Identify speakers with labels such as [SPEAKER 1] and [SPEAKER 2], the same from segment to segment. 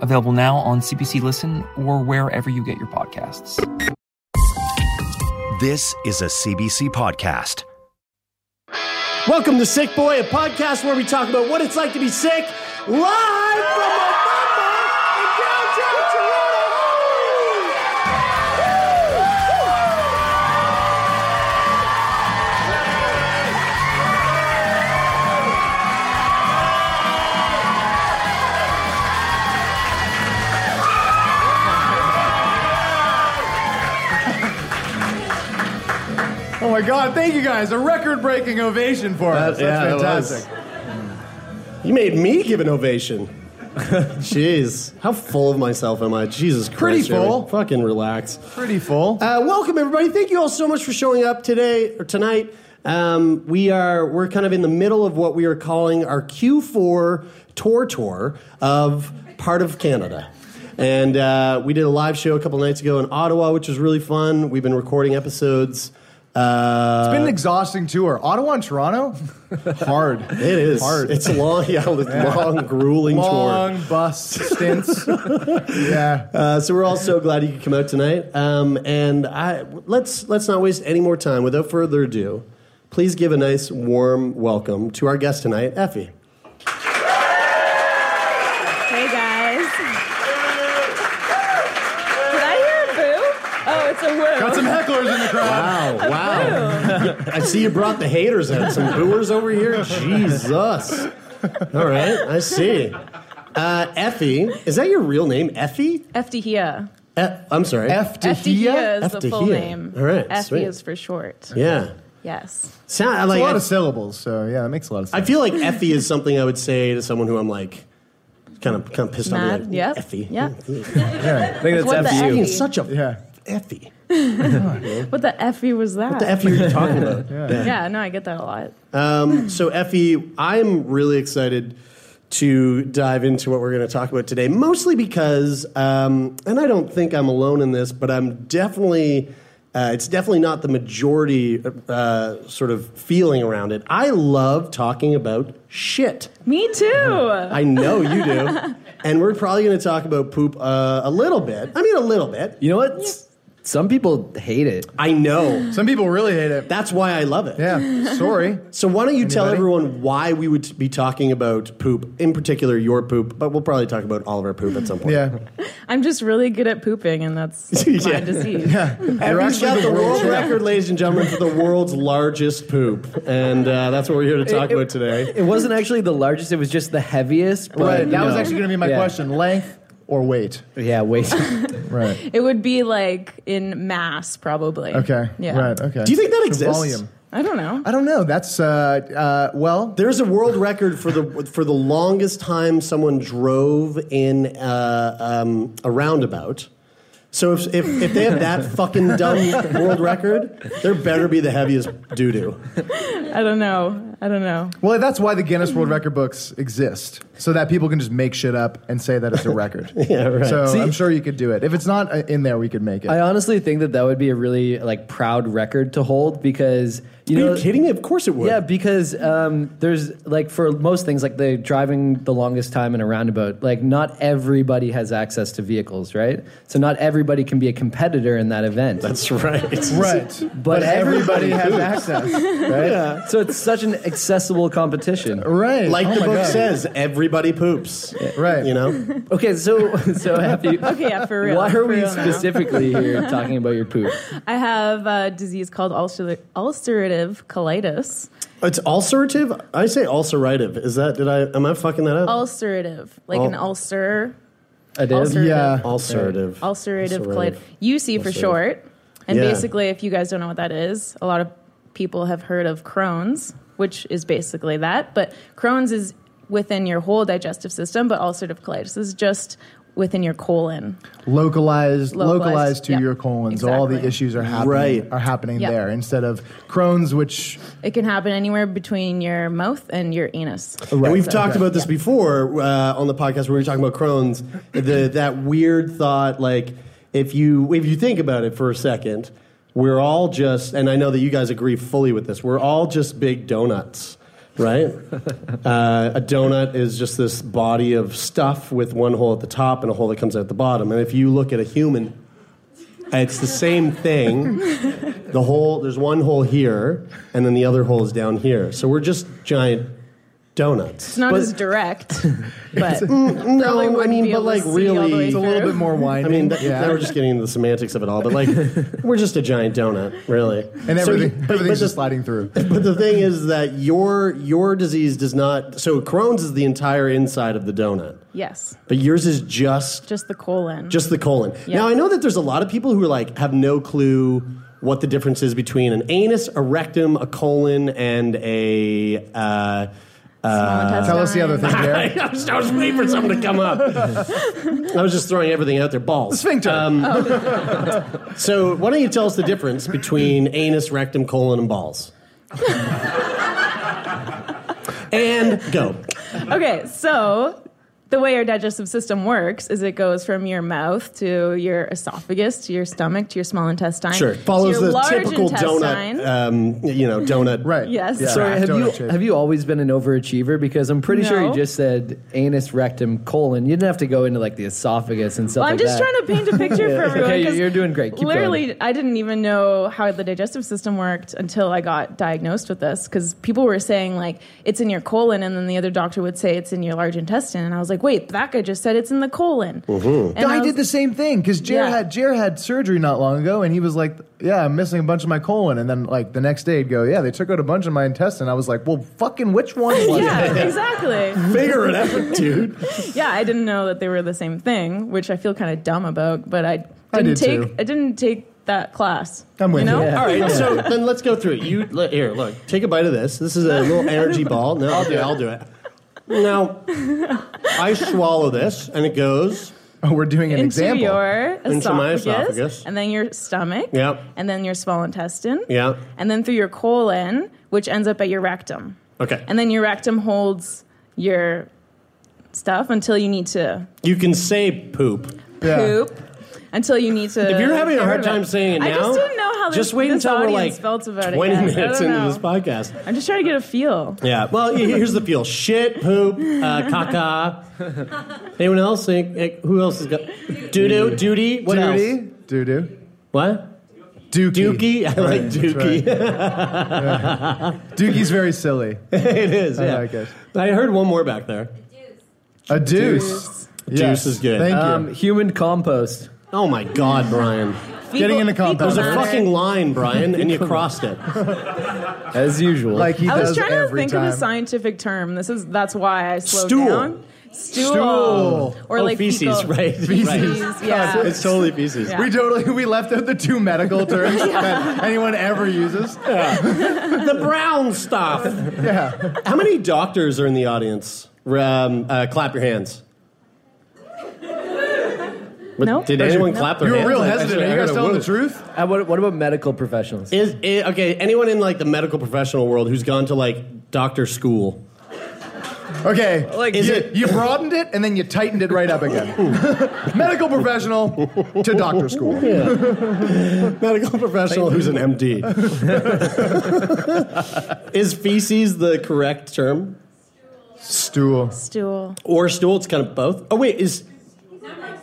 [SPEAKER 1] available now on CBC Listen or wherever you get your podcasts.
[SPEAKER 2] This is a CBC podcast.
[SPEAKER 3] Welcome to Sick Boy, a podcast where we talk about what it's like to be sick live from Mobamba in downtown Toronto. Oh my God! Thank you guys. A record-breaking ovation for us. That's
[SPEAKER 4] yeah, that was.
[SPEAKER 3] fantastic. You made me give an ovation.
[SPEAKER 4] Jeez, how full of myself am I? Jesus Christ.
[SPEAKER 3] Pretty
[SPEAKER 4] Jeremy.
[SPEAKER 3] full.
[SPEAKER 4] Fucking relax.
[SPEAKER 3] Pretty full.
[SPEAKER 4] Uh, welcome, everybody. Thank you all so much for showing up today or tonight. Um, we are we're kind of in the middle of what we are calling our Q4 tour tour of part of Canada. And uh, we did a live show a couple nights ago in Ottawa, which was really fun. We've been recording episodes. Uh,
[SPEAKER 3] It's been an exhausting tour. Ottawa and Toronto, hard.
[SPEAKER 4] it is.
[SPEAKER 3] hard.
[SPEAKER 4] It's a long, yeah, it's a long, grueling tour.
[SPEAKER 3] Long bus stints. yeah.
[SPEAKER 4] Uh, so we're all so glad you could come out tonight. Um, and I, let's let's not waste any more time. Without further ado, please give a nice warm welcome to our guest tonight, Effie.
[SPEAKER 5] Hey guys. Did I hear a boo? Oh, it's a woo.
[SPEAKER 3] Got some hecklers in the crowd.
[SPEAKER 4] Wow! Wow! I see you brought the haters out. Some booers over here. Jesus! All right, I see. Uh, Effie, is that your real name, Effie?
[SPEAKER 5] Eftihia.
[SPEAKER 4] E- I'm sorry.
[SPEAKER 3] F E to
[SPEAKER 5] Eftihia
[SPEAKER 3] here.
[SPEAKER 5] E is the full
[SPEAKER 4] Eftihia.
[SPEAKER 5] name.
[SPEAKER 4] E All right,
[SPEAKER 5] Effie
[SPEAKER 4] sweet.
[SPEAKER 5] is for short.
[SPEAKER 4] yeah.
[SPEAKER 5] Yes.
[SPEAKER 4] Sound
[SPEAKER 3] A
[SPEAKER 4] like
[SPEAKER 3] lot
[SPEAKER 4] I-
[SPEAKER 3] of syllables, so yeah, that makes a lot of
[SPEAKER 4] I
[SPEAKER 3] sense.
[SPEAKER 4] feel like Effie is something I would say to someone who I'm like, kind of kind of pissed off.
[SPEAKER 5] Mad.
[SPEAKER 4] Like,
[SPEAKER 5] Yep.
[SPEAKER 4] Effie.
[SPEAKER 5] Yep.
[SPEAKER 4] yeah.
[SPEAKER 6] I think
[SPEAKER 5] What the
[SPEAKER 6] that's F
[SPEAKER 5] F
[SPEAKER 6] you.
[SPEAKER 5] you?
[SPEAKER 4] Effie's such a
[SPEAKER 3] Yeah.
[SPEAKER 4] Effie.
[SPEAKER 5] What the Effie was that?
[SPEAKER 4] The Effie you're talking about.
[SPEAKER 5] Yeah, no, I get that a lot.
[SPEAKER 4] Um, so Effie, I'm really excited to dive into what we're going to talk about today, mostly because, um, and I don't think I'm alone in this, but I'm definitely. Uh, it's definitely not the majority uh, sort of feeling around it. I love talking about shit.
[SPEAKER 5] Me too.
[SPEAKER 4] I know you do. and we're probably going to talk about poop uh, a little bit. I mean, a little bit.
[SPEAKER 6] You know what? Some people hate it.
[SPEAKER 4] I know.
[SPEAKER 3] Some people really hate it.
[SPEAKER 4] That's why I love it.
[SPEAKER 3] Yeah. Sorry.
[SPEAKER 4] So why don't you tell
[SPEAKER 3] Anybody?
[SPEAKER 4] everyone why we would be talking about poop, in particular your poop, but we'll probably talk about all of our poop at some point.
[SPEAKER 3] Yeah.
[SPEAKER 5] I'm just really good at pooping, and that's my
[SPEAKER 4] Yeah.
[SPEAKER 5] disease.
[SPEAKER 3] You're
[SPEAKER 4] We've got
[SPEAKER 3] actually
[SPEAKER 4] the
[SPEAKER 3] the
[SPEAKER 4] world
[SPEAKER 3] world's
[SPEAKER 4] record, ladies and gentlemen, for the world's largest poop, and uh, that's what we're here to talk about today.
[SPEAKER 6] It wasn't actually the largest, it was just the heaviest. But,
[SPEAKER 3] Right.
[SPEAKER 6] you
[SPEAKER 3] That was
[SPEAKER 6] know.
[SPEAKER 3] actually going to be my
[SPEAKER 6] Yeah.
[SPEAKER 3] question: length or weight?
[SPEAKER 6] Yeah, wait.
[SPEAKER 3] Right.
[SPEAKER 5] It would be like in mass, probably.
[SPEAKER 3] Okay.
[SPEAKER 5] Yeah.
[SPEAKER 3] Right. Okay.
[SPEAKER 4] Do you think that
[SPEAKER 3] The
[SPEAKER 4] exists?
[SPEAKER 3] Volume.
[SPEAKER 5] I don't know.
[SPEAKER 3] I don't know. That's uh, uh, well.
[SPEAKER 4] There's a world record for the for the longest time someone drove in uh, um, a roundabout. So if, if if they have that fucking dumb world record, there better be the heaviest doo doo.
[SPEAKER 5] I don't know. I don't know.
[SPEAKER 3] Well, that's why the Guinness World Record books exist, so that people can just make shit up and say that it's a record.
[SPEAKER 4] Yeah, right.
[SPEAKER 3] So
[SPEAKER 6] See-
[SPEAKER 3] I'm sure you could do it. If it's not uh, in there, we could make it.
[SPEAKER 6] I honestly think that that would be a really like proud record to hold because you
[SPEAKER 4] Are
[SPEAKER 6] know
[SPEAKER 4] you kidding me? Of course it would.
[SPEAKER 6] Yeah, because um, there's like for most things, like the driving the longest time in a roundabout, like not everybody has access to vehicles, right? So not everybody can be a competitor in that event.
[SPEAKER 4] that's right.
[SPEAKER 3] right. But, everybody has access. Right.
[SPEAKER 6] so it's such an accessible competition.
[SPEAKER 3] Right.
[SPEAKER 4] Like
[SPEAKER 3] Oh
[SPEAKER 4] the
[SPEAKER 3] my
[SPEAKER 4] book
[SPEAKER 3] God.
[SPEAKER 4] says, everybody poops.
[SPEAKER 3] Right.
[SPEAKER 4] You know,
[SPEAKER 6] Okay, so so happy.
[SPEAKER 5] Okay, yeah, for real.
[SPEAKER 6] Why
[SPEAKER 5] for
[SPEAKER 6] are we
[SPEAKER 5] real now.
[SPEAKER 6] specifically here talking about your poop?
[SPEAKER 5] I have a disease called ulcer- ulcerative colitis.
[SPEAKER 4] it's ulcerative. I say ulcerative. Is that did I? Am I fucking that up?
[SPEAKER 5] Ulcerative, like an
[SPEAKER 4] Ul-
[SPEAKER 5] ulcer.
[SPEAKER 6] I did.
[SPEAKER 5] Ulcerative.
[SPEAKER 3] Yeah.
[SPEAKER 4] ulcerative.
[SPEAKER 5] Ulcerative
[SPEAKER 4] Ulcerative.
[SPEAKER 5] colitis. UC for
[SPEAKER 4] Ulcerative.
[SPEAKER 5] short. And
[SPEAKER 4] Yeah.
[SPEAKER 5] basically, if you guys don't know what that is, a lot of people have heard of Crohn's, which is basically that. But Crohn's is within your whole digestive system, but ulcerative colitis is just within your colon.
[SPEAKER 7] localized, localized,
[SPEAKER 5] Localized,
[SPEAKER 7] to
[SPEAKER 5] yeah,
[SPEAKER 7] your colon. So all the
[SPEAKER 5] exactly.
[SPEAKER 7] issues are happening
[SPEAKER 4] Right.
[SPEAKER 7] are happening
[SPEAKER 5] Yeah.
[SPEAKER 7] there instead of Crohn's, which
[SPEAKER 5] It can happen anywhere between your mouth and your anus.
[SPEAKER 4] And we've
[SPEAKER 5] So-
[SPEAKER 4] talked about this before uh, on the podcast where we were talking about Crohn's. the, that weird thought, like if you if you think about it for a second, we're all just, and I know that you guys agree fully with this. We're all just big donuts, right? uh, a donut is just this body of stuff with one hole at the top and a hole that comes out the bottom. And if you look at a human, it's the same thing. The hole there's one hole here, and then the other hole is down here. So we're just giant donuts.
[SPEAKER 5] It's not
[SPEAKER 4] But-
[SPEAKER 5] as direct, but probably
[SPEAKER 4] no, I
[SPEAKER 5] wouldn't
[SPEAKER 4] mean,
[SPEAKER 5] be
[SPEAKER 4] but
[SPEAKER 5] able to
[SPEAKER 4] like
[SPEAKER 5] see all the way
[SPEAKER 4] really,
[SPEAKER 7] it's a little bit more
[SPEAKER 4] I
[SPEAKER 7] winding.
[SPEAKER 4] mean, th-
[SPEAKER 7] yeah.
[SPEAKER 4] now we're just getting into the semantics of it all, but like, we're just a giant donut, really.
[SPEAKER 7] and
[SPEAKER 4] So you-
[SPEAKER 7] everything,
[SPEAKER 4] but- but
[SPEAKER 7] everything's
[SPEAKER 4] the-
[SPEAKER 7] just sliding through.
[SPEAKER 4] But the thing is that your your disease does not. So Crohn's is the entire inside of the donut,
[SPEAKER 5] Yes,
[SPEAKER 4] but yours is just
[SPEAKER 5] just the colon.
[SPEAKER 4] just the colon.
[SPEAKER 5] Yeah.
[SPEAKER 4] Now I know that there's a lot of people who are like have no clue what the difference is between an anus, a rectum, a colon, and a. Uh,
[SPEAKER 5] Small intestine.
[SPEAKER 7] Tell us the other thing here.
[SPEAKER 4] I was, I was waiting for something to come up. I was just throwing everything out there. Balls. Um,
[SPEAKER 7] Sphincter.
[SPEAKER 4] Oh. So why don't you tell us the difference between anus, rectum, colon, and balls? and go.
[SPEAKER 5] Okay, so the way our digestive system works is it goes from your mouth to your esophagus to your stomach to your small intestine.
[SPEAKER 4] Sure.
[SPEAKER 5] to
[SPEAKER 4] Follows
[SPEAKER 5] your
[SPEAKER 4] the
[SPEAKER 5] large
[SPEAKER 4] typical
[SPEAKER 5] intestine.
[SPEAKER 4] donut. Um, you know, donut.
[SPEAKER 7] right.
[SPEAKER 5] Yes.
[SPEAKER 7] Yeah.
[SPEAKER 5] Sorry,
[SPEAKER 6] Have
[SPEAKER 7] Donut
[SPEAKER 6] you,
[SPEAKER 7] shape.
[SPEAKER 6] have you always been an overachiever? Because I'm pretty sure you
[SPEAKER 5] No.
[SPEAKER 6] just said anus, rectum, colon. You didn't have to go into like the esophagus and stuff
[SPEAKER 5] Well, I'm
[SPEAKER 6] like
[SPEAKER 5] just
[SPEAKER 6] that.
[SPEAKER 5] trying to paint a picture for everyone.
[SPEAKER 6] Okay,
[SPEAKER 5] 'cause
[SPEAKER 6] you're doing great. Keep
[SPEAKER 5] literally,
[SPEAKER 6] going.
[SPEAKER 5] I didn't even know how the digestive system worked until I got diagnosed with this because people were saying like it's in your colon, and then the other doctor would say it's in your large intestine, and I was like, wait, that guy just said it's in the colon. And
[SPEAKER 7] I,
[SPEAKER 5] was-
[SPEAKER 7] did the same thing because Jer
[SPEAKER 5] Yeah.
[SPEAKER 7] had Jer had surgery not long ago, and he was like, "Yeah, I'm missing a bunch of my colon." And then like the next day, he'd go, "Yeah, they took out a bunch of my intestine." I was like, "Well, fucking which one?" Was it?
[SPEAKER 5] Yeah, exactly.
[SPEAKER 4] Figure it out, dude.
[SPEAKER 5] yeah, I didn't know that they were the same thing, which I feel kind of dumb about. But I didn't
[SPEAKER 7] I did
[SPEAKER 5] take
[SPEAKER 7] too.
[SPEAKER 5] I didn't take that class.
[SPEAKER 7] I'm with you.
[SPEAKER 4] All right, so then let's go through it. You le- here, look, take a bite of this. This is a little energy ball. No, I'll do it. I'll do it. Now, I swallow this, and it goes.
[SPEAKER 7] Oh, we're doing an
[SPEAKER 5] Into
[SPEAKER 7] example.
[SPEAKER 5] your
[SPEAKER 4] Into my
[SPEAKER 5] esophagus,
[SPEAKER 4] esophagus.
[SPEAKER 5] and then your stomach,
[SPEAKER 4] Yep.
[SPEAKER 5] and then your small intestine,
[SPEAKER 4] Yeah.
[SPEAKER 5] and then through your colon, which ends up at your rectum,
[SPEAKER 4] Okay.
[SPEAKER 5] and then your rectum holds your stuff until you need to
[SPEAKER 4] You can say poop.
[SPEAKER 7] Yeah.
[SPEAKER 5] poop. Until you need to.
[SPEAKER 4] If you're having a
[SPEAKER 5] get
[SPEAKER 4] hard
[SPEAKER 5] rid of
[SPEAKER 4] time saying it now,
[SPEAKER 5] I just didn't know how this,
[SPEAKER 4] just wait
[SPEAKER 5] this
[SPEAKER 4] until we're
[SPEAKER 5] audience
[SPEAKER 4] like
[SPEAKER 5] felt about
[SPEAKER 4] twenty
[SPEAKER 5] it yet. I
[SPEAKER 4] minutes
[SPEAKER 5] don't
[SPEAKER 4] into
[SPEAKER 5] know.
[SPEAKER 4] this podcast.
[SPEAKER 5] I'm just trying to get a feel.
[SPEAKER 4] Yeah. Well, he- here's the feel: shit, poop, uh, caca. Anyone else? Think- eh, Who else has got doo doo duty? What else?
[SPEAKER 7] Duty, doo doo,
[SPEAKER 4] What?
[SPEAKER 7] dookie,
[SPEAKER 4] Dookie. I like
[SPEAKER 7] Right, that's
[SPEAKER 4] dookie.
[SPEAKER 7] right. Dookie's very silly.
[SPEAKER 4] it is.
[SPEAKER 7] I
[SPEAKER 4] Yeah.
[SPEAKER 7] like it.
[SPEAKER 4] I heard one more back there.
[SPEAKER 7] A deuce.
[SPEAKER 4] Deuce is good.
[SPEAKER 7] Thank
[SPEAKER 6] Um,
[SPEAKER 7] you.
[SPEAKER 6] human compost.
[SPEAKER 4] Oh my God, Brian.
[SPEAKER 7] Getting into
[SPEAKER 5] Fecal-
[SPEAKER 7] compound.
[SPEAKER 4] There's a
[SPEAKER 5] fecal matter.
[SPEAKER 4] fucking line, Brian, and you crossed it.
[SPEAKER 6] As usual.
[SPEAKER 7] Like he
[SPEAKER 5] I was
[SPEAKER 7] does
[SPEAKER 5] trying to
[SPEAKER 7] every
[SPEAKER 5] think
[SPEAKER 7] time.
[SPEAKER 5] of a scientific term. This is that's why I slowed
[SPEAKER 4] Stool.
[SPEAKER 5] down. Stool.
[SPEAKER 7] Stool.
[SPEAKER 5] Or
[SPEAKER 4] Oh,
[SPEAKER 5] like
[SPEAKER 4] feces,
[SPEAKER 5] fecal-
[SPEAKER 4] right.
[SPEAKER 5] Feces.
[SPEAKER 4] Right.
[SPEAKER 5] Yeah.
[SPEAKER 4] It's totally feces.
[SPEAKER 5] Yeah.
[SPEAKER 7] We totally we left out the two medical terms that anyone ever uses.
[SPEAKER 4] The brown stuff. Yeah. How many doctors are in the audience? Um, uh, clap your hands. But
[SPEAKER 5] Nope.
[SPEAKER 4] Did anyone clap their
[SPEAKER 7] You were
[SPEAKER 4] hands?
[SPEAKER 7] real
[SPEAKER 4] I- I
[SPEAKER 7] hesitant.
[SPEAKER 4] should-
[SPEAKER 7] Are
[SPEAKER 4] I
[SPEAKER 7] you guys
[SPEAKER 4] gotta
[SPEAKER 7] telling the
[SPEAKER 4] whoop.
[SPEAKER 7] truth?
[SPEAKER 6] Uh, what, what about medical professionals?
[SPEAKER 4] Is, i okay, anyone in like the medical professional world who's gone to like doctor school?
[SPEAKER 7] Okay.
[SPEAKER 6] Like-
[SPEAKER 7] you,
[SPEAKER 4] Is it-
[SPEAKER 7] you broadened it and then you tightened it right up again. Medical professional to doctor school.
[SPEAKER 4] Medical professional who's an MD. Is feces the correct term?
[SPEAKER 7] Stool.
[SPEAKER 5] Stool.
[SPEAKER 4] Or stool? It's kind of both. Oh, wait, is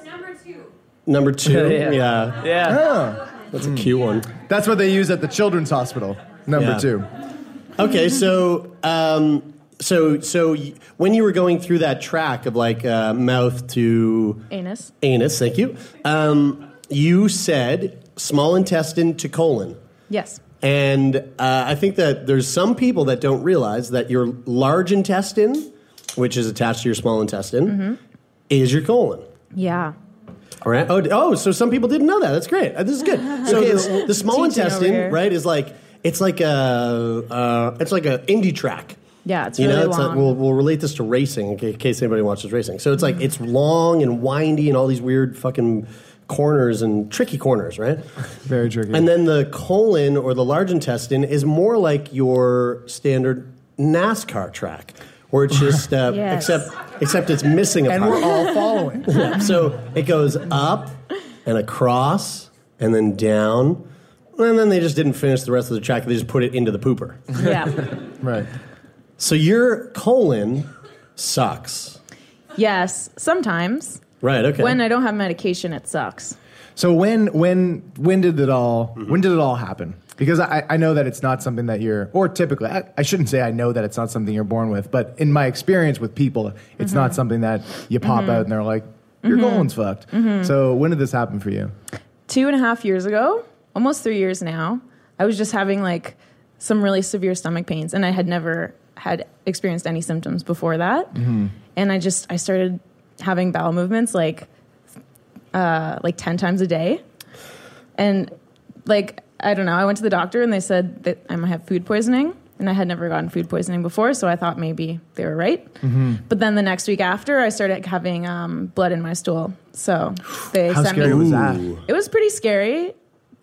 [SPEAKER 4] number, number two. Number two?
[SPEAKER 6] Yeah.
[SPEAKER 4] yeah.
[SPEAKER 6] Yeah.
[SPEAKER 7] Oh.
[SPEAKER 4] That's a cute one.
[SPEAKER 7] That's what they use at the children's hospital. Number
[SPEAKER 4] Yeah.
[SPEAKER 7] two.
[SPEAKER 4] Okay, so um, so so y- when you were going through that track of like uh, mouth to
[SPEAKER 5] Anus.
[SPEAKER 4] anus, thank you. Um, you said small intestine to colon,
[SPEAKER 5] Yes.
[SPEAKER 4] and uh, I think that there's some people that don't realize that your large intestine, which is attached to your small intestine, is your colon.
[SPEAKER 5] Yeah.
[SPEAKER 4] All right. Oh, d- oh, so some people didn't know that. That's great. Uh, This is good. So the, the small
[SPEAKER 5] Teaching over
[SPEAKER 4] intestine,
[SPEAKER 5] here.
[SPEAKER 4] right, is like it's like a uh, it's like a indie track.
[SPEAKER 5] Yeah, it's
[SPEAKER 4] you
[SPEAKER 5] really
[SPEAKER 4] know, it's
[SPEAKER 5] long.
[SPEAKER 4] like, we'll, we'll relate this to racing in ca- case anybody watches racing. So it's like it's long and windy and all these weird fucking corners and tricky corners, right?
[SPEAKER 7] Very tricky.
[SPEAKER 4] And then the colon or the large intestine is more like your standard NASCAR track, where it's just uh,
[SPEAKER 7] Yes.
[SPEAKER 4] except except it's missing a
[SPEAKER 7] And
[SPEAKER 4] part.
[SPEAKER 7] we're all following.
[SPEAKER 4] Yeah, so it goes up and across and then down. And then they just didn't finish the rest of the track. They just put it into the pooper.
[SPEAKER 5] Yeah.
[SPEAKER 7] Right.
[SPEAKER 4] So your colon sucks.
[SPEAKER 5] yes, sometimes.
[SPEAKER 4] Right,
[SPEAKER 5] When I don't have medication, it sucks.
[SPEAKER 7] So when when when did it all when did it all happen? Because I, I know that it's not something that you're or typically I, I shouldn't say I know that it's not something you're born with, but in my experience with people, it's not something that you pop
[SPEAKER 5] Mhm.
[SPEAKER 7] out and they're like, Your
[SPEAKER 5] Mhm.
[SPEAKER 7] colon's fucked.
[SPEAKER 5] Mhm.
[SPEAKER 7] So when did this happen for you?
[SPEAKER 5] Two and a half years ago, almost three years now, I was just having like some really severe stomach pains, and I had never had experienced any symptoms before that.
[SPEAKER 8] Mm-hmm.
[SPEAKER 5] and I just I started having bowel movements like uh, like ten times a day, and like I don't know. I went to the doctor and they said that I might have food poisoning, and I had never gotten food poisoning before, so I thought maybe they were right.
[SPEAKER 8] Mm-hmm.
[SPEAKER 5] But then the next week after, I started having um, blood in my stool. So they
[SPEAKER 8] How
[SPEAKER 5] sent
[SPEAKER 8] scary
[SPEAKER 5] me,
[SPEAKER 8] was that? Ooh.
[SPEAKER 5] It was pretty scary,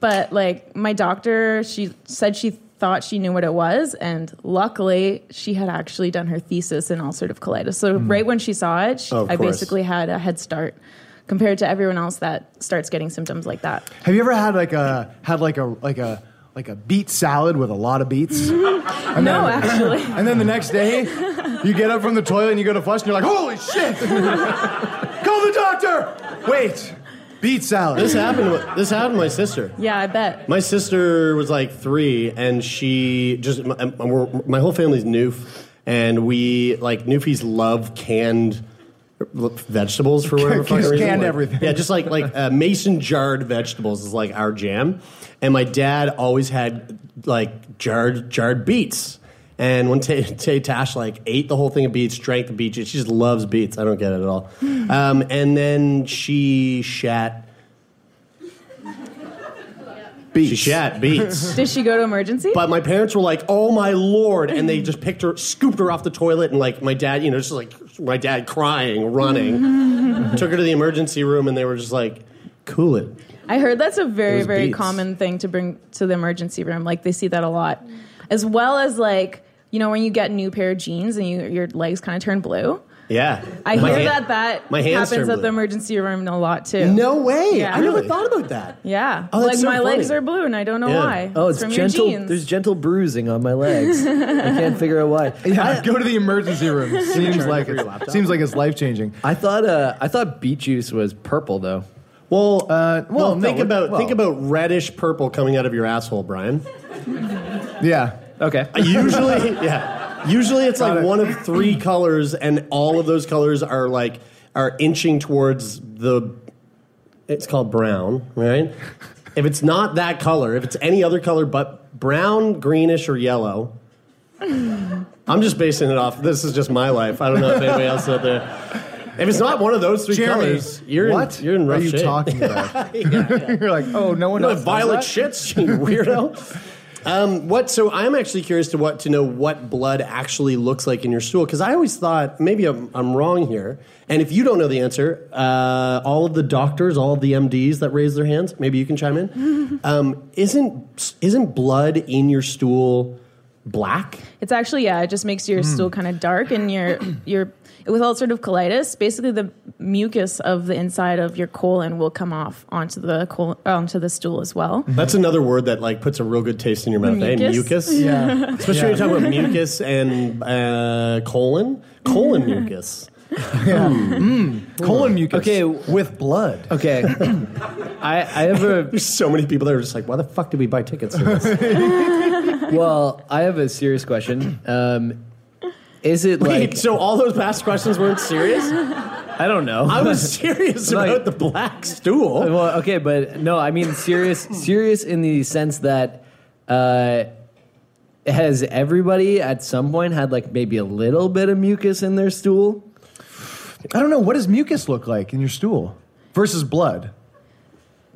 [SPEAKER 5] but like my doctor, she said she thought she knew what it was, and luckily she had actually done her thesis in ulcerative colitis. So
[SPEAKER 4] Hmm.
[SPEAKER 5] right when she saw it, she,
[SPEAKER 7] Of
[SPEAKER 5] I
[SPEAKER 7] course.
[SPEAKER 5] basically had a head start compared to everyone else that starts getting symptoms like that.
[SPEAKER 7] Have you ever had like a had like a like a like a beet salad with a lot of beets? And
[SPEAKER 5] No, Um, actually.
[SPEAKER 7] And then the next day, you get up from the toilet and you go to flush and you're like, holy shit! Call the doctor. Wait, beet salad.
[SPEAKER 4] This happened. with- This happened to my sister.
[SPEAKER 5] Yeah, I bet.
[SPEAKER 4] My sister was like three, and she just my, we're- my whole family's Noof, and we like Noofies love canned vegetables for whatever
[SPEAKER 7] Just
[SPEAKER 4] fucking reason.
[SPEAKER 7] canned
[SPEAKER 4] Like-
[SPEAKER 7] everything.
[SPEAKER 4] Yeah, just like like uh, mason jarred vegetables is like our jam, and my dad always had like jarred jarred beets. And when Tay, Tay Tash like ate the whole thing of beets, drank the beets, she just loves beets. I don't get it at all. Um, and then she shat. Beets. She shat beets.
[SPEAKER 5] Did she go to emergency?
[SPEAKER 4] But my parents were like, "Oh my lord!" and they just picked her, scooped her off the toilet, and like my dad, you know, just like my dad crying, running, took her to the emergency room, and they were just like, "Cool it."
[SPEAKER 5] I heard that's a
[SPEAKER 4] It
[SPEAKER 5] very,
[SPEAKER 4] was
[SPEAKER 5] very
[SPEAKER 4] beets.
[SPEAKER 5] common thing to bring to the emergency room. Like they see that a lot, as well as like you know when you get a new pair of jeans and you, your legs kind of turn blue.
[SPEAKER 4] Yeah,
[SPEAKER 5] I
[SPEAKER 4] My
[SPEAKER 5] hear
[SPEAKER 4] hand-
[SPEAKER 5] that that
[SPEAKER 4] my hands
[SPEAKER 5] happens
[SPEAKER 4] turn
[SPEAKER 5] at the
[SPEAKER 4] blue.
[SPEAKER 5] emergency room a lot too.
[SPEAKER 4] No way.
[SPEAKER 5] Yeah.
[SPEAKER 4] I never thought about that.
[SPEAKER 5] Yeah,
[SPEAKER 4] Oh, that's
[SPEAKER 5] like
[SPEAKER 4] so
[SPEAKER 5] my
[SPEAKER 4] funny.
[SPEAKER 5] legs are blue and I don't know why.
[SPEAKER 6] Oh, it's
[SPEAKER 5] from
[SPEAKER 6] gentle.
[SPEAKER 5] Your jeans.
[SPEAKER 6] There's gentle bruising on my legs. I can't figure out why.
[SPEAKER 7] Yeah, go to the emergency room. Seems
[SPEAKER 6] Charge
[SPEAKER 7] like
[SPEAKER 6] for your
[SPEAKER 7] it's,
[SPEAKER 6] laptop?
[SPEAKER 7] seems like it's life changing.
[SPEAKER 6] I thought uh, I thought beet juice was purple though.
[SPEAKER 4] Well,
[SPEAKER 7] uh,
[SPEAKER 4] Well, think about think about reddish purple coming out of your asshole, Brian.
[SPEAKER 7] Yeah.
[SPEAKER 6] Okay.
[SPEAKER 4] Usually, yeah. Usually, it's like one of three colors, and all of those colors are like are inching towards the. It's called brown, right? If it's not that color, if it's any other color but brown, greenish, or yellow, I'm just basing it off. This is just my life. I don't know if anybody else out there. If it's not one of those three
[SPEAKER 7] Jeremy,
[SPEAKER 4] colors, you're
[SPEAKER 7] what
[SPEAKER 4] in, you're in
[SPEAKER 7] are
[SPEAKER 4] rough
[SPEAKER 7] you
[SPEAKER 4] shape.
[SPEAKER 7] talking about? you're like, oh, no one
[SPEAKER 4] No,
[SPEAKER 7] knows.
[SPEAKER 4] violet shits, you weirdo. Um, what? So I'm actually curious to what to know what blood actually looks like in your stool because I always thought maybe I'm, I'm wrong here. And if you don't know the answer, uh, all of the doctors, all of the MDs that raise their hands, maybe you can chime in. Um, isn't isn't blood in your stool black?
[SPEAKER 5] It's actually yeah, it just makes
[SPEAKER 4] Hmm.
[SPEAKER 5] your stool kind of dark and your your with ulcerative colitis, basically the mucus of the inside of your colon will come off onto the colon, onto the stool as well.
[SPEAKER 4] That's another word that like puts a real good taste in your mouth. eh?
[SPEAKER 5] Mucus?
[SPEAKER 4] Mucus,
[SPEAKER 5] Yeah.
[SPEAKER 4] Especially when you
[SPEAKER 5] Yeah.
[SPEAKER 4] talk about mucus and uh, colon, colon mucus.
[SPEAKER 7] Colon mucus.
[SPEAKER 6] Okay,
[SPEAKER 7] with blood.
[SPEAKER 6] Okay. I, I have a.
[SPEAKER 4] There's so many people that are just like, why the fuck did we buy tickets to this?
[SPEAKER 6] well, I have a serious question. Um, is it
[SPEAKER 4] Wait,
[SPEAKER 6] like
[SPEAKER 4] so all those past questions weren't serious?
[SPEAKER 6] I don't know.
[SPEAKER 4] I was serious about the black stool.
[SPEAKER 6] Well, okay, but no, I mean serious. serious in the sense that uh, has everybody at some point had like maybe a little bit of mucus in their stool?
[SPEAKER 7] I don't know. What does mucus look like in your stool versus blood?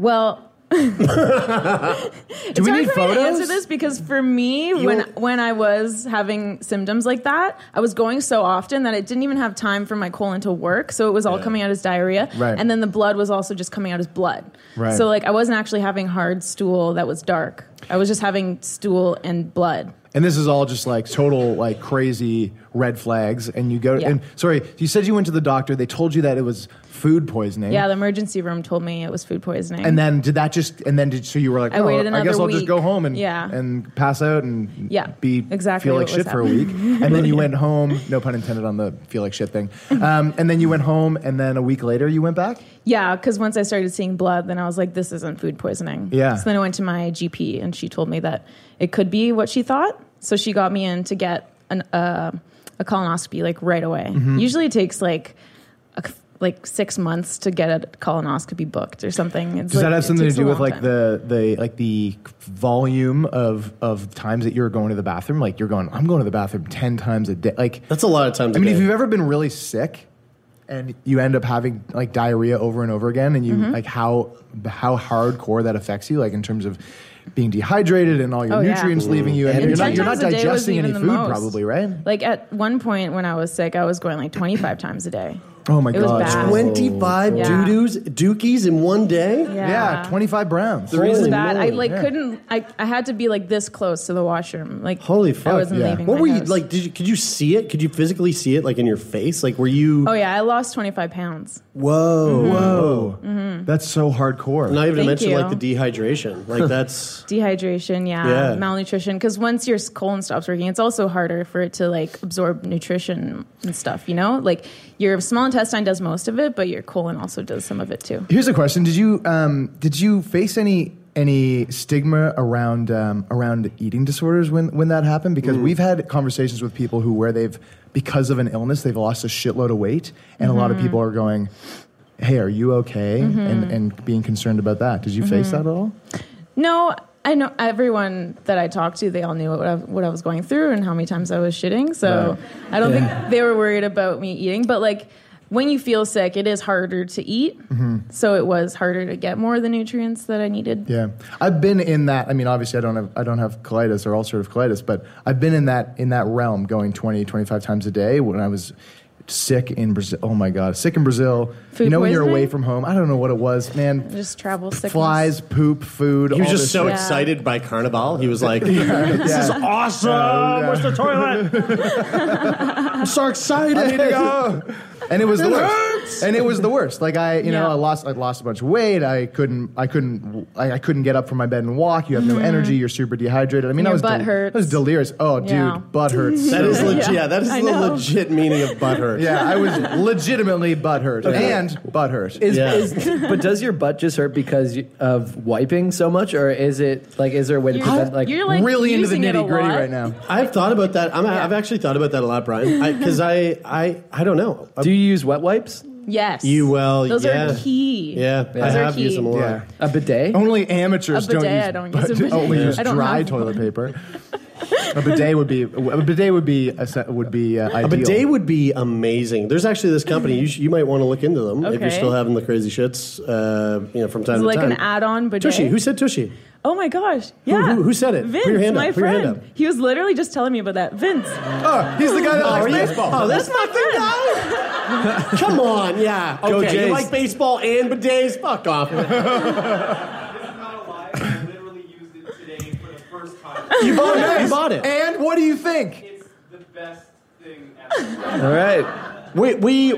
[SPEAKER 5] Well, Do
[SPEAKER 7] we need
[SPEAKER 5] for me to answer
[SPEAKER 7] photos?
[SPEAKER 5] this because for me, when when I was having symptoms like that, I was going so often that it didn't even have time for my colon to work, so it was all
[SPEAKER 7] Yeah.
[SPEAKER 5] coming out as diarrhea,
[SPEAKER 7] Right.
[SPEAKER 5] and then the blood was also just coming out as blood.
[SPEAKER 7] Right.
[SPEAKER 5] So like I wasn't actually having hard stool that was dark. I was just having stool and blood.
[SPEAKER 7] And this is all just like total like crazy red flags. And you go
[SPEAKER 5] Yeah.
[SPEAKER 7] and sorry, you said you went to the doctor. They told you that it was food poisoning.
[SPEAKER 5] Yeah, the emergency room told me it was food poisoning.
[SPEAKER 7] And then did that just? And then did so you were like,
[SPEAKER 5] I
[SPEAKER 7] oh,
[SPEAKER 5] waited
[SPEAKER 7] I guess
[SPEAKER 5] another
[SPEAKER 7] I'll just go
[SPEAKER 5] week.
[SPEAKER 7] home and
[SPEAKER 5] Yeah.
[SPEAKER 7] and pass out and
[SPEAKER 5] yeah,
[SPEAKER 7] be
[SPEAKER 5] exactly
[SPEAKER 7] feel
[SPEAKER 5] what
[SPEAKER 7] like
[SPEAKER 5] was
[SPEAKER 7] shit for a
[SPEAKER 5] happening.
[SPEAKER 7] week. And then you went home. No pun intended on the feel like shit thing. Um, and then you went home. And then a week later you went back.
[SPEAKER 5] Yeah, because once I started seeing blood, then I was like, this isn't food poisoning.
[SPEAKER 7] Yeah.
[SPEAKER 5] So then I went to my GP and she told me that it could be what she thought. So she got me in to get an, uh, a colonoscopy like right away.
[SPEAKER 7] Mm-hmm.
[SPEAKER 8] Mhm.
[SPEAKER 5] Usually it takes like a, like six months to get a colonoscopy booked or something. It's
[SPEAKER 7] Does
[SPEAKER 5] like-
[SPEAKER 7] that
[SPEAKER 5] it
[SPEAKER 7] have something to
[SPEAKER 5] takes a
[SPEAKER 7] do with
[SPEAKER 5] long
[SPEAKER 7] like
[SPEAKER 5] time.
[SPEAKER 7] the the like the volume of of times that you're going to the bathroom? Like you're going, I'm going to the bathroom ten times a day. Like
[SPEAKER 4] that's a lot of times. a
[SPEAKER 7] I mean, if
[SPEAKER 4] day.
[SPEAKER 7] you've ever been really sick and you end up having like diarrhea over and over again, and you
[SPEAKER 5] Mhm.
[SPEAKER 7] like how how hardcore that affects you, like in terms of being dehydrated and all your
[SPEAKER 5] Oh, yeah.
[SPEAKER 7] nutrients leaving you, and,
[SPEAKER 5] And
[SPEAKER 7] you're not
[SPEAKER 5] 10
[SPEAKER 7] you're not
[SPEAKER 5] times a day was
[SPEAKER 7] digesting any
[SPEAKER 5] even
[SPEAKER 7] food,
[SPEAKER 5] the most.
[SPEAKER 7] probably, right?
[SPEAKER 5] Like at one point when I was sick, I was going like 25 times a day.
[SPEAKER 7] Oh my
[SPEAKER 5] It was bad.
[SPEAKER 7] god,
[SPEAKER 5] 25 Yeah.
[SPEAKER 4] doo-doos, dookies in one day?
[SPEAKER 7] Yeah, twenty five browns.
[SPEAKER 5] it was bad. I like couldn't. I, I had to be like this close to the washroom. Like
[SPEAKER 4] Holy fuck!
[SPEAKER 5] I wasn't leaving.
[SPEAKER 4] What
[SPEAKER 5] my
[SPEAKER 4] were you
[SPEAKER 5] house.
[SPEAKER 4] like? Did you, could you see it? Could you physically see it, like in your face? Like, were you?
[SPEAKER 5] Oh yeah, I lost 25 pounds.
[SPEAKER 4] Whoa, whoa!
[SPEAKER 5] Mhm.
[SPEAKER 7] That's so hardcore.
[SPEAKER 4] Not even to
[SPEAKER 5] Thank
[SPEAKER 4] mention
[SPEAKER 5] you.
[SPEAKER 4] like the dehydration. Like that's
[SPEAKER 5] Dehydration, yeah,
[SPEAKER 4] Yeah.
[SPEAKER 5] malnutrition. Because once your colon stops working, it's also harder for it to like absorb nutrition and stuff. You know, like your small intestine does most of it, but your colon also does some of it too.
[SPEAKER 7] Here's a question: Did you um, did you face any any stigma around um, around eating disorders when when that happened? Because we've had conversations with people who where they've because of an illness they've lost a shitload of weight, and a lot of
[SPEAKER 5] Mhm.
[SPEAKER 7] people are going, "Hey, are you okay?" and
[SPEAKER 5] Mhm.
[SPEAKER 7] and being concerned about that. Did you face
[SPEAKER 5] Mhm.
[SPEAKER 7] that at all?
[SPEAKER 5] No, I know everyone that I talked to, they all knew what I, what I was going through and how many times I was shitting. So
[SPEAKER 9] Right.
[SPEAKER 5] I don't
[SPEAKER 9] Yeah.
[SPEAKER 5] think they were worried about me eating. But like when you feel sick, it is harder to eat.
[SPEAKER 4] Mm-hmm.
[SPEAKER 5] So it was harder to get more of the nutrients that I needed.
[SPEAKER 7] Yeah, I've been in that. I mean, obviously, I don't have I don't have colitis or ulcerative colitis, but I've been in that in that realm, going 20, 25 times a day when I was sick in Brazil. Oh my god, sick in Brazil.
[SPEAKER 5] Food
[SPEAKER 7] you know, when you're
[SPEAKER 5] poisoning?
[SPEAKER 7] away from home, I don't know what it was, man.
[SPEAKER 5] Just travel sickness.
[SPEAKER 7] Flies, poop, food.
[SPEAKER 4] he was
[SPEAKER 7] all
[SPEAKER 4] just
[SPEAKER 7] this
[SPEAKER 4] so
[SPEAKER 7] shit.
[SPEAKER 4] excited by Carnival. He was like,
[SPEAKER 7] Yeah.
[SPEAKER 4] "This is
[SPEAKER 7] Yeah.
[SPEAKER 4] awesome!
[SPEAKER 7] Yeah, yeah.
[SPEAKER 4] Where's the toilet? I'm so excited!
[SPEAKER 7] I need to go. And it was the
[SPEAKER 4] It
[SPEAKER 7] worst.
[SPEAKER 4] hurts.
[SPEAKER 7] And it was the worst. Like I, you know,
[SPEAKER 4] Yeah.
[SPEAKER 7] I lost, I lost a bunch of weight. I couldn't, I couldn't, I, I couldn't get up from my bed and walk. You have no
[SPEAKER 5] Mhm.
[SPEAKER 7] energy. You're super dehydrated. I mean,
[SPEAKER 5] Your
[SPEAKER 7] I was,
[SPEAKER 5] butt
[SPEAKER 7] I was
[SPEAKER 5] hurts.
[SPEAKER 7] delirious. Oh,
[SPEAKER 5] Yeah.
[SPEAKER 7] dude, butt hurts.
[SPEAKER 4] That
[SPEAKER 7] so
[SPEAKER 4] is
[SPEAKER 7] bad.
[SPEAKER 4] legit. Yeah, that is the legit meaning of butthurt.
[SPEAKER 7] Yeah, I was legitimately butthurt
[SPEAKER 6] Okay.
[SPEAKER 7] and butt hurt.
[SPEAKER 6] Is, is- but does your butt just hurt because you, of wiping so much, or is it like is there a way to prevent like,
[SPEAKER 4] I've thought about that. I'm, I've actually thought about that a lot, Brian, because I, I, I, don't know.
[SPEAKER 6] Do you use wet wipes?
[SPEAKER 5] Yes.
[SPEAKER 4] You well,
[SPEAKER 5] Those
[SPEAKER 4] yeah.
[SPEAKER 5] are key.
[SPEAKER 4] Yeah, I
[SPEAKER 6] Those are
[SPEAKER 4] have used
[SPEAKER 6] key.
[SPEAKER 4] them a lot.
[SPEAKER 6] Yeah. A bidet?
[SPEAKER 7] Only amateurs
[SPEAKER 5] A bidet, I don't
[SPEAKER 7] don't use,
[SPEAKER 5] use a
[SPEAKER 7] but-
[SPEAKER 5] bidet.
[SPEAKER 7] Only use
[SPEAKER 5] I don't
[SPEAKER 7] dry
[SPEAKER 5] have
[SPEAKER 7] toilet paper. a bidet would be a bidet would be a, se- would be uh,
[SPEAKER 4] A
[SPEAKER 7] ideal.
[SPEAKER 4] bidet would be amazing. There's actually this company. You, sh- you might want to look into them if you're
[SPEAKER 5] Okay.
[SPEAKER 4] still having the crazy shits. Uh, you know, from time
[SPEAKER 5] It's
[SPEAKER 4] to
[SPEAKER 5] like
[SPEAKER 4] time.
[SPEAKER 5] an add-on bidet.
[SPEAKER 4] Tushy. Who said Tushy?
[SPEAKER 5] Oh my gosh! Yeah.
[SPEAKER 4] who- who said it? Put
[SPEAKER 5] Vince,
[SPEAKER 4] your hand up,
[SPEAKER 5] my
[SPEAKER 4] put your hand
[SPEAKER 5] friend.
[SPEAKER 4] up.
[SPEAKER 5] He was literally just telling me about that. Vince.
[SPEAKER 7] Oh, he's the guy that likes baseball.
[SPEAKER 4] Oh, that's my friend. Come on, yeah.
[SPEAKER 7] Go
[SPEAKER 4] Okay,
[SPEAKER 7] Jays.
[SPEAKER 4] you like baseball and bidets? Fuck off.
[SPEAKER 7] You bought it.
[SPEAKER 4] You bought it.
[SPEAKER 7] And what do you think? It's the best thing
[SPEAKER 6] ever. All right.
[SPEAKER 4] We we.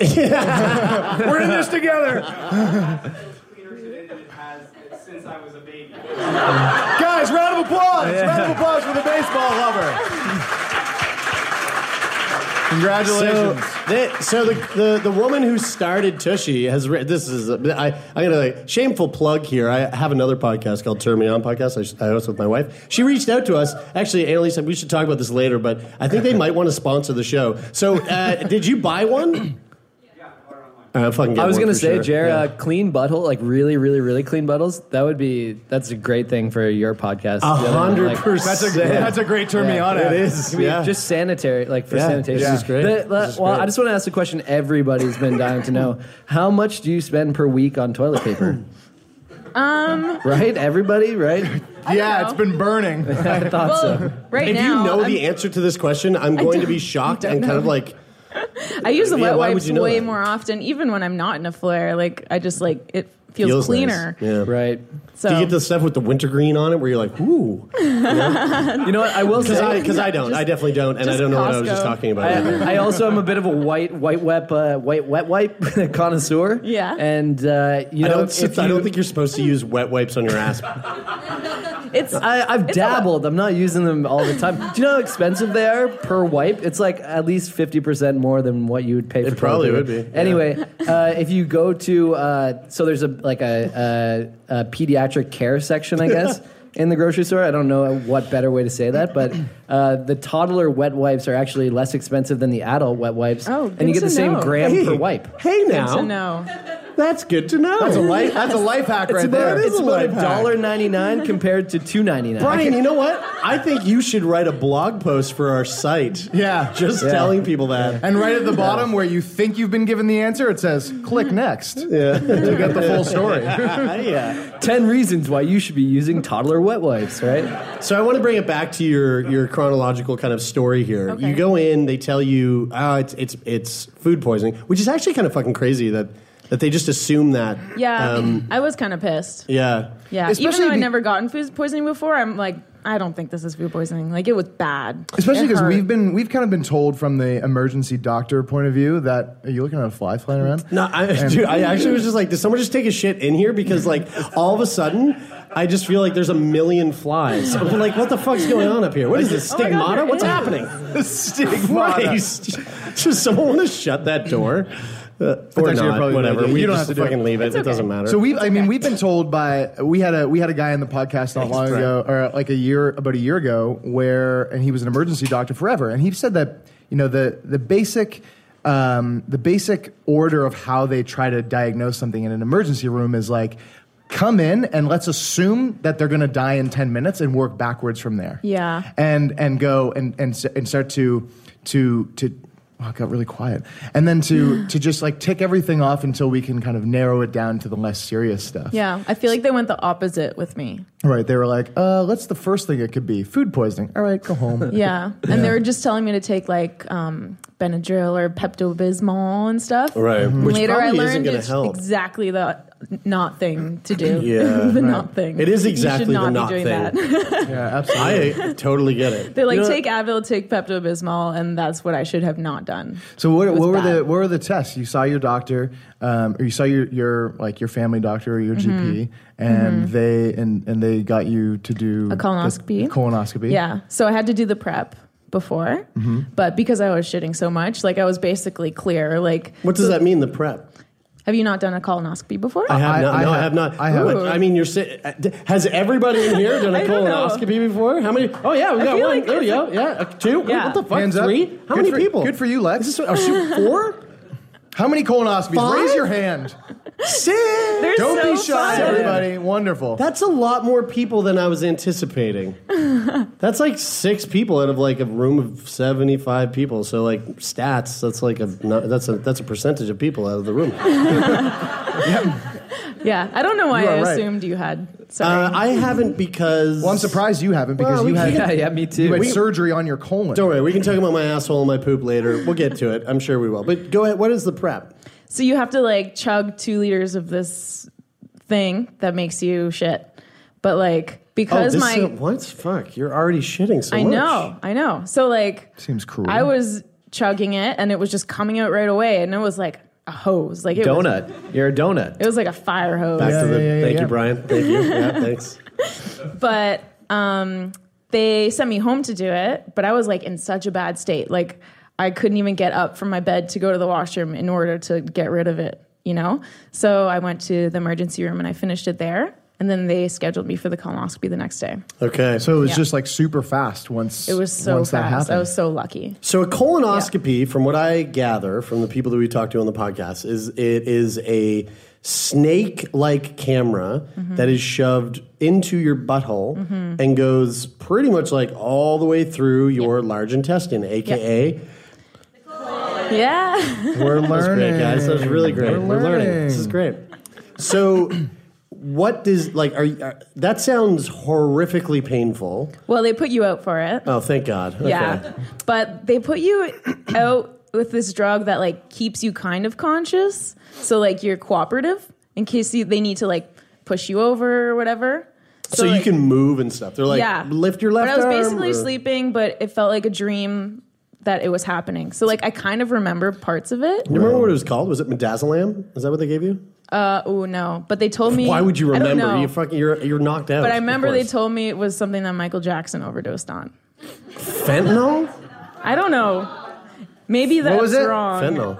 [SPEAKER 7] We're in this together. Guys, round of applause! Round of applause for the baseball lover. Congratulations.
[SPEAKER 4] So, the, so the, the the woman who started Tushy has re- this is a, I I'm gonna like, shameful plug here. I have another podcast called Turn Me On Podcast. I, sh- I host with my wife. She reached out to us. Actually, Annalise said we should talk about this later, but I think they might want to sponsor the show. So uh, did you buy one? I fucking get
[SPEAKER 6] I was
[SPEAKER 4] one
[SPEAKER 6] gonna
[SPEAKER 4] for
[SPEAKER 6] say,
[SPEAKER 4] sure.
[SPEAKER 6] Jer,
[SPEAKER 4] Yeah.
[SPEAKER 6] uh, clean butthole, like really, really, really clean buttholes. That would be that's a great thing for your podcast.
[SPEAKER 4] A
[SPEAKER 6] The other one,
[SPEAKER 4] hundred
[SPEAKER 6] like-
[SPEAKER 4] percent. That's a- that's a great turn me on
[SPEAKER 6] It
[SPEAKER 4] at.
[SPEAKER 6] is.
[SPEAKER 4] It can be Yeah.
[SPEAKER 6] Just sanitary, like for
[SPEAKER 4] Yeah,
[SPEAKER 6] sanitation.
[SPEAKER 4] this is great.
[SPEAKER 6] The-
[SPEAKER 4] This
[SPEAKER 6] the-
[SPEAKER 4] is
[SPEAKER 6] well,
[SPEAKER 4] great.
[SPEAKER 6] I just want to ask the question everybody's been dying to know: How much do you spend per week on toilet paper?
[SPEAKER 5] Um,
[SPEAKER 6] right, everybody, right?
[SPEAKER 7] yeah, it's been burning.
[SPEAKER 6] I thought
[SPEAKER 5] Well,
[SPEAKER 6] so.
[SPEAKER 5] right
[SPEAKER 4] if
[SPEAKER 5] now,
[SPEAKER 4] you know
[SPEAKER 5] I'm-
[SPEAKER 4] the answer to this question, I'm
[SPEAKER 5] I
[SPEAKER 4] going to
[SPEAKER 5] don't-
[SPEAKER 4] be shocked
[SPEAKER 5] I don't
[SPEAKER 4] and kind of
[SPEAKER 5] know.
[SPEAKER 4] like
[SPEAKER 5] I use the
[SPEAKER 4] Yeah,
[SPEAKER 5] wet
[SPEAKER 4] why would
[SPEAKER 5] wipes
[SPEAKER 4] you know
[SPEAKER 5] way
[SPEAKER 4] that?
[SPEAKER 5] more often, even when I'm not in a flare. Like I just like it feels,
[SPEAKER 4] feels
[SPEAKER 5] cleaner.
[SPEAKER 4] nice. Yeah.
[SPEAKER 6] Right.
[SPEAKER 5] So
[SPEAKER 4] Do you get the stuff with the wintergreen on it where you're like, ooh?
[SPEAKER 6] You know what? I will
[SPEAKER 4] Because
[SPEAKER 6] say
[SPEAKER 4] I, cause I don't. I definitely don't. And I
[SPEAKER 5] just
[SPEAKER 4] don't know what I was just
[SPEAKER 5] Costco.
[SPEAKER 4] talking about. either.
[SPEAKER 6] I, I also am a bit of a white white wep uh, white wet wipe connoisseur.
[SPEAKER 5] Yeah.
[SPEAKER 6] and uh, you
[SPEAKER 4] I
[SPEAKER 6] know,
[SPEAKER 4] don't,
[SPEAKER 6] if
[SPEAKER 4] since I
[SPEAKER 6] you-
[SPEAKER 4] don't think you're supposed to use wet wipes on your ass.
[SPEAKER 5] it's uh,
[SPEAKER 6] I, I've
[SPEAKER 5] It's a lot.
[SPEAKER 6] dabbled. I'm not using them all the time. Do you know how expensive they are per wipe? It's like at least fifty percent more than what you would pay. It for toilet
[SPEAKER 4] probably
[SPEAKER 6] paper.
[SPEAKER 4] would be, yeah.
[SPEAKER 6] Anyway, uh, if you go to uh, so there's a like a, a, a pediatric care section, I guess. In the grocery store, I don't know what better way to say that, but uh, the toddler wet wipes are actually less expensive than the adult wet wipes,
[SPEAKER 5] Oh,
[SPEAKER 6] and you
[SPEAKER 5] good
[SPEAKER 6] get the
[SPEAKER 5] to
[SPEAKER 6] same
[SPEAKER 5] know.
[SPEAKER 6] gram
[SPEAKER 4] hey,
[SPEAKER 6] per wipe.
[SPEAKER 4] Hey,
[SPEAKER 5] good to
[SPEAKER 4] now.
[SPEAKER 5] know.
[SPEAKER 4] That's good to know.
[SPEAKER 7] That's a life. That's a life hack right there.
[SPEAKER 4] it is
[SPEAKER 6] It's
[SPEAKER 4] a
[SPEAKER 6] about a
[SPEAKER 4] life hack.
[SPEAKER 6] dollar ninety nine compared to two ninety nine.
[SPEAKER 4] Brian, you know what? I think you should write a blog post for our site.
[SPEAKER 7] Yeah.
[SPEAKER 4] Just telling people that.
[SPEAKER 7] And right at the bottom where you think you've been given the answer, it says click
[SPEAKER 6] Mm-hmm.
[SPEAKER 7] next to get the full story.
[SPEAKER 4] yeah.
[SPEAKER 6] 10 reasons why you should be using toddler wet wipes, right?
[SPEAKER 4] So I want to bring it back to your your chronological kind of story here.
[SPEAKER 5] Okay.
[SPEAKER 4] You go in, they tell you, oh, it's it's it's food poisoning, which is actually kind of fucking crazy that that they just assume that.
[SPEAKER 5] Yeah,
[SPEAKER 4] Um,
[SPEAKER 5] I was kind of pissed.
[SPEAKER 4] yeah.
[SPEAKER 5] Yeah, even
[SPEAKER 7] especially
[SPEAKER 5] though I'd
[SPEAKER 7] be-
[SPEAKER 5] never gotten food poisoning before, I'm like, I don't think this is food poisoning. Like it was bad,
[SPEAKER 7] Especially
[SPEAKER 5] It
[SPEAKER 7] because
[SPEAKER 5] hurt.
[SPEAKER 7] we've been we've kind of been told from the emergency doctor point of view that are you looking at a fly flying around?
[SPEAKER 4] No, I, dude, I actually was just like, did someone just take a shit in here? Because like all of a sudden, I just feel like there's a million flies. I'm like, what the fuck's going on up here? What is this
[SPEAKER 5] Oh my God,
[SPEAKER 4] stigmata?
[SPEAKER 5] there
[SPEAKER 4] What's
[SPEAKER 5] is.
[SPEAKER 4] happening?
[SPEAKER 7] Stigmata.
[SPEAKER 4] Christ! Does someone want to shut that door? Uh, or
[SPEAKER 7] actually
[SPEAKER 4] not?
[SPEAKER 7] probably a good
[SPEAKER 4] Whatever.
[SPEAKER 7] idea.
[SPEAKER 4] We
[SPEAKER 7] You don't
[SPEAKER 4] just
[SPEAKER 7] have to do
[SPEAKER 4] fucking
[SPEAKER 7] it.
[SPEAKER 4] leave it.
[SPEAKER 5] It's
[SPEAKER 4] It doesn't
[SPEAKER 5] okay.
[SPEAKER 4] matter.
[SPEAKER 7] So we, I mean, we've been told by we had a we had a guy in the podcast not long ago, or like a year about a year ago, where and he was an emergency doctor forever, and he said that you know the the basic. Um, the basic order of how they try to diagnose something in an emergency room is like, come in and let's assume that they're going to die in 10 minutes and work backwards from there.
[SPEAKER 5] Yeah.
[SPEAKER 7] And, and go and, and, s- and start to, to, to, oh, it got really quiet. And then to, to just like tick everything off until we can kind of narrow it down to the less serious stuff.
[SPEAKER 5] Yeah, I feel like they went the opposite with me.
[SPEAKER 7] Right. They were like, uh, let's the first thing it could be food poisoning. All right, go home.
[SPEAKER 5] Yeah, and they were just telling me to take like um, Benadryl or Pepto Bismol and stuff.
[SPEAKER 4] Right.
[SPEAKER 7] Mm-hmm.
[SPEAKER 4] Mhm. Which
[SPEAKER 5] Later, I
[SPEAKER 4] probably isn't
[SPEAKER 5] learned
[SPEAKER 4] gonna
[SPEAKER 5] it's
[SPEAKER 4] help.
[SPEAKER 5] exactly the not thing to do.
[SPEAKER 4] Yeah.
[SPEAKER 5] the not thing.
[SPEAKER 4] It is
[SPEAKER 5] You should
[SPEAKER 4] exactly the not
[SPEAKER 5] be doing
[SPEAKER 4] thing.
[SPEAKER 5] That.
[SPEAKER 7] yeah, absolutely.
[SPEAKER 4] I totally get it.
[SPEAKER 5] they like take Advil, take Pepto Bismol, and that's what I should have not done.
[SPEAKER 7] So what,
[SPEAKER 5] It was
[SPEAKER 7] what were
[SPEAKER 5] bad.
[SPEAKER 7] the what were the tests? You saw your doctor, um, or you saw your, your like your family doctor or your
[SPEAKER 5] Mm-hmm.
[SPEAKER 7] GP, and they and, and they got you to do
[SPEAKER 5] A colonoscopy?
[SPEAKER 7] the colonoscopy.
[SPEAKER 5] Yeah. So I had to do the prep before,
[SPEAKER 4] Mm-hmm.
[SPEAKER 5] but because I was shitting so much, like I was basically clear. Like,
[SPEAKER 4] What does that mean? The prep.
[SPEAKER 5] have you not done a colonoscopy before?
[SPEAKER 4] I have
[SPEAKER 7] I-
[SPEAKER 4] not.
[SPEAKER 7] I
[SPEAKER 4] no, I
[SPEAKER 7] have-
[SPEAKER 4] have not.
[SPEAKER 7] I have.
[SPEAKER 4] But, I mean, you're. si- uh, d- Has everybody in here done a
[SPEAKER 5] I don't know.
[SPEAKER 4] colonoscopy before? How many? Oh yeah, we
[SPEAKER 5] I
[SPEAKER 4] got
[SPEAKER 5] feel
[SPEAKER 4] one.
[SPEAKER 5] like
[SPEAKER 4] there we
[SPEAKER 5] it's
[SPEAKER 4] go. Yeah, uh, two. Wait,
[SPEAKER 5] Yeah.
[SPEAKER 4] What the fuck?
[SPEAKER 7] Hands up.
[SPEAKER 4] Three. How
[SPEAKER 7] Good
[SPEAKER 4] many
[SPEAKER 7] for-
[SPEAKER 4] people?
[SPEAKER 7] Good for you, Lex.
[SPEAKER 4] Is this, oh, shoot, four,
[SPEAKER 7] How many colonoscopies?
[SPEAKER 4] Five?
[SPEAKER 7] Raise your hand.
[SPEAKER 4] six.
[SPEAKER 7] Don't be
[SPEAKER 5] so
[SPEAKER 7] shy,
[SPEAKER 5] fun.
[SPEAKER 7] everybody. Wonderful.
[SPEAKER 4] That's a lot more people than I was anticipating. that's like six people out of like a room of seventy-five people. So like stats, that's like a no- that's a that's a percentage of people out of the room.
[SPEAKER 5] Yeah. I don't know why
[SPEAKER 7] You
[SPEAKER 5] I
[SPEAKER 7] are right.
[SPEAKER 5] assumed you had. Sorry.
[SPEAKER 4] Uh, I haven't because
[SPEAKER 7] well, I'm surprised you haven't because
[SPEAKER 4] Well,
[SPEAKER 7] you
[SPEAKER 4] we
[SPEAKER 7] had
[SPEAKER 6] Yeah, yeah, me too.
[SPEAKER 7] you had
[SPEAKER 4] we-
[SPEAKER 7] surgery on your colon.
[SPEAKER 4] Don't worry, we can talk about my asshole and my poop later. We'll get to it. I'm sure we will. But go ahead. What is the prep?
[SPEAKER 5] so you have to like chug two liters of this thing that makes you shit. But like, because
[SPEAKER 4] Oh, this
[SPEAKER 5] my.
[SPEAKER 4] is- what? Fuck, you're already shitting so
[SPEAKER 5] I
[SPEAKER 4] much.
[SPEAKER 5] know. I know. So like,
[SPEAKER 7] Seems cruel.
[SPEAKER 5] I was chugging it and it was just coming out right away and it was like a hose. Like it was-
[SPEAKER 6] donut. You're a donut.
[SPEAKER 5] it was like a fire hose.
[SPEAKER 4] Back to the,
[SPEAKER 7] yeah, yeah,
[SPEAKER 4] thank
[SPEAKER 7] yeah.
[SPEAKER 4] you, Brian. Thank you. Yeah, thanks.
[SPEAKER 5] but um, they sent me home to do it. But I was like in such a bad state, like I couldn't even get up from my bed to go to the washroom in order to get rid of it, you know. So I went to the emergency room and I finished it there. And then they scheduled me for the colonoscopy the next day.
[SPEAKER 4] Okay.
[SPEAKER 7] So it was
[SPEAKER 5] Yeah.
[SPEAKER 7] just like super fast once.
[SPEAKER 5] It was so
[SPEAKER 7] once That
[SPEAKER 5] fast.
[SPEAKER 7] happened.
[SPEAKER 5] I was so lucky.
[SPEAKER 4] So a colonoscopy, from what I gather from the people that we talked to on the podcast, is it is a snake-like camera that is shoved into your butthole
[SPEAKER 8] Mhm.
[SPEAKER 4] and goes pretty much like all the way through your large intestine, aka
[SPEAKER 5] Yeah.
[SPEAKER 4] We're learning, guys. That was really great. We're
[SPEAKER 5] We're
[SPEAKER 4] learning. This is great. So, what does like? Are, you- are that sounds horrifically painful?
[SPEAKER 5] Well, they put you out for it.
[SPEAKER 4] Oh, thank God. Okay.
[SPEAKER 5] Yeah. But they put you out with this drug that like keeps you kind of conscious. So like you're cooperative in case you, they need to like push you over or whatever.
[SPEAKER 4] So, you can move and stuff. They're like, lift your left
[SPEAKER 5] But I was
[SPEAKER 4] arm.
[SPEAKER 5] basically
[SPEAKER 4] or-
[SPEAKER 5] sleeping, but it felt like a dream that it was happening. So like I kind of remember parts of it.
[SPEAKER 4] Do you remember what it was called? Was it midazolam? Is that what they gave you?
[SPEAKER 5] Uh, oh no! But they told me.
[SPEAKER 4] Why would you
[SPEAKER 5] I don't
[SPEAKER 4] remember?
[SPEAKER 5] know.
[SPEAKER 4] You fucking, you're you're knocked out.
[SPEAKER 5] but I remember
[SPEAKER 4] of
[SPEAKER 5] they
[SPEAKER 4] course.
[SPEAKER 5] told me it was something that Michael Jackson overdosed on.
[SPEAKER 4] fentanyl.
[SPEAKER 5] I don't know. Maybe that's wrong.
[SPEAKER 4] Fentanyl.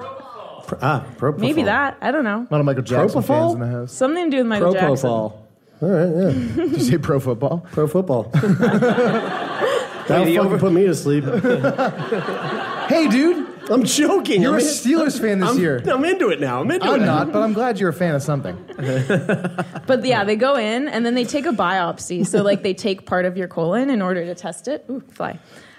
[SPEAKER 4] Pro- ah, propofol.
[SPEAKER 5] Maybe that. I don't know.
[SPEAKER 7] A lot of Michael Jackson fans in the house.
[SPEAKER 5] Something to do with Michael Jackson.
[SPEAKER 4] All right, yeah.
[SPEAKER 7] Did you say pro football?
[SPEAKER 4] Pro football. That'll
[SPEAKER 7] Lady
[SPEAKER 4] fucking
[SPEAKER 7] over-
[SPEAKER 4] put me to sleep.
[SPEAKER 7] hey, dude.
[SPEAKER 4] I'm joking.
[SPEAKER 7] You're
[SPEAKER 4] I'm
[SPEAKER 7] a
[SPEAKER 4] in-
[SPEAKER 7] Steelers fan this
[SPEAKER 4] I'm-
[SPEAKER 7] year.
[SPEAKER 4] I'm into it now. I'm into
[SPEAKER 7] I'm
[SPEAKER 4] it.
[SPEAKER 7] not, but I'm glad you're a fan of something.
[SPEAKER 5] But yeah, they go in and then they take a biopsy. So like they take part of your colon in order to test it. Ooh, fly.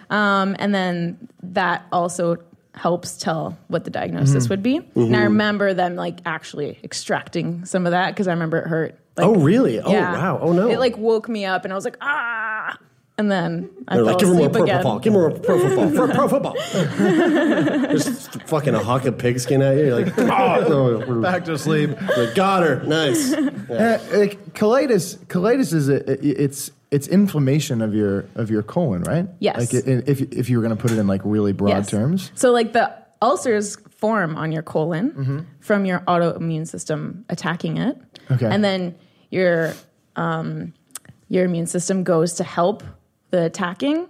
[SPEAKER 5] Um, and then that also helps tell what the diagnosis
[SPEAKER 4] Mhm.
[SPEAKER 5] would be. And I
[SPEAKER 4] Mhm.
[SPEAKER 5] remember them like actually extracting some of that because I remember it hurt. Like,
[SPEAKER 4] Oh, really? Oh,
[SPEAKER 5] yeah.
[SPEAKER 4] wow. Oh, no.
[SPEAKER 5] It like woke me up and I was like ah, and then I
[SPEAKER 4] They're
[SPEAKER 5] fell
[SPEAKER 4] like, give her more
[SPEAKER 5] asleep
[SPEAKER 4] pro
[SPEAKER 5] again.
[SPEAKER 4] football. Give her more pro football. Pro, pro football. There's fucking a hawk of pigskin out here. Like, oh, no,
[SPEAKER 7] back to sleep.
[SPEAKER 4] got her. Nice.
[SPEAKER 7] Uh, like, colitis, colitis is a, i- it's it's inflammation of your of your colon, right?
[SPEAKER 5] Yes.
[SPEAKER 7] Like i- if if you were going to put it in like really broad
[SPEAKER 5] Yes.
[SPEAKER 7] terms.
[SPEAKER 5] So like the ulcers form on your colon
[SPEAKER 6] Mm-hmm.
[SPEAKER 5] from your autoimmune system attacking it.
[SPEAKER 7] Okay.
[SPEAKER 5] And then your um, your immune system goes to help the attacking,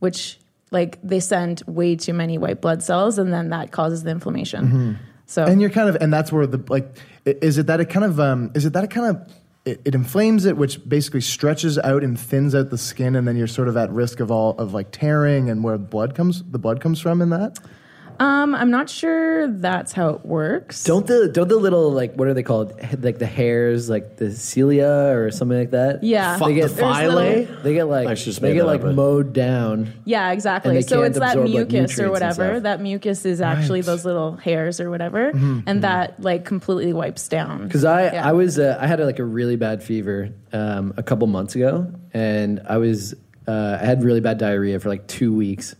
[SPEAKER 5] which like they send way too many white blood cells, and then that causes the inflammation.
[SPEAKER 6] Mm-hmm.
[SPEAKER 5] So
[SPEAKER 7] and you're kind of and that's where the like i- is it that it kind of um is it that it kind of it, it inflames it, which basically stretches out and thins out the skin, and then you're sort of at risk of all of like tearing and where blood comes the blood comes from in that.
[SPEAKER 5] Um, I'm not sure that's how it works.
[SPEAKER 6] Don't the don't the little like what are they called? Like the hairs, like the cilia or something like that.
[SPEAKER 5] Yeah. Fuck,
[SPEAKER 6] they get
[SPEAKER 5] the phylae?
[SPEAKER 6] They get like they
[SPEAKER 4] made
[SPEAKER 6] get
[SPEAKER 4] that
[SPEAKER 6] like
[SPEAKER 4] up, but-
[SPEAKER 6] mowed down.
[SPEAKER 5] Yeah,
[SPEAKER 6] And they
[SPEAKER 5] exactly. So
[SPEAKER 6] can't
[SPEAKER 5] it's that
[SPEAKER 6] absorb, like,
[SPEAKER 5] mucus
[SPEAKER 6] nutrients
[SPEAKER 5] or
[SPEAKER 6] and
[SPEAKER 5] whatever.
[SPEAKER 6] stuff.
[SPEAKER 5] That mucus is actually
[SPEAKER 6] Right.
[SPEAKER 5] those little hairs or whatever,
[SPEAKER 6] Mhm.
[SPEAKER 5] and that like completely wipes down.
[SPEAKER 6] Because I,
[SPEAKER 5] Yeah.
[SPEAKER 6] I was uh, I had like a really bad fever um, a couple months ago, and I was uh, I had really bad diarrhea for like two weeks,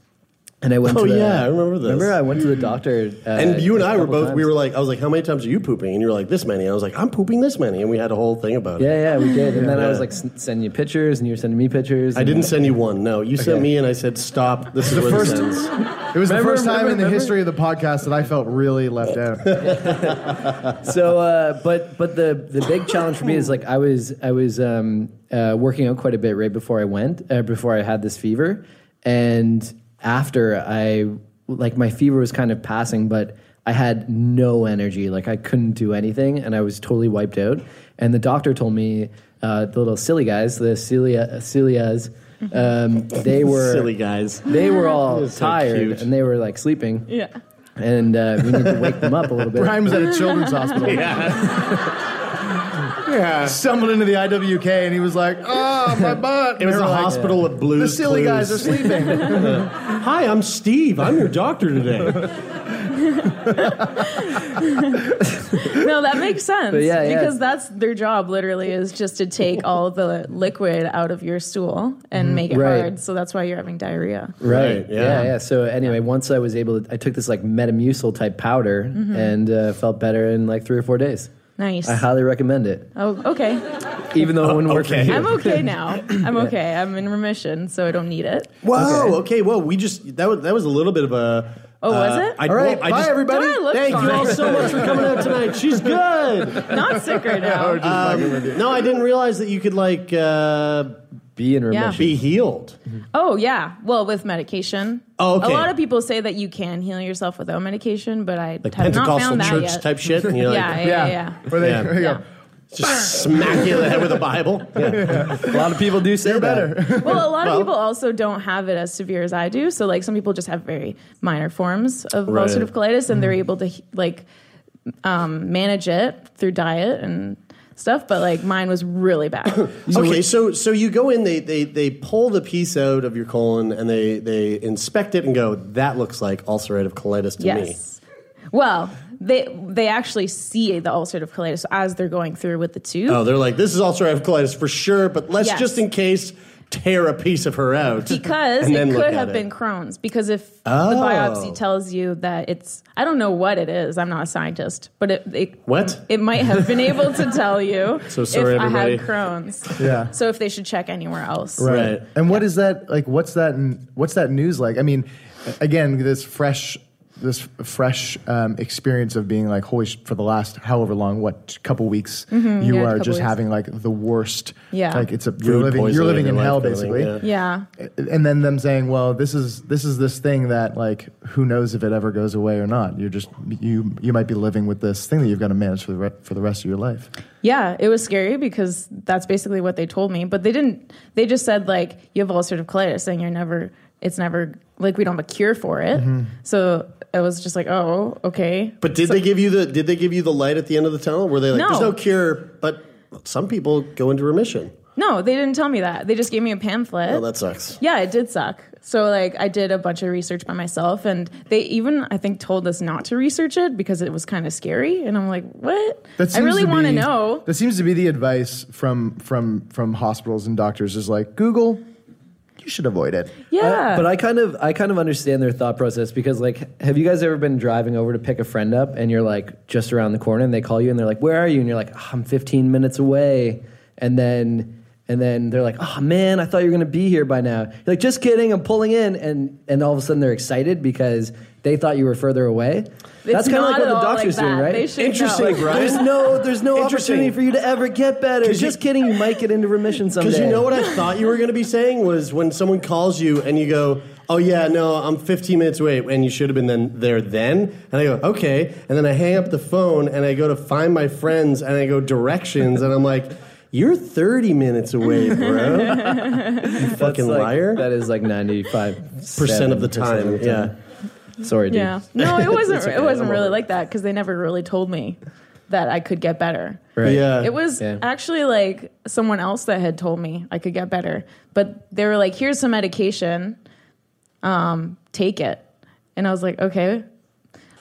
[SPEAKER 6] and I went.
[SPEAKER 4] Oh,
[SPEAKER 6] to the,
[SPEAKER 4] yeah, I remember this.
[SPEAKER 6] Remember I went to the doctor, uh,
[SPEAKER 4] and you and
[SPEAKER 6] a
[SPEAKER 4] I were
[SPEAKER 6] couple
[SPEAKER 4] both, we
[SPEAKER 6] times.
[SPEAKER 4] were like, I was like, how many times are you pooping? And you were like, this many. And I was like, I'm pooping this many. And we had a whole thing about it.
[SPEAKER 6] Yeah, yeah, we did. And then I
[SPEAKER 4] Yeah.
[SPEAKER 6] was like s- sending you pictures, and you were sending me pictures.
[SPEAKER 4] I
[SPEAKER 6] and-
[SPEAKER 4] didn't send you one. No, you sent
[SPEAKER 6] Okay.
[SPEAKER 4] me, and I said, "Stop. This is
[SPEAKER 6] The
[SPEAKER 4] where
[SPEAKER 6] first-
[SPEAKER 4] this ends."
[SPEAKER 7] It was
[SPEAKER 6] Remember-
[SPEAKER 7] the first time in the
[SPEAKER 6] remember-
[SPEAKER 7] history of the podcast that I felt really left out.
[SPEAKER 6] so uh, but but the the big challenge for me is like I was I was um, uh, working out quite a bit right before I went uh, before I had this fever and after I like my fever was kind of passing but I had no energy like I couldn't do anything and I was totally wiped out and the doctor told me uh, the little silly guys the cilia uh, cilias um, they were
[SPEAKER 4] Silly guys.
[SPEAKER 6] they were all
[SPEAKER 4] That's so
[SPEAKER 6] tired
[SPEAKER 4] cute.
[SPEAKER 6] and they were like sleeping
[SPEAKER 5] Yeah.
[SPEAKER 6] and uh, we need to wake them up a little bit.
[SPEAKER 7] Brian was at a children's hospital. yeah. Stumbled into the IWK and he was like,
[SPEAKER 4] "Ah,
[SPEAKER 7] oh, my butt.
[SPEAKER 4] It was
[SPEAKER 7] And they
[SPEAKER 4] a
[SPEAKER 7] were like,
[SPEAKER 4] hospital of blues.
[SPEAKER 7] The silly guys are
[SPEAKER 4] Clues.
[SPEAKER 7] sleeping.
[SPEAKER 4] Hi, I'm Steve. I'm your doctor today.
[SPEAKER 5] no, that makes sense.
[SPEAKER 4] But yeah, yeah.
[SPEAKER 5] because that's their job. Literally, is just to take all the liquid out of your stool and
[SPEAKER 4] Mm-hmm.
[SPEAKER 6] Mhm.
[SPEAKER 5] make it
[SPEAKER 6] Right.
[SPEAKER 5] hard. So that's why you're having diarrhea.
[SPEAKER 6] Right. Yeah.
[SPEAKER 5] yeah.
[SPEAKER 6] yeah. So anyway, once I was able to, I took this like Metamucil type powder
[SPEAKER 5] Mhm.
[SPEAKER 6] and uh, felt better in like three or four days.
[SPEAKER 5] Nice.
[SPEAKER 6] I
[SPEAKER 4] Uh-huh.
[SPEAKER 6] highly recommend it,
[SPEAKER 5] oh, okay.
[SPEAKER 6] even though it wouldn't work for you.
[SPEAKER 5] I'm okay now. I'm okay. I'm in remission, so I don't need it.
[SPEAKER 4] Whoa. Okay. Whoa. We just that was that was a little bit of a.
[SPEAKER 5] Oh, was
[SPEAKER 4] uh,
[SPEAKER 5] it?
[SPEAKER 4] I,
[SPEAKER 5] All right,
[SPEAKER 4] well, I
[SPEAKER 5] bye,
[SPEAKER 4] just-
[SPEAKER 5] everybody. Did I look
[SPEAKER 4] Thank you
[SPEAKER 5] fine?
[SPEAKER 4] all so much for coming out tonight. She's good.
[SPEAKER 5] Not sick right now.
[SPEAKER 4] Um, no, I didn't realize that you could like uh,
[SPEAKER 6] be in
[SPEAKER 5] Yeah. remission.
[SPEAKER 4] be healed.
[SPEAKER 5] Oh yeah. Well, with medication.
[SPEAKER 4] Oh, okay.
[SPEAKER 5] A lot of people say that you can heal yourself without medication, but I
[SPEAKER 4] Like
[SPEAKER 5] have not
[SPEAKER 4] Pentecostal
[SPEAKER 5] found that
[SPEAKER 4] church
[SPEAKER 5] yet.
[SPEAKER 4] type shit, and you're like-
[SPEAKER 5] yeah, yeah, yeah,
[SPEAKER 4] Yeah.
[SPEAKER 5] yeah.
[SPEAKER 4] Where they-
[SPEAKER 5] Yeah.
[SPEAKER 4] where you go, Just smack you in the head with a Bible.
[SPEAKER 6] A lot of people do say You're better.
[SPEAKER 5] Well, a lot of people also don't have it as severe as I do. So, like, some people just have very minor forms of
[SPEAKER 6] Right.
[SPEAKER 5] ulcerative colitis, and they're
[SPEAKER 4] Mm-hmm.
[SPEAKER 5] able to like um, manage it through diet and stuff. But like, mine was really bad.
[SPEAKER 4] okay, so so you go in, they they they pull the piece out of your colon and they they inspect it and go, that looks like ulcerative colitis to
[SPEAKER 5] Yes. Well, they they actually see the ulcerative colitis as they're going through with the
[SPEAKER 4] me.
[SPEAKER 5] tube.
[SPEAKER 4] Oh, they're like, this is ulcerative colitis for sure, but let's
[SPEAKER 5] Yes.
[SPEAKER 4] just in case tear a piece of her out
[SPEAKER 5] because
[SPEAKER 4] and
[SPEAKER 5] it
[SPEAKER 4] then look
[SPEAKER 5] could
[SPEAKER 4] at
[SPEAKER 5] have
[SPEAKER 4] it.
[SPEAKER 5] been Crohn's. Because if
[SPEAKER 4] Oh.
[SPEAKER 5] the biopsy tells you that it's, I don't know what it is. I'm not a scientist, but it, it
[SPEAKER 4] What?
[SPEAKER 5] it might have been able to tell you.
[SPEAKER 7] So sorry,
[SPEAKER 5] if I
[SPEAKER 7] everybody.
[SPEAKER 5] had Crohn's.
[SPEAKER 7] Yeah.
[SPEAKER 5] So if they should check anywhere else,
[SPEAKER 7] Right. And what is that like? What's that? What's that news like? I mean, again, this fresh, this fresh um, experience of being like, holy, sh- for the last however long, what couple weeks,
[SPEAKER 5] Mhm,
[SPEAKER 7] you
[SPEAKER 5] yeah,
[SPEAKER 7] are
[SPEAKER 5] couple weeks.
[SPEAKER 7] just having like the worst.
[SPEAKER 5] Yeah.
[SPEAKER 7] Like it's a you're
[SPEAKER 4] Food
[SPEAKER 7] living you're
[SPEAKER 4] poisoning
[SPEAKER 7] living
[SPEAKER 4] or
[SPEAKER 7] in
[SPEAKER 4] life
[SPEAKER 7] hell
[SPEAKER 4] poisoning,
[SPEAKER 7] basically.
[SPEAKER 5] Yeah.
[SPEAKER 7] And then them saying, well, this is this is this thing that like who knows if it ever goes away or not. You're just you you might be living with this thing that you've got to manage for the re- for the rest of your life.
[SPEAKER 5] Yeah, it was scary because that's basically what they told me. But they didn't. They just said like you have ulcerative colitis and you're never. It's never like we don't have a cure for it.
[SPEAKER 7] Mm-hmm.
[SPEAKER 4] Mhm.
[SPEAKER 5] So it was just like, oh, okay.
[SPEAKER 4] But did they give you the did they give you the light at the end of the tunnel? Were they like,
[SPEAKER 5] No.
[SPEAKER 4] there's no cure, but some people go into remission.
[SPEAKER 5] No, they didn't tell me that. They just gave me a pamphlet.
[SPEAKER 4] Oh, that sucks.
[SPEAKER 5] yeah, it did suck. So like I did a bunch of research by myself, and they even I think told us not to research it because it was kind of scary. And I'm like, what?
[SPEAKER 7] That
[SPEAKER 5] I
[SPEAKER 7] seems
[SPEAKER 5] really want to
[SPEAKER 7] be-
[SPEAKER 5] know.
[SPEAKER 7] That seems to be the uh, advice from from from hospitals and doctors is like Google, you should avoid it.
[SPEAKER 5] Yeah.
[SPEAKER 6] I- Uh, but I kind of I kind of understand their thought process because like have you guys ever been driving over to pick a friend up and you're like just around the corner and they call you and they're like where are you and you're like "Oh, I'm 15 minutes away and then and then they're like oh man I thought you were going to be here by now you're like just kidding I'm pulling in and and all of a sudden they're excited because they thought you were further away. That's kind of
[SPEAKER 5] not
[SPEAKER 6] like what
[SPEAKER 5] at
[SPEAKER 6] the
[SPEAKER 5] all
[SPEAKER 6] doctor's
[SPEAKER 5] like
[SPEAKER 6] doing,
[SPEAKER 5] that.
[SPEAKER 6] right?
[SPEAKER 5] They should Interesting, know.
[SPEAKER 6] Like,
[SPEAKER 5] Brian.
[SPEAKER 6] There's no there's no
[SPEAKER 4] Interesting.
[SPEAKER 6] opportunity for you to ever get better.
[SPEAKER 4] 'Cause you-
[SPEAKER 6] Just kidding, you might get into remission someday.
[SPEAKER 4] Because you know what I thought you were going to be saying was when someone calls you and you go, "Oh yeah, no, I'm 15 minutes away," and you should have been then there then. And I go, "Okay," and then I hang up the phone and I go to find my friends and I go directions and I'm like, "You're 30 minutes away, bro." fucking liar.
[SPEAKER 6] That is like ninety five
[SPEAKER 4] Percent of the time,
[SPEAKER 6] Yeah. Sorry, dude.
[SPEAKER 5] Yeah. No, it wasn't.
[SPEAKER 6] It's okay,
[SPEAKER 5] It wasn't
[SPEAKER 6] I'm
[SPEAKER 5] really
[SPEAKER 6] over
[SPEAKER 5] like that because they never really told me that I could get better.
[SPEAKER 6] Right. Yeah.
[SPEAKER 5] It was
[SPEAKER 6] Yeah.
[SPEAKER 5] actually like someone else that had told me I could get better, but they were like, "Here's some medication. Um, take it." And I was like, "Okay."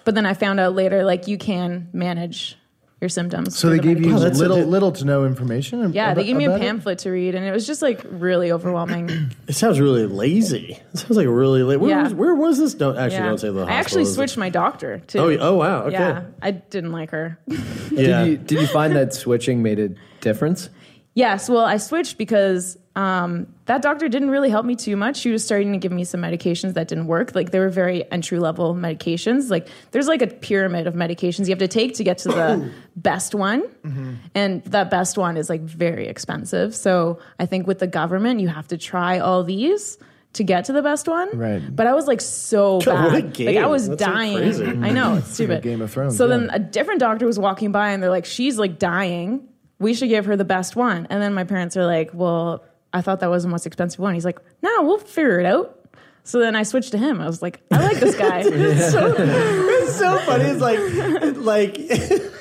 [SPEAKER 5] But then I found out later, like you can manage your symptoms.
[SPEAKER 7] So
[SPEAKER 5] through
[SPEAKER 7] they
[SPEAKER 5] the
[SPEAKER 7] gave you
[SPEAKER 4] Oh,
[SPEAKER 5] medication.
[SPEAKER 7] little little to no information. ab-
[SPEAKER 5] Yeah, they
[SPEAKER 7] about-
[SPEAKER 5] gave me a
[SPEAKER 7] about it?
[SPEAKER 5] pamphlet to read, and it was just like really overwhelming.
[SPEAKER 4] It sounds really lazy. It sounds like really lazy. Where,
[SPEAKER 5] Yeah.
[SPEAKER 4] was, where was this? Don't actually
[SPEAKER 5] Yeah.
[SPEAKER 4] don't say the.
[SPEAKER 5] I actually
[SPEAKER 4] hospital, is
[SPEAKER 5] switched my doctor too.
[SPEAKER 4] Oh, y- oh, wow, okay.
[SPEAKER 5] Yeah, I didn't like her.
[SPEAKER 6] it. Did you did you find that switching made a difference?
[SPEAKER 5] Yes, well, I switched because um, that doctor didn't really help me too much. She was starting to give me some medications that didn't work. Like they were very entry level medications. Like there's like a pyramid of medications you have to take to get to the best one, and that best one is like very expensive. So I think with the government, you have to try all these to get to the best one.
[SPEAKER 7] Right.
[SPEAKER 5] But I was like so
[SPEAKER 7] God,
[SPEAKER 5] bad.
[SPEAKER 7] what
[SPEAKER 5] Like
[SPEAKER 7] a
[SPEAKER 5] I
[SPEAKER 7] game.
[SPEAKER 5] was
[SPEAKER 7] That's, like,
[SPEAKER 5] dying.
[SPEAKER 7] crazy.
[SPEAKER 5] I know it's
[SPEAKER 7] It's like a
[SPEAKER 5] stupid.
[SPEAKER 7] Game of Thrones,
[SPEAKER 5] So
[SPEAKER 7] yeah.
[SPEAKER 5] then a different doctor was walking by and they're like, she's like dying. We should give her the best one. And then my parents are like, well, I thought that was the most expensive one. He's like, no, we'll figure it out. So then I switched to him. I was like, I like this guy.
[SPEAKER 4] it's so funny. It's like, like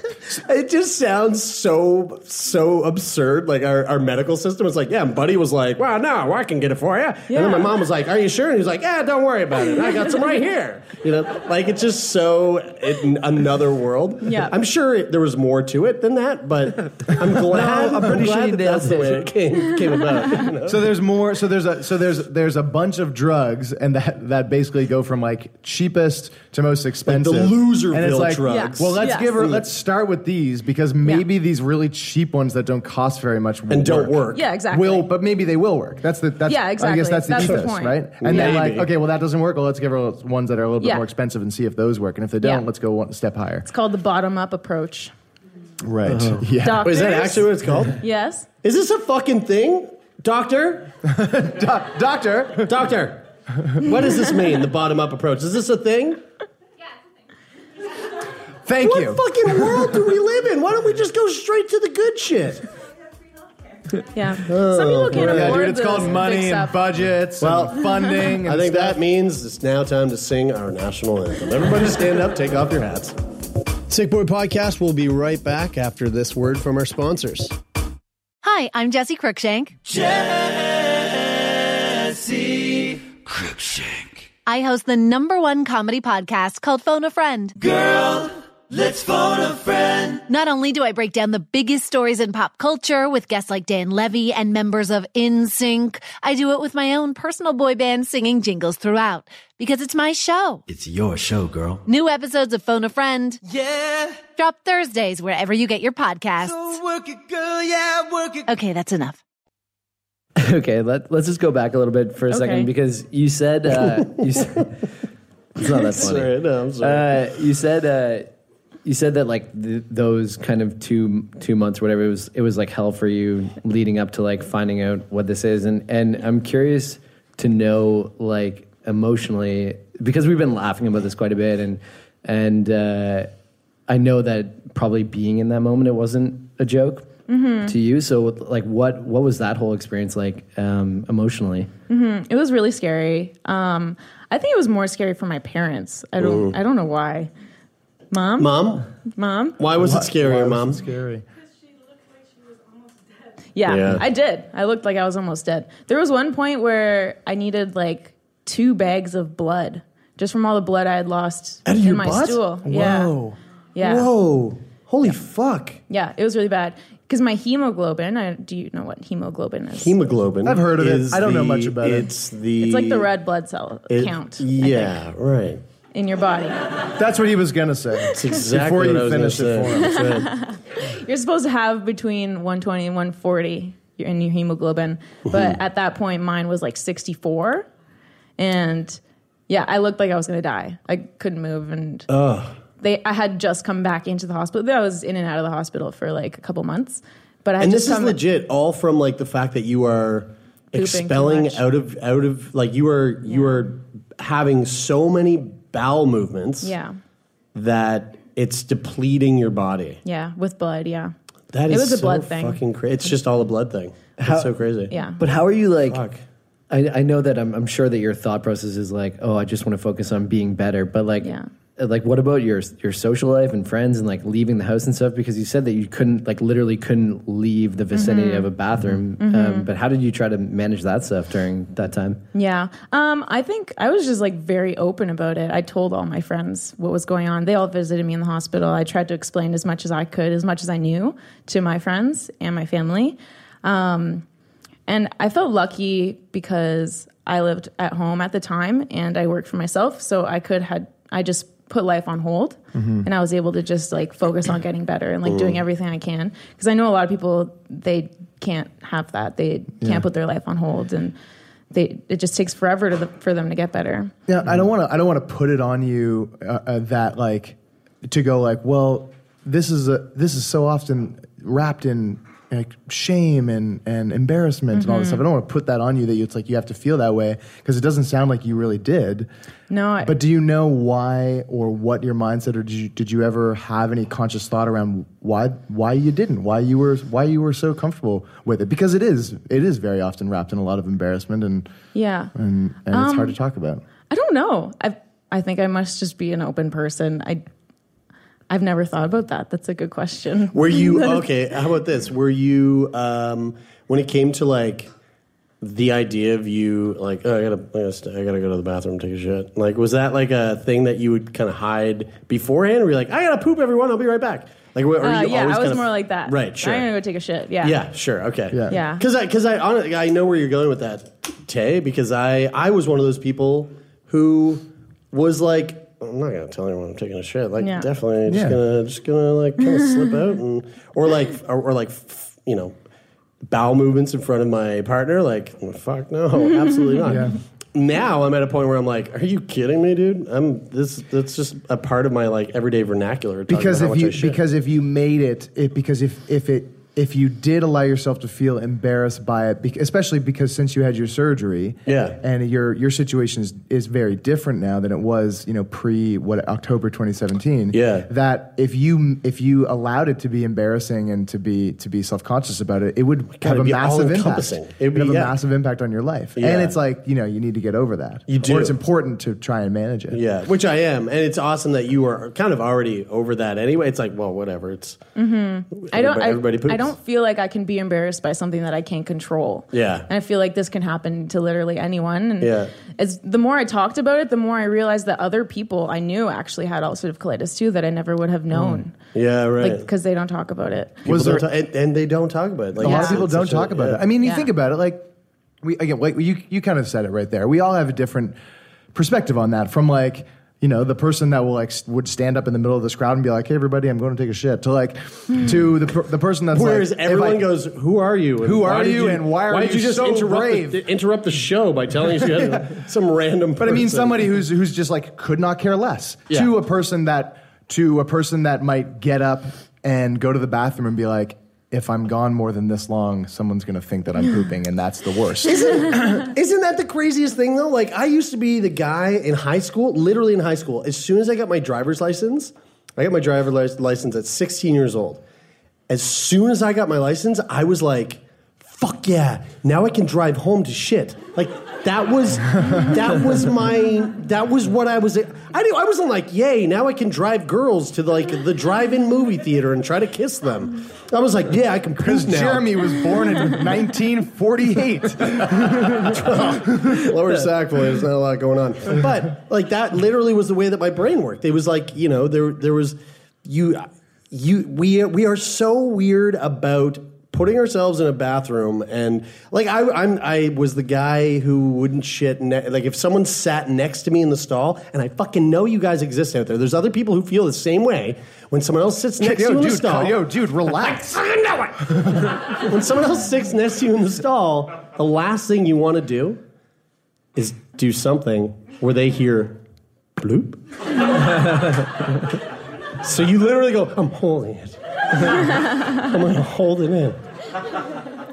[SPEAKER 4] it just sounds so so absurd. Like our, our medical system is like, yeah. And Buddy was like, well, no, I can get it for you. And then my mom was like, are you sure? And he's like, yeah, don't worry about it. I got some right here. You know, like it's just so it, another world.
[SPEAKER 5] Yeah.
[SPEAKER 4] I'm sure it, there was more to it than that, but I'm glad.
[SPEAKER 7] No,
[SPEAKER 4] I'm pretty sure that that's the way it came came about. you know?
[SPEAKER 7] So there's more. So there's a so there's there's a bunch of drugs, and that that basically go from like cheapest to most expensive.
[SPEAKER 4] Loserville
[SPEAKER 7] and it's like,
[SPEAKER 4] drugs.
[SPEAKER 7] Well, let's
[SPEAKER 4] Yes.
[SPEAKER 7] give her.
[SPEAKER 4] Yes.
[SPEAKER 7] Let's start with these because maybe these really cheap ones that don't cost very much will
[SPEAKER 4] And don't work.
[SPEAKER 5] Yeah, exactly.
[SPEAKER 7] Will, but maybe they will work. That's the that's
[SPEAKER 5] Yeah,
[SPEAKER 7] I
[SPEAKER 5] exactly.
[SPEAKER 7] guess that's the
[SPEAKER 5] That's the
[SPEAKER 7] ethos,
[SPEAKER 5] point.
[SPEAKER 7] right? And then like,
[SPEAKER 5] Maybe.
[SPEAKER 7] okay, well that doesn't work. Well, let's give her ones that are a little bit
[SPEAKER 5] Yeah.
[SPEAKER 7] more expensive and see if those work. And if they don't,
[SPEAKER 5] Yeah.
[SPEAKER 7] let's go one step higher.
[SPEAKER 5] It's called the bottom up approach.
[SPEAKER 7] Right. Yeah.
[SPEAKER 5] Doctors.
[SPEAKER 4] Is that actually what it's called?
[SPEAKER 5] Yes.
[SPEAKER 4] Is this a fucking thing? Doctor?
[SPEAKER 7] doctor?
[SPEAKER 4] Doctor. What does this mean, the bottom up approach? Is this a thing?
[SPEAKER 7] Thank you.
[SPEAKER 4] What fucking world do we live in? Why don't we just go straight to the good shit?
[SPEAKER 5] Yeah. Some
[SPEAKER 4] Oh,
[SPEAKER 5] people can't
[SPEAKER 7] yeah,
[SPEAKER 5] afford
[SPEAKER 7] dude, it's
[SPEAKER 5] this
[SPEAKER 7] called
[SPEAKER 5] big
[SPEAKER 7] money
[SPEAKER 5] stuff.
[SPEAKER 7] and budgets, well, and funding. And
[SPEAKER 4] I think
[SPEAKER 7] stuff.
[SPEAKER 4] that means it's now time to sing our national anthem. Everybody stand up, take off your hats. Sick Boy Podcast will be right back after this word from our sponsors.
[SPEAKER 8] Hi, I'm Jesse Cruikshank.
[SPEAKER 9] Jesse Cruikshank.
[SPEAKER 8] I host the number one comedy podcast called Phone a Friend.
[SPEAKER 9] Girl, let's phone a friend.
[SPEAKER 8] Not only do I break down the biggest stories in pop culture with guests like Dan Levy and members of InSync, I do it with my own personal boy band singing jingles throughout because it's my show.
[SPEAKER 9] It's your show, girl.
[SPEAKER 8] New episodes of Phone a Friend.
[SPEAKER 9] Yeah.
[SPEAKER 8] Drop Thursdays wherever you get your podcasts.
[SPEAKER 9] So work it, girl. Yeah, work it.
[SPEAKER 8] Okay, that's enough.
[SPEAKER 6] okay, let, let's just go back a little bit for a
[SPEAKER 8] Okay.
[SPEAKER 6] second because you said uh, you said, it's not that funny.
[SPEAKER 4] Sorry, no, I'm sorry.
[SPEAKER 6] Uh, you said uh, you said that like th- those kind of two two months, whatever it was, it was like hell for you leading up to like finding out what this is, and and I'm curious to know like emotionally because we've been laughing about this quite a bit, and and uh, I know that probably being in that moment, it wasn't a joke
[SPEAKER 5] Mhm.
[SPEAKER 6] to you. So, like, what what was that whole experience like um, emotionally?
[SPEAKER 5] hmm It was really scary. Um, I think it was more scary for my parents. I don't.
[SPEAKER 6] Ooh.
[SPEAKER 5] I don't know why. Mom.
[SPEAKER 4] Mom?
[SPEAKER 5] Mom.
[SPEAKER 4] Why was it scary, Mom?
[SPEAKER 7] scary.
[SPEAKER 5] Yeah,
[SPEAKER 4] Yeah.
[SPEAKER 5] I did. I looked like I was almost dead. There was one point where I needed like two bags of blood just from all the blood I had lost
[SPEAKER 4] Out of
[SPEAKER 5] in
[SPEAKER 4] your
[SPEAKER 5] my
[SPEAKER 4] butt?
[SPEAKER 5] stool. Yeah.
[SPEAKER 4] Whoa.
[SPEAKER 5] Yeah.
[SPEAKER 4] Whoa. Holy fuck.
[SPEAKER 5] Yeah, it was really bad because my hemoglobin. I, do you know what hemoglobin is?
[SPEAKER 4] Hemoglobin.
[SPEAKER 7] I've heard of it.
[SPEAKER 4] is
[SPEAKER 7] I don't know much
[SPEAKER 4] the-
[SPEAKER 7] about it.
[SPEAKER 4] It's the.
[SPEAKER 5] it's like the red blood cell
[SPEAKER 4] it-
[SPEAKER 5] count
[SPEAKER 4] Yeah, right.
[SPEAKER 5] in your body.
[SPEAKER 7] That's what he was gonna say. It's
[SPEAKER 4] exactly
[SPEAKER 7] before
[SPEAKER 4] what
[SPEAKER 7] you
[SPEAKER 4] I was gonna
[SPEAKER 7] finished it for
[SPEAKER 4] say.
[SPEAKER 7] him.
[SPEAKER 4] That's right.
[SPEAKER 5] You're supposed to have between 120 and 140 in your hemoglobin, but
[SPEAKER 4] Mhm.
[SPEAKER 5] at that point, mine was like 64, and yeah, I looked like I was gonna die. I couldn't move, and
[SPEAKER 4] Ugh.
[SPEAKER 5] they I had just come back into the hospital. I was in and out of the hospital for like a couple months, but I had
[SPEAKER 4] And
[SPEAKER 5] just
[SPEAKER 4] this is
[SPEAKER 5] come-
[SPEAKER 4] legit, all from like the fact that you are
[SPEAKER 5] Pooping too
[SPEAKER 4] expelling
[SPEAKER 5] much.
[SPEAKER 4] out of out of like you are you are having so many bowel movements
[SPEAKER 5] Yeah,
[SPEAKER 4] that it's depleting your body.
[SPEAKER 5] yeah, with blood. Yeah,
[SPEAKER 4] That
[SPEAKER 5] It
[SPEAKER 4] is
[SPEAKER 5] was a
[SPEAKER 4] so
[SPEAKER 5] blood thing.
[SPEAKER 4] Fucking cra- it's just all a blood thing. It's so crazy.
[SPEAKER 5] Yeah.
[SPEAKER 6] But how are you like? I, I know that I'm, I'm sure that your thought process is like, oh, I just want to focus on being better. But like, uh, like what about your your social life and friends and like leaving the house and stuff? Because you said that you couldn't like literally couldn't leave the vicinity
[SPEAKER 5] Mhm.
[SPEAKER 6] of a bathroom.
[SPEAKER 5] Mhm.
[SPEAKER 6] Um, but how did you try to manage that stuff during that time?
[SPEAKER 5] Yeah. Um, I think I was just like very open about it. I told all my friends what was going on. They all visited me in the hospital. I tried to explain as much as I could, as much as I knew to my friends and my family. Um, and I felt lucky because I lived at home at the time and I worked for myself. So I could had, I just put life on hold
[SPEAKER 4] Mm-hmm.
[SPEAKER 5] and I was able to just like focus on getting better and like
[SPEAKER 10] Mm.
[SPEAKER 5] doing everything I can. Cause I know a lot of people, they can't have that. They can't
[SPEAKER 7] Yeah.
[SPEAKER 5] put their life on hold and, they it just takes forever to the, for them to get better.
[SPEAKER 7] Yeah, I
[SPEAKER 5] Mm.
[SPEAKER 7] don't want to. I don't want to put it on you uh, uh, that like to go like, well, this is a this is so often wrapped in like shame and and embarrassment and all this
[SPEAKER 5] Mhm.
[SPEAKER 7] stuff. I don't want to put that on you that you, it's like you have to feel that way because it doesn't sound like you really did.
[SPEAKER 5] No, I,
[SPEAKER 7] But do you know why or what your mindset or did you, did you ever have any conscious thought around why why you didn't why you were why you were so comfortable with it because it is it is very often wrapped in a lot of embarrassment and
[SPEAKER 5] yeah,
[SPEAKER 7] and, and it's
[SPEAKER 5] Um,
[SPEAKER 7] hard to talk about.
[SPEAKER 5] I don't know. I I think I must just be an open person. I I've never thought about that. That's a good question.
[SPEAKER 4] Were you okay? How about this? Were you um, when it came to like the idea of you like oh I gotta I gotta, st- I gotta go to the bathroom take a shit like was that like a thing that you would kind of hide beforehand? Were you like I gotta poop everyone I'll be right back? Like were, were
[SPEAKER 5] Uh,
[SPEAKER 4] you
[SPEAKER 5] yeah,
[SPEAKER 4] always
[SPEAKER 5] I was
[SPEAKER 4] kinda-
[SPEAKER 5] more like that.
[SPEAKER 4] Right, sure.
[SPEAKER 5] I'm gonna go take a shit. Yeah.
[SPEAKER 4] Yeah. sure. Okay.
[SPEAKER 5] Yeah.
[SPEAKER 4] Because I, because I, honestly, I know where you're going with that, Tay. Because I, I was one of those people who was like, I'm not gonna tell anyone I'm taking a shit. Like,
[SPEAKER 11] Yeah.
[SPEAKER 4] definitely just
[SPEAKER 11] Yeah.
[SPEAKER 4] gonna, just gonna like kind of slip out and, or like, or, or like, f- you know, bowel movements in front of my partner. Like, fuck no, absolutely not.
[SPEAKER 7] Yeah.
[SPEAKER 4] Now I'm at a point where I'm like, are you kidding me, dude? I'm this. That's just a part of my like everyday vernacular. talking
[SPEAKER 7] because
[SPEAKER 4] about how
[SPEAKER 7] if
[SPEAKER 4] much I
[SPEAKER 7] you
[SPEAKER 4] shit.
[SPEAKER 7] because if you made it, it because if if it if you did allow yourself to feel embarrassed by it, bec- especially because since you had your surgery,
[SPEAKER 4] Yeah.
[SPEAKER 7] and your your situation is, is very different now than it was, you know, pre what October 2017.
[SPEAKER 10] Yeah.
[SPEAKER 7] that if you if you allowed it to be embarrassing and to be to be self conscious about it, it would
[SPEAKER 10] God,
[SPEAKER 7] have a
[SPEAKER 10] it'd be
[SPEAKER 7] massive impact.
[SPEAKER 10] all-encompassing.
[SPEAKER 7] It
[SPEAKER 10] It'd
[SPEAKER 7] would
[SPEAKER 10] be-
[SPEAKER 7] have
[SPEAKER 10] yeah.
[SPEAKER 7] a massive impact on your life,
[SPEAKER 4] Yeah.
[SPEAKER 7] and it's like you know you need to get over that.
[SPEAKER 4] You do.
[SPEAKER 7] or it's important to try and manage it.
[SPEAKER 4] Yeah, which I am, and it's awesome that you are kind of already over that anyway. It's like, well, whatever. It's
[SPEAKER 5] Mm-hmm. I don't. I,
[SPEAKER 4] Everybody poops.
[SPEAKER 5] I don't feel like I can be embarrassed by something that I can't control.
[SPEAKER 4] yeah,
[SPEAKER 5] And I feel like this can happen to literally anyone. And
[SPEAKER 4] yeah.
[SPEAKER 5] as the more I talked about it, the more I realized that other people I knew actually had ulcerative colitis too that I never would have known,
[SPEAKER 4] Yeah,
[SPEAKER 5] Like 'cause
[SPEAKER 4] Mm. right.
[SPEAKER 5] because they don't talk about it.
[SPEAKER 4] People don't ta- and, and they don't talk about it. Like,
[SPEAKER 7] a lot of
[SPEAKER 4] it's-
[SPEAKER 7] people
[SPEAKER 4] it's
[SPEAKER 7] don't
[SPEAKER 4] such a-
[SPEAKER 7] talk about
[SPEAKER 4] yeah.
[SPEAKER 7] it. I mean, you think about it, like we again, like you you kind of said it right there. We all have a different perspective on that. From like you know the person that will like s- would stand up in the middle of this crowd and be like, "Hey, everybody, I'm going to take a shit." To like
[SPEAKER 4] Hmm.
[SPEAKER 7] to the per- the person that's
[SPEAKER 4] Whereas
[SPEAKER 7] like, if
[SPEAKER 4] everyone
[SPEAKER 7] I-
[SPEAKER 4] goes, "Who are you? and
[SPEAKER 7] Who
[SPEAKER 4] why
[SPEAKER 7] are
[SPEAKER 4] did
[SPEAKER 7] you and why are
[SPEAKER 4] why did
[SPEAKER 7] you
[SPEAKER 4] you just
[SPEAKER 7] so
[SPEAKER 4] interrupt
[SPEAKER 7] brave?"
[SPEAKER 4] The, interrupt the show by telling us you had some random.
[SPEAKER 7] But I mean,
[SPEAKER 4] person.
[SPEAKER 7] somebody who's who's just like could not care less
[SPEAKER 4] Yeah.
[SPEAKER 7] to a person that to a person that might get up and go to the bathroom and be like. If I'm gone more than this long, someone's gonna think that I'm pooping, and that's the worst.
[SPEAKER 4] Isn't, isn't that the craziest thing though? Like I used to be the guy in high school, literally in high school. As soon as I got my driver's license, I got my driver's lic- license at 16 years old. As soon as I got my license, I was like, "Fuck yeah! Now I can drive home to shit." Like that was that was my that was what I was. I didn't, I wasn't like, "Yay! Now I can drive girls to like the drive-in movie theater and try to kiss them." I was like, "Yeah, I can." Because
[SPEAKER 7] Jeremy was born in 1948.
[SPEAKER 4] Lower Sackville, there's not a lot going on. But like that literally was the way that my brain worked. It was like, you know, there there was you you we we are so weird about putting ourselves in a bathroom and like I I'm I was the guy who wouldn't shit ne- like if someone sat next to me in the stall and I fucking know you guys exist out there. There's other people who feel the same way when someone else sits next
[SPEAKER 7] yo,
[SPEAKER 4] to you in
[SPEAKER 7] dude,
[SPEAKER 4] the stall.
[SPEAKER 7] yo, dude, relax.
[SPEAKER 4] I know it when someone else sits next to you in the stall, the last thing you want to do is do something where they hear bloop. so you literally go, I'm holding it. I'm gonna hold it in.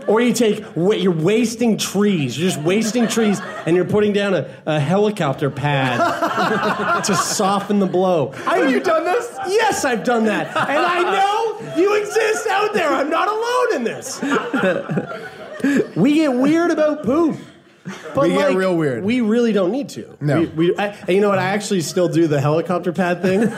[SPEAKER 4] Or you take, wa- you're wasting trees. You're just wasting trees, and you're putting down a, a helicopter pad to soften the blow. Have you done this? Yes, I've done that, and I know you exist out there. I'm not alone in this. We get weird about poop. But
[SPEAKER 7] We get real weird.
[SPEAKER 4] We really don't need to.
[SPEAKER 7] No.
[SPEAKER 4] We, we, I, and you know what? I actually still do the helicopter pad thing.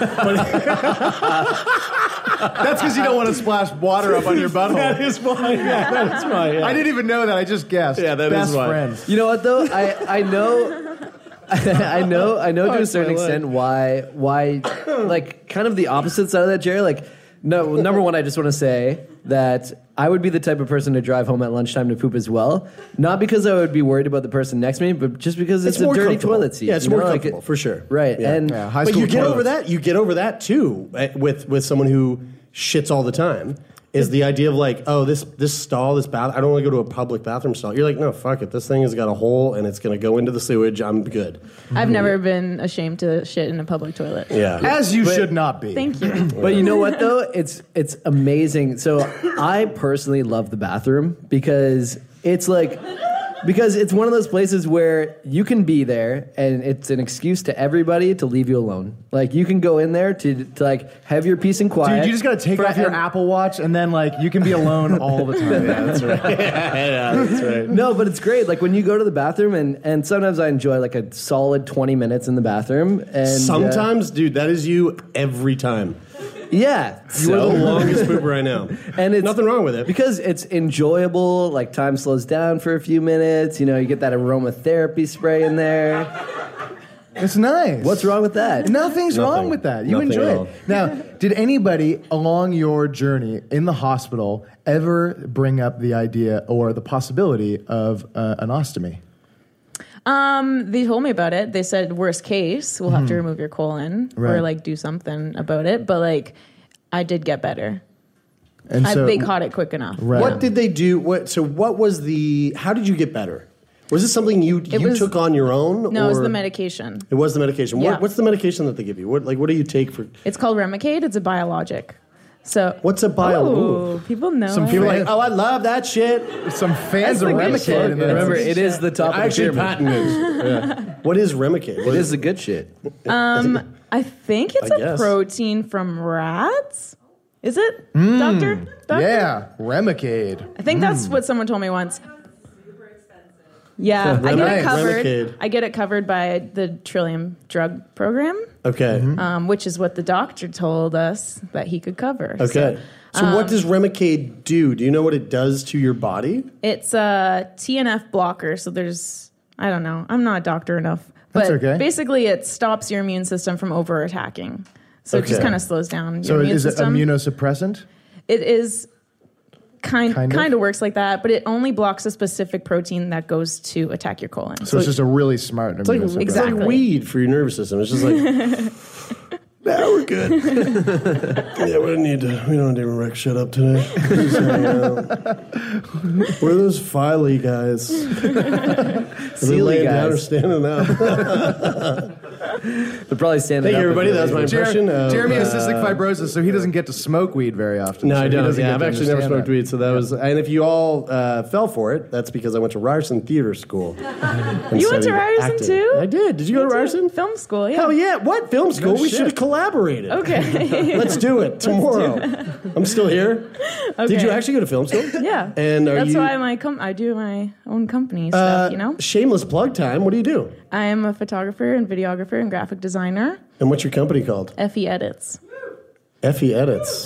[SPEAKER 7] That's because you don't want to splash water up on your butthole.
[SPEAKER 4] That is why. Yeah, that is why.
[SPEAKER 7] I didn't even know that. I just guessed. Yeah,
[SPEAKER 6] that
[SPEAKER 7] that
[SPEAKER 6] is
[SPEAKER 7] is
[SPEAKER 6] why.
[SPEAKER 7] friends.
[SPEAKER 6] You know what though? I I know. I know, I know to a
[SPEAKER 7] Parts
[SPEAKER 6] certain
[SPEAKER 7] my leg.
[SPEAKER 6] extent why, why, like, kind of the opposite side of that, Jerry. Like, no, number one, I just want to say that I would be the type of person to drive home at lunchtime to poop as well. Not because I would be worried about the person next to me, but just because it's,
[SPEAKER 4] more
[SPEAKER 6] a dirty
[SPEAKER 4] comfortable.
[SPEAKER 6] toilet seat.
[SPEAKER 4] Yeah, it's
[SPEAKER 6] you
[SPEAKER 4] more
[SPEAKER 6] know, like,
[SPEAKER 4] comfortable
[SPEAKER 6] it-
[SPEAKER 4] for sure.
[SPEAKER 6] Right,
[SPEAKER 4] Yeah.
[SPEAKER 6] and
[SPEAKER 4] but you get over that. You get over that too eh, with with someone who shits all the time. Is the idea of like, oh, this this stall, this bath, I don't want to go to a public bathroom stall. You're like, no, fuck it. This thing has got a hole and it's going to go into the sewage. I'm good.
[SPEAKER 5] I've never been ashamed to shit in a public toilet.
[SPEAKER 4] Yeah.
[SPEAKER 7] As you should not be.
[SPEAKER 5] Thank you.
[SPEAKER 6] but you know what though? It's it's amazing. So I personally love the bathroom because it's like because it's one of those places where you can be there and it's an excuse to everybody to leave you alone. Like you can go in there to, to like have your peace and quiet.
[SPEAKER 7] Dude, you just gotta take
[SPEAKER 6] for-
[SPEAKER 7] off your
[SPEAKER 6] and-
[SPEAKER 7] Apple Watch and then like you can be alone all the time.
[SPEAKER 6] No, but it's great. Like when you go to the bathroom, and and sometimes I enjoy like a solid twenty minutes in the bathroom. And uh,
[SPEAKER 4] Sometimes, dude, that is you every time.
[SPEAKER 6] yeah,
[SPEAKER 4] You are the longest pooper I know.
[SPEAKER 6] and it's nothing wrong with it because it's enjoyable. Like time slows down for a few minutes. You know, you get that aromatherapy spray in there.
[SPEAKER 7] It's nice.
[SPEAKER 6] What's wrong with that?
[SPEAKER 7] Nothing's wrong with that. You
[SPEAKER 6] Nothing
[SPEAKER 7] enjoy
[SPEAKER 6] at
[SPEAKER 7] it.
[SPEAKER 6] all.
[SPEAKER 7] Now, did anybody along your journey in the hospital ever bring up the idea or the possibility of uh, an ostomy?
[SPEAKER 5] Um, they told me about it. They said worst case, we'll have to
[SPEAKER 4] Mm-hmm.
[SPEAKER 5] remove your colon or
[SPEAKER 7] Right.
[SPEAKER 5] like do something about it. But like, I did get better.
[SPEAKER 4] And
[SPEAKER 5] I,
[SPEAKER 4] so-
[SPEAKER 5] they caught it quick enough.
[SPEAKER 4] What did they do? What so? What was the? How did you get better? Was this something you you
[SPEAKER 5] was-
[SPEAKER 4] took on your own?
[SPEAKER 5] No, it was
[SPEAKER 4] or-
[SPEAKER 5] the medication.
[SPEAKER 4] It was the medication.
[SPEAKER 5] Yeah. Oh,
[SPEAKER 4] What, what's the medication that they give you? What like what do you take for?
[SPEAKER 5] It's called Remicade. It's a biologic. So
[SPEAKER 4] what's a bio?
[SPEAKER 5] Ooh, people know.
[SPEAKER 4] Some
[SPEAKER 5] it.
[SPEAKER 4] people are like, oh, I love that shit.
[SPEAKER 7] Some
[SPEAKER 5] That's
[SPEAKER 7] fans
[SPEAKER 5] the
[SPEAKER 7] of
[SPEAKER 5] good shit.
[SPEAKER 7] Remicade. and they're-
[SPEAKER 6] Remember, it is the top of the
[SPEAKER 4] I actually
[SPEAKER 6] pyramid.
[SPEAKER 4] patented. Yeah. What is Remicade? What
[SPEAKER 6] It is the good shit.
[SPEAKER 5] Um, I think it's
[SPEAKER 4] I
[SPEAKER 5] a
[SPEAKER 4] guess.
[SPEAKER 5] protein from rats. Is it,
[SPEAKER 4] Hmm.
[SPEAKER 5] doctor? doctor?
[SPEAKER 7] Yeah, Remicade.
[SPEAKER 5] I think that's what someone told me once. Yeah,
[SPEAKER 7] So
[SPEAKER 5] I get
[SPEAKER 7] nice.
[SPEAKER 5] it covered.
[SPEAKER 7] Remicade.
[SPEAKER 5] I get it covered by the Trillium drug program,
[SPEAKER 4] Okay.
[SPEAKER 6] Mm-hmm.
[SPEAKER 5] um, which is what the doctor told us that he could cover.
[SPEAKER 4] Okay. So, what does Remicade do? Do you know what it does to your body?
[SPEAKER 5] It's a TNF blocker, so there's I don't know. I'm not a doctor enough, but
[SPEAKER 4] That's okay.
[SPEAKER 5] basically it stops your immune system from over attacking. So it just
[SPEAKER 7] Okay.
[SPEAKER 5] kind of slows down your
[SPEAKER 7] So
[SPEAKER 5] immune
[SPEAKER 7] is it
[SPEAKER 5] system.
[SPEAKER 7] immunosuppressant?
[SPEAKER 5] it is kind
[SPEAKER 7] Kind
[SPEAKER 5] kind
[SPEAKER 7] of?
[SPEAKER 5] of. works like that, but it only blocks a specific protein that goes to attack your colon.
[SPEAKER 7] So it's just a really smart
[SPEAKER 5] like-
[SPEAKER 7] immunosuppressant.
[SPEAKER 5] it's like Exactly.
[SPEAKER 4] weed for your nervous system. It's just like now we're good. yeah, we don't need to. We don't need to wreck shit up today. Just hang out. We're those Filey guys. They're
[SPEAKER 6] Sealy
[SPEAKER 4] laying down or
[SPEAKER 6] guys.
[SPEAKER 4] standing up.
[SPEAKER 6] They're probably standing.
[SPEAKER 4] Thank you,
[SPEAKER 6] up
[SPEAKER 4] everybody.
[SPEAKER 6] and-
[SPEAKER 4] That was my
[SPEAKER 7] Jer-
[SPEAKER 4] impression. of,
[SPEAKER 7] Jeremy has
[SPEAKER 4] uh,
[SPEAKER 7] cystic fibrosis, so he doesn't get to smoke weed very often.
[SPEAKER 4] No,
[SPEAKER 7] so
[SPEAKER 4] I
[SPEAKER 7] he
[SPEAKER 4] don't.
[SPEAKER 7] doesn't
[SPEAKER 4] Yeah,
[SPEAKER 7] get
[SPEAKER 4] I've
[SPEAKER 7] to
[SPEAKER 4] actually never
[SPEAKER 7] understand
[SPEAKER 4] smoked
[SPEAKER 7] that.
[SPEAKER 4] weed, so that was. And if you all uh, fell for it, that's because I went to Ryerson Theater School. and
[SPEAKER 5] you went to
[SPEAKER 4] studied
[SPEAKER 5] Ryerson
[SPEAKER 4] acting.
[SPEAKER 5] too?
[SPEAKER 4] I did. Did you go to Ryerson?
[SPEAKER 5] Film school, yeah.
[SPEAKER 4] Hell yeah! What film school? we
[SPEAKER 5] shit.
[SPEAKER 4] should have collaborated.
[SPEAKER 5] Okay.
[SPEAKER 4] let's do it tomorrow. I'm still here. Did you
[SPEAKER 5] Okay.
[SPEAKER 4] actually go to film school?
[SPEAKER 5] Yeah.
[SPEAKER 4] And are
[SPEAKER 5] That's
[SPEAKER 4] you- Uh,
[SPEAKER 5] why my com- I do my own company stuff, you know?
[SPEAKER 4] Shameless plug time. What do you do?
[SPEAKER 5] I am a photographer and videographer and graphic designer.
[SPEAKER 4] And what's your company called?
[SPEAKER 5] Effie edits.
[SPEAKER 4] Effie Edits.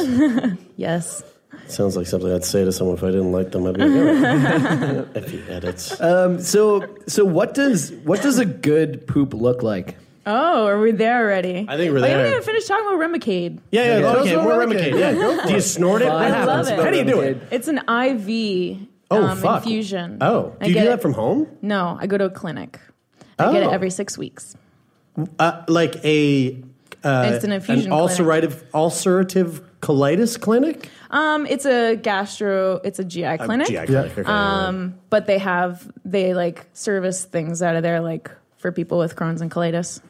[SPEAKER 5] yes.
[SPEAKER 4] Sounds like something I'd say to someone if I didn't like them. I'd be like, oh, Effie Edits.
[SPEAKER 6] Um, so so what does what does a good poop look like?
[SPEAKER 5] Oh, are we there already?
[SPEAKER 6] I think
[SPEAKER 5] Wait, we
[SPEAKER 6] we're there.
[SPEAKER 5] haven't even finished talking about Remicade.
[SPEAKER 4] Yeah, yeah,
[SPEAKER 6] Yeah.
[SPEAKER 4] okay,
[SPEAKER 6] Those
[SPEAKER 4] more
[SPEAKER 6] are
[SPEAKER 4] Remicade.
[SPEAKER 6] Remicade.
[SPEAKER 4] Yeah, go for do you snort it?
[SPEAKER 6] Fine.
[SPEAKER 4] What
[SPEAKER 6] I love
[SPEAKER 4] happens?
[SPEAKER 6] it.
[SPEAKER 4] How do you do it?
[SPEAKER 5] It's an IV
[SPEAKER 4] Oh,
[SPEAKER 5] um,
[SPEAKER 4] fuck.
[SPEAKER 5] infusion.
[SPEAKER 4] Oh,
[SPEAKER 5] I
[SPEAKER 4] do you
[SPEAKER 5] get
[SPEAKER 4] do
[SPEAKER 5] it-
[SPEAKER 4] that from home?
[SPEAKER 5] No, I go to a clinic. I get
[SPEAKER 4] Oh.
[SPEAKER 5] it every six weeks.
[SPEAKER 4] Uh, like a. Uh,
[SPEAKER 5] It's an infusion
[SPEAKER 4] ulcerative, ulcerative colitis clinic?
[SPEAKER 5] Um, it's a gastro, it's a GI clinic.
[SPEAKER 4] GI clinic, okay, yeah.
[SPEAKER 5] Um, but they have they like service things out of there, like for people with Crohn's and colitis,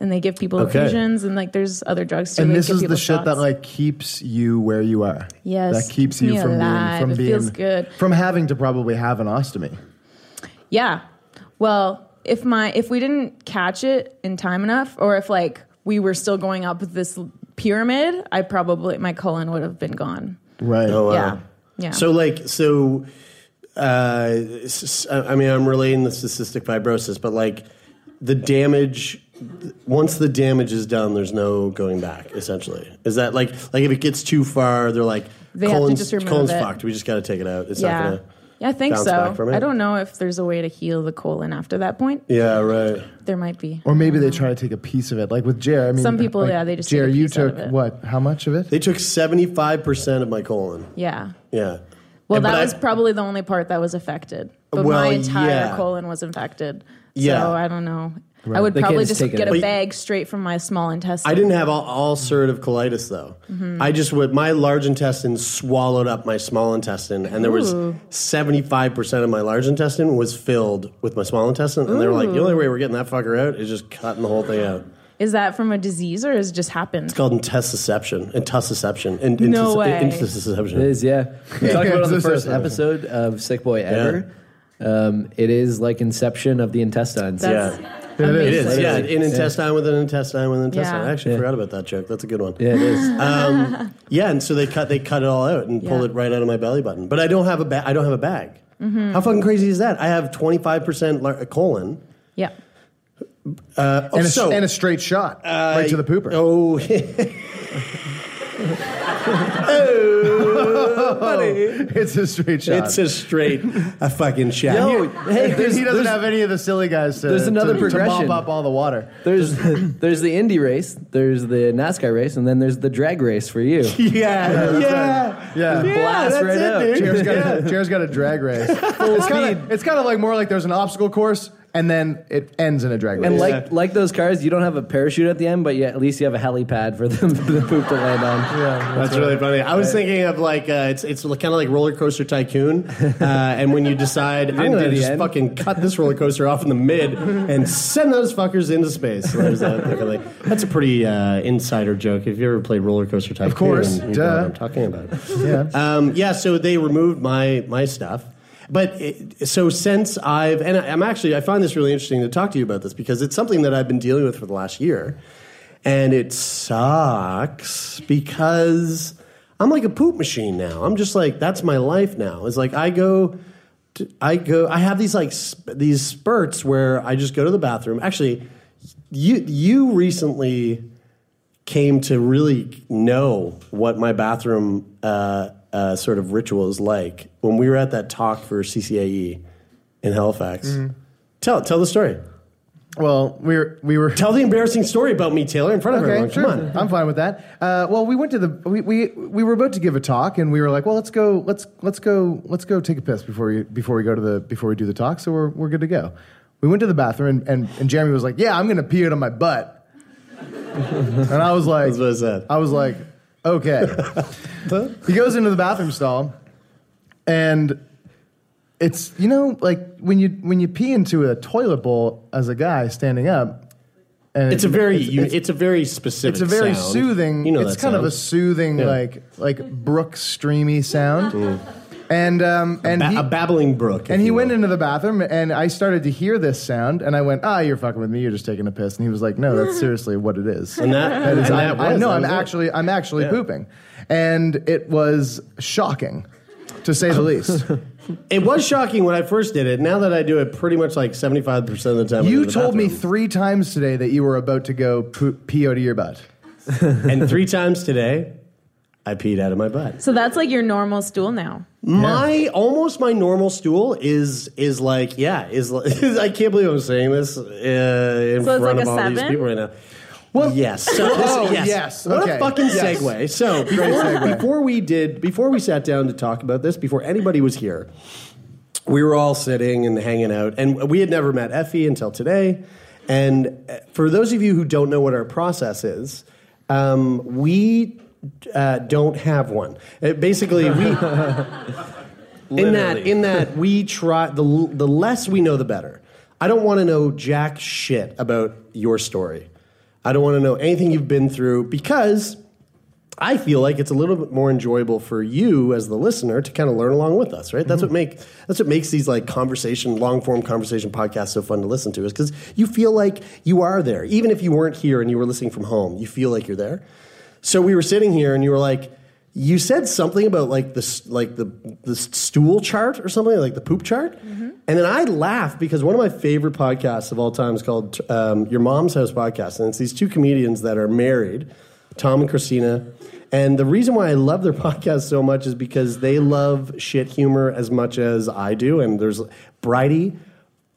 [SPEAKER 5] and they give people
[SPEAKER 7] Okay.
[SPEAKER 5] infusions and like there's other drugs too.
[SPEAKER 7] And
[SPEAKER 5] They
[SPEAKER 7] this
[SPEAKER 5] give
[SPEAKER 7] is the
[SPEAKER 5] people
[SPEAKER 7] shit that
[SPEAKER 5] shots.
[SPEAKER 7] like keeps you where you are.
[SPEAKER 5] Yes,
[SPEAKER 7] that keeps
[SPEAKER 5] keeps
[SPEAKER 7] you
[SPEAKER 5] me
[SPEAKER 7] from
[SPEAKER 5] alive.
[SPEAKER 7] being from
[SPEAKER 5] It
[SPEAKER 7] being
[SPEAKER 5] feels good.
[SPEAKER 7] from having to probably have an ostomy.
[SPEAKER 5] Yeah. Well, if my if we didn't catch it in time enough, or if like we were still going up this pyramid, I probably my colon would have been gone.
[SPEAKER 7] Right.
[SPEAKER 4] Oh, wow.
[SPEAKER 5] Yeah. Yeah.
[SPEAKER 4] So like so, uh, s- s- I I mean, I'm relating this to cystic fibrosis, but like the damage. Once the damage is done, there's no going back. Essentially, is that like like if it gets too far, they're like
[SPEAKER 5] They have to
[SPEAKER 4] colon's,
[SPEAKER 5] just remove
[SPEAKER 4] colon's
[SPEAKER 5] it.
[SPEAKER 4] fucked. We just got to take it out. It's
[SPEAKER 5] yeah.
[SPEAKER 4] not gonna.
[SPEAKER 5] yeah, I think
[SPEAKER 4] bounce back
[SPEAKER 5] so.
[SPEAKER 4] from it.
[SPEAKER 5] I don't know if there's a way to heal the colon after that point.
[SPEAKER 4] Yeah. Right.
[SPEAKER 5] There might be.
[SPEAKER 7] Or maybe they try to take a piece of it, like with Jer. I mean,
[SPEAKER 5] Some people,
[SPEAKER 7] like,
[SPEAKER 5] yeah, they just
[SPEAKER 7] Jer,
[SPEAKER 5] take a
[SPEAKER 7] you
[SPEAKER 5] piece out of
[SPEAKER 7] took
[SPEAKER 5] it.
[SPEAKER 7] what? How much of it?
[SPEAKER 4] They took seventy five percent of my colon.
[SPEAKER 5] Yeah.
[SPEAKER 4] Yeah.
[SPEAKER 5] Well,
[SPEAKER 4] And- but
[SPEAKER 5] that
[SPEAKER 4] I-
[SPEAKER 5] was probably the only part that was affected. But
[SPEAKER 4] Well,
[SPEAKER 5] my entire
[SPEAKER 4] yeah.
[SPEAKER 5] colon was infected.
[SPEAKER 4] Yeah.
[SPEAKER 5] So I don't know.
[SPEAKER 4] Right.
[SPEAKER 5] I would
[SPEAKER 4] They can't
[SPEAKER 5] probably
[SPEAKER 4] just
[SPEAKER 5] just
[SPEAKER 4] take it
[SPEAKER 5] get a
[SPEAKER 4] out. But-
[SPEAKER 5] bag straight from my small intestine.
[SPEAKER 4] I didn't have all ulcerative colitis though.
[SPEAKER 5] Mhm.
[SPEAKER 4] I just would my large intestine swallowed up my small intestine, and there was
[SPEAKER 5] Ooh.
[SPEAKER 4] seventy five percent of my large intestine was filled with my small intestine, and they were like, the
[SPEAKER 5] Ooh.
[SPEAKER 4] only way we're getting that fucker out is just cutting the whole thing out.
[SPEAKER 5] Is that from a disease or has it just happened?
[SPEAKER 4] It's called intussusception. Intussusception. In,
[SPEAKER 5] No
[SPEAKER 4] intus-
[SPEAKER 5] way.
[SPEAKER 4] Intussusception.
[SPEAKER 6] It is, yeah. We
[SPEAKER 4] Yeah.
[SPEAKER 6] talked about it on the
[SPEAKER 4] It's
[SPEAKER 6] first
[SPEAKER 4] so sad.
[SPEAKER 6] episode of Sick Boy ever. Um, it is like inception of the intestines.
[SPEAKER 4] That's Yeah. It is. Yeah, an intestine with an intestine with an intestine.
[SPEAKER 6] Yeah.
[SPEAKER 4] I actually
[SPEAKER 6] Yeah.
[SPEAKER 4] forgot about that joke. That's a good one.
[SPEAKER 6] Yeah, it is.
[SPEAKER 4] Um, yeah, and so they cut they cut it all out and pulled
[SPEAKER 5] Yeah.
[SPEAKER 4] it right out of my belly button. But I don't have a ba- I don't have a bag.
[SPEAKER 5] Mhm.
[SPEAKER 4] How fucking crazy is that? I have 25% lar- uh, colon.
[SPEAKER 5] Yeah.
[SPEAKER 4] Uh, oh,
[SPEAKER 7] and, a,
[SPEAKER 4] so,
[SPEAKER 7] and a straight shot right to the pooper.
[SPEAKER 4] Oh, oh
[SPEAKER 7] it's a straight shot.
[SPEAKER 4] It's a straight, a fucking shot.
[SPEAKER 6] Yo, hey,
[SPEAKER 7] he
[SPEAKER 6] there's-
[SPEAKER 7] doesn't
[SPEAKER 6] there's-
[SPEAKER 7] have any of the silly guys to,
[SPEAKER 6] there's another
[SPEAKER 7] to, to
[SPEAKER 6] progression.
[SPEAKER 7] mop up all the water.
[SPEAKER 6] There's there's the Indy race, there's the NASCAR race, and then there's the drag race for you.
[SPEAKER 4] Yeah,
[SPEAKER 7] yeah,
[SPEAKER 6] Just
[SPEAKER 7] yeah.
[SPEAKER 6] blast
[SPEAKER 7] that's
[SPEAKER 6] right
[SPEAKER 7] it,
[SPEAKER 6] out.
[SPEAKER 7] Jer's got, a, Jer's got a drag race. it's kind of it's kind of like more like there's an obstacle course and then it ends in a drag race.
[SPEAKER 6] And like like those cars, you don't have a parachute at the end, but yeah, at least you have a helipad for the, the poop to land on. Yeah,
[SPEAKER 4] That's really funny. I was thinking of like uh, it's it's kind of like Roller Coaster Tycoon, uh, and when you decide I'm
[SPEAKER 7] didn't do
[SPEAKER 4] gonna
[SPEAKER 7] the
[SPEAKER 4] just
[SPEAKER 7] end?
[SPEAKER 4] fucking cut this roller coaster off in the mid and send those fuckers into space. So there's that, definitely. That's a pretty uh, insider joke. If you ever played Roller Coaster Tycoon,
[SPEAKER 7] course,
[SPEAKER 4] you know what
[SPEAKER 7] duh.
[SPEAKER 4] I'm talking about. Um, yeah, so they removed my my stuff. But it, so since I've and I- I'm actually I find this really interesting to talk to you about this because it's something that I've been dealing with for the last year, and it sucks because I'm like a poop machine now. I'm just like that's my life now. It's like I go. to- I go. I have these like sp- these spurts where I just go to the bathroom. Actually, you you recently came to really know what my bathroom uh, uh, sort of ritual is like when we were at that talk for CCAE E in Halifax.
[SPEAKER 7] Mm-hmm.
[SPEAKER 4] Tell tell the story.
[SPEAKER 7] Well, we were we were
[SPEAKER 4] tell the embarrassing story about me, Taylor, in front of everyone.
[SPEAKER 7] sure.
[SPEAKER 4] Come on.
[SPEAKER 7] I'm fine with that. Uh, well, we went to the we, we we were about to give a talk, and we were like, well, let's go, let's let's go, let's go take a piss before we before we go to the before we do the talk. So we're we're good to go. We went to the bathroom, and and, and Jeremy was like, yeah, I'm gonna pee it on my butt, and I was like,
[SPEAKER 4] That's what I said.
[SPEAKER 7] I was like, okay. he goes into the bathroom stall, and it's you know like when you when you pee into a toilet bowl as a guy standing up. And
[SPEAKER 4] It's a very
[SPEAKER 7] it's-
[SPEAKER 4] it's,
[SPEAKER 7] it's-
[SPEAKER 4] it's a very specific.
[SPEAKER 7] it's a very
[SPEAKER 4] sound.
[SPEAKER 7] soothing.
[SPEAKER 4] You know
[SPEAKER 7] it's
[SPEAKER 4] that
[SPEAKER 7] kind of a
[SPEAKER 4] sound.
[SPEAKER 7] soothing,
[SPEAKER 4] Yeah.
[SPEAKER 7] like like brook streamy sound, and um, and
[SPEAKER 4] ba-
[SPEAKER 7] he-
[SPEAKER 4] a babbling brook.
[SPEAKER 7] and he went into the bathroom, and I started to hear this sound, and I went, "Ah, you're fucking with me. You're just taking a piss." And he was like, "No, that's seriously what it is."
[SPEAKER 4] And that-
[SPEAKER 7] is.
[SPEAKER 4] and
[SPEAKER 7] I,
[SPEAKER 4] that
[SPEAKER 7] I-
[SPEAKER 4] was-
[SPEAKER 7] no,
[SPEAKER 4] that
[SPEAKER 7] I'm
[SPEAKER 4] was it.
[SPEAKER 7] actually I'm actually
[SPEAKER 4] Yeah.
[SPEAKER 7] pooping, and it was shocking, to say the least.
[SPEAKER 4] It was shocking when I first did it. Now that I do it, pretty much like seventy five percent of the time. I go
[SPEAKER 7] you
[SPEAKER 4] to the
[SPEAKER 7] told me
[SPEAKER 4] bathroom.
[SPEAKER 7] three times today that you were about to go poo- pee out of your butt.
[SPEAKER 4] and three times today, I peed out of my butt.
[SPEAKER 5] So that's like your normal stool now.
[SPEAKER 4] My almost my normal stool is is like yeah is like, I can't believe I'm saying this uh, in
[SPEAKER 5] So it's
[SPEAKER 4] front
[SPEAKER 5] like
[SPEAKER 4] of
[SPEAKER 5] a
[SPEAKER 4] all these
[SPEAKER 5] seven?
[SPEAKER 4] people right now. Well, yes. So this-
[SPEAKER 7] Oh,
[SPEAKER 4] yes.
[SPEAKER 7] yes.
[SPEAKER 4] What
[SPEAKER 7] Okay.
[SPEAKER 4] a fucking
[SPEAKER 7] Yes.
[SPEAKER 4] segue. So
[SPEAKER 7] Great
[SPEAKER 4] before,
[SPEAKER 7] segue.
[SPEAKER 4] before we did before we sat down to talk about this before anybody was here, we were all sitting and hanging out, and we had never met Effie until today. And uh, for those of you who don't know what our process is, um, we uh, don't have one. Uh, basically, we. in that
[SPEAKER 11] Literally.
[SPEAKER 4] in that we try the l- the less we know the better. I don't want to know jack shit about your story. I don't want to know anything you've been through because I feel like it's a little bit more enjoyable for you as the listener to kind of learn along with us, right? That's what make that's what makes these like conversation, long form conversation podcasts so fun to listen to is because you feel like you are there, even if you weren't here and you were listening from home, you feel like you're there. So we were sitting here, and you were like, you said something about like this, like the the stool chart or something, like the poop chart, and then I laughed because one of my favorite podcasts of all time is called um, Your Mom's House podcast, and it's these two comedians that are married. Tom and Christina. And the reason why I love their podcast so much is because they love shit humor as much as I do. And there's Bridie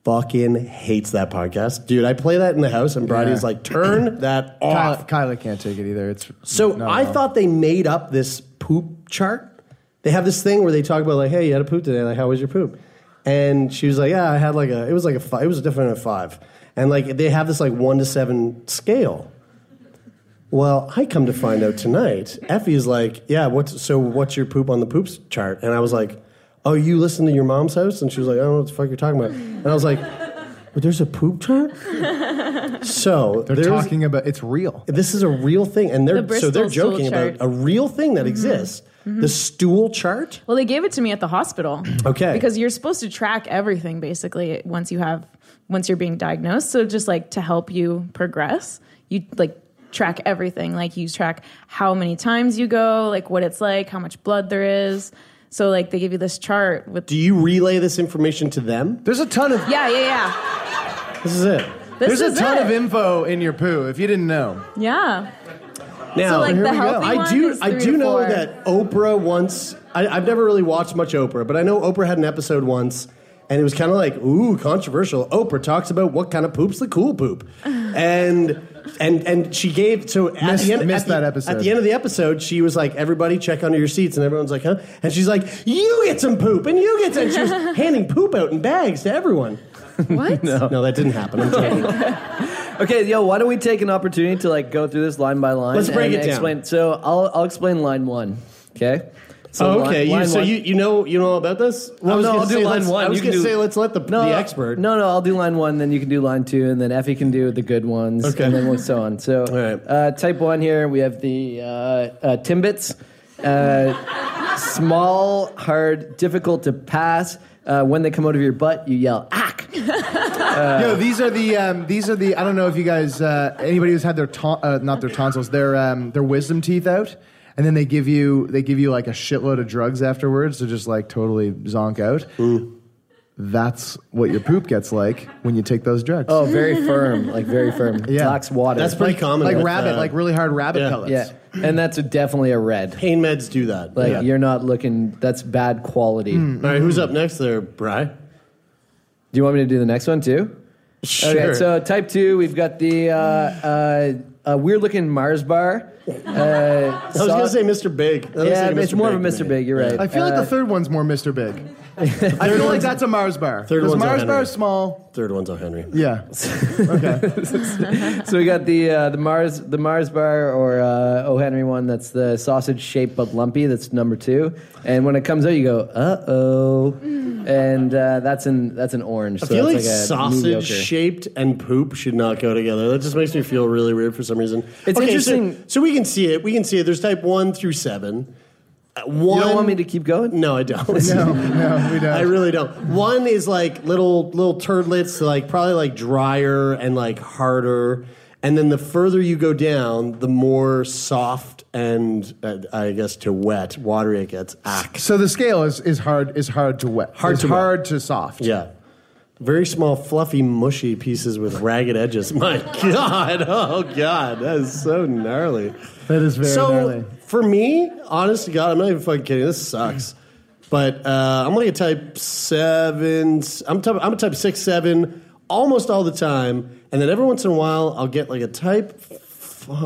[SPEAKER 4] fucking hates that podcast. Dude, I play that in the house and Bridie's
[SPEAKER 7] Yeah.
[SPEAKER 4] like, turn that off.
[SPEAKER 7] Kyla can't take it either. It's
[SPEAKER 4] So
[SPEAKER 7] not
[SPEAKER 4] I
[SPEAKER 7] at all.
[SPEAKER 4] thought they made up this poop chart. They have this thing where they talk about like, hey, you had a poop today. Like, how was your poop? And she was like, yeah, I had like a. It was like a. Five, it was definitely a five. And like they have this like one to seven scale. Well, I come to find out tonight, Effie is like, yeah, what's so? What's your poop on the poops chart? And I was like, oh, you listen to your mom's house? And she was like, I don't know what the fuck you're talking about. And I was like, but there's a poop chart. So
[SPEAKER 7] They're
[SPEAKER 4] there's-
[SPEAKER 7] talking about it's real.
[SPEAKER 4] This is a real thing, and they're
[SPEAKER 5] The
[SPEAKER 4] so they're
[SPEAKER 5] Bristol stool
[SPEAKER 4] joking
[SPEAKER 5] chart. Mm-hmm.
[SPEAKER 4] about a real thing that exists. The stool chart.
[SPEAKER 5] Well, they gave it to me at the hospital.
[SPEAKER 4] Okay.
[SPEAKER 5] Because you're supposed to track everything basically once you have once you're being diagnosed. So just like to help you progress, you like track everything. Like you track how many times you go, like what it's like, how much blood there is. So like they give you this chart with
[SPEAKER 4] Do you relay this information to them?
[SPEAKER 7] There's a ton of
[SPEAKER 5] Yeah, yeah, yeah.
[SPEAKER 4] This is it.
[SPEAKER 5] This
[SPEAKER 7] There's
[SPEAKER 5] is
[SPEAKER 7] a ton
[SPEAKER 5] it.
[SPEAKER 7] of info in your poo if you didn't know.
[SPEAKER 5] Yeah.
[SPEAKER 4] Now,
[SPEAKER 5] so like
[SPEAKER 7] here
[SPEAKER 5] the
[SPEAKER 7] we go.
[SPEAKER 5] healthy
[SPEAKER 4] I
[SPEAKER 5] one
[SPEAKER 4] do.
[SPEAKER 5] is
[SPEAKER 4] I
[SPEAKER 5] three
[SPEAKER 4] do
[SPEAKER 5] to
[SPEAKER 4] know
[SPEAKER 5] four.
[SPEAKER 4] that Oprah once. I, I've never really watched much Oprah, but I know Oprah had an episode once and it was kind of like, ooh, controversial. Oprah talks about what kind of poop's the cool poop, and and and she gave so at
[SPEAKER 7] Missed-
[SPEAKER 4] the end
[SPEAKER 7] missed
[SPEAKER 4] at the,
[SPEAKER 7] that episode.
[SPEAKER 4] at the end of the episode, she was like, everybody check under your seats, and everyone's like, huh? And she's like, you get some poop, and you get some. And she was handing poop out in bags to everyone.
[SPEAKER 5] What?
[SPEAKER 4] no. that didn't happen. I'm joking.
[SPEAKER 6] Okay, yo, why don't we take an opportunity to like go through this line by line?
[SPEAKER 4] Let's break
[SPEAKER 6] and
[SPEAKER 4] it down.
[SPEAKER 6] Explain. So I'll I'll explain line one. Okay.
[SPEAKER 4] Oh, okay. You- so you- know you know about this? Well, I was
[SPEAKER 6] no,
[SPEAKER 4] gonna
[SPEAKER 6] I'll do
[SPEAKER 4] say,
[SPEAKER 6] line
[SPEAKER 4] let's-
[SPEAKER 6] one.
[SPEAKER 4] I was
[SPEAKER 6] You can
[SPEAKER 4] gonna
[SPEAKER 6] do-
[SPEAKER 4] say, let's let the- the expert-
[SPEAKER 6] No, no, I'll do line one, then you can do line two, and then Effie can do the good ones,
[SPEAKER 4] Okay.
[SPEAKER 6] and then we'll so on. So, uh, type one here, we have the uh, uh, timbits, uh, small, hard, difficult to pass. Uh, when they come out of your butt, you yell "ack."
[SPEAKER 7] Yo, these are the um, these are the I don't know if you guys uh, anybody who's had their ton- uh, not their tonsils their um, their wisdom teeth out, and then they give you they give you like a shitload of drugs afterwards to just like totally zonk out. That's what your poop gets like when you take those drugs.
[SPEAKER 6] Oh, very firm, like very firm. Yeah, locks water.
[SPEAKER 7] That's pretty
[SPEAKER 6] Like-
[SPEAKER 7] common
[SPEAKER 6] Like
[SPEAKER 7] with,
[SPEAKER 6] rabbit,
[SPEAKER 7] uh,
[SPEAKER 6] like really hard rabbit
[SPEAKER 7] yeah.
[SPEAKER 6] pellets.
[SPEAKER 7] Yeah.
[SPEAKER 6] and that's a, definitely a red.
[SPEAKER 4] Pain meds do that.
[SPEAKER 6] Like
[SPEAKER 4] Yeah.
[SPEAKER 6] you're not looking. That's bad quality.
[SPEAKER 4] Mm. All right, who's up next there, Bry? Do
[SPEAKER 6] you want me to do the next one too?
[SPEAKER 4] Sure.
[SPEAKER 6] Okay, Oh, so type two, we've got the uh, uh, uh, weird looking Mars bar. Uh, I
[SPEAKER 4] was gonna say Mr. Big. That looks
[SPEAKER 6] yeah,
[SPEAKER 4] like a
[SPEAKER 6] it's
[SPEAKER 4] Mr.
[SPEAKER 6] more of a
[SPEAKER 4] Big to
[SPEAKER 6] Mr.
[SPEAKER 4] me.
[SPEAKER 6] Big. You're right.
[SPEAKER 7] I feel like
[SPEAKER 6] Uh,
[SPEAKER 7] the third one's more Mr. Big. I feel like that's a Mars bar.
[SPEAKER 4] Third
[SPEAKER 7] Because
[SPEAKER 4] one's
[SPEAKER 7] Mars
[SPEAKER 4] O'Henry.
[SPEAKER 7] bar is small.
[SPEAKER 4] Third one's O. Henry.
[SPEAKER 7] Yeah.
[SPEAKER 6] so we got the uh, the Mars the Mars bar or uh, O Henry one. That's the sausage shaped but lumpy. That's number two. And when it comes out, you go uh oh, and uh, that's an that's an orange.
[SPEAKER 4] I
[SPEAKER 6] so
[SPEAKER 4] feel like,
[SPEAKER 6] that's a
[SPEAKER 4] sausage
[SPEAKER 6] mediocre.
[SPEAKER 4] shaped and poop should not go together. That just makes me feel really weird for some reason.
[SPEAKER 6] It's
[SPEAKER 4] so- So,
[SPEAKER 6] interesting-
[SPEAKER 4] we can see it. We can see it. There's type one through seven. Uh, One,
[SPEAKER 6] want me to keep going?
[SPEAKER 4] No, I don't.
[SPEAKER 7] No, no, we don't.
[SPEAKER 4] I really don't. One is like little little turdlets, like probably like drier and like harder. And then the further you go down, the more soft and uh, I guess to wet, watery it gets. Ah, Ack.
[SPEAKER 7] So the scale is, is hard is hard to wet.
[SPEAKER 4] Hard
[SPEAKER 7] It's
[SPEAKER 4] to wet.
[SPEAKER 7] hard to soft.
[SPEAKER 4] Yeah. Very small, fluffy, mushy pieces with ragged edges. My God. Oh, God. That is so gnarly.
[SPEAKER 7] That is very
[SPEAKER 4] so,
[SPEAKER 7] gnarly.
[SPEAKER 4] for me, honest to God, I'm not even fucking kidding. This sucks. But uh, I'm like a type seven. I'm, type, I'm a type six, seven almost all the time. And then every once in a while, I'll get like a type.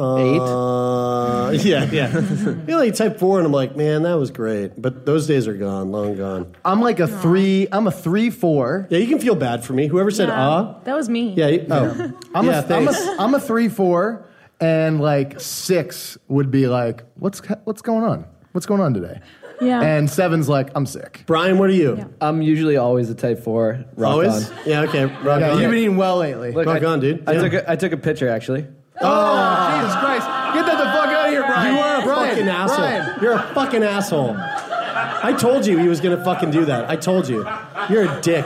[SPEAKER 4] Eight? Yeah, yeah. You're like type four, and I'm like, man, that was great. But those days are gone, long gone.
[SPEAKER 7] I'm like a three. I'm a three four.
[SPEAKER 4] Yeah, you can feel bad for me. Whoever said
[SPEAKER 5] Yeah,
[SPEAKER 4] ah.
[SPEAKER 5] that was me.
[SPEAKER 4] Yeah. you-
[SPEAKER 7] Yeah.
[SPEAKER 4] Oh.
[SPEAKER 7] I'm,
[SPEAKER 4] yeah,
[SPEAKER 7] a, I'm, a,
[SPEAKER 4] thanks.
[SPEAKER 7] I'm a three four, and like six would be like, what's co- what's going on? What's going on today?
[SPEAKER 5] Yeah.
[SPEAKER 7] And seven's like, I'm sick.
[SPEAKER 4] Brian, what are you?
[SPEAKER 6] I'm usually always a type four. Rock
[SPEAKER 4] Always?
[SPEAKER 6] on.
[SPEAKER 4] Yeah. Okay. Rock
[SPEAKER 7] Yeah,
[SPEAKER 4] on.
[SPEAKER 7] you've been eating well lately.
[SPEAKER 6] Look,
[SPEAKER 4] Rock
[SPEAKER 6] I,
[SPEAKER 4] on, dude.
[SPEAKER 6] I
[SPEAKER 4] Yeah.
[SPEAKER 6] took a, I took a picture actually.
[SPEAKER 7] Oh, Jesus Christ! Get that the fuck out of here, Brian.
[SPEAKER 4] You are a
[SPEAKER 7] Brian,
[SPEAKER 4] fucking asshole.
[SPEAKER 7] Brian.
[SPEAKER 4] You're a fucking asshole. I told you he was gonna fucking do that. I told you. You're a dick.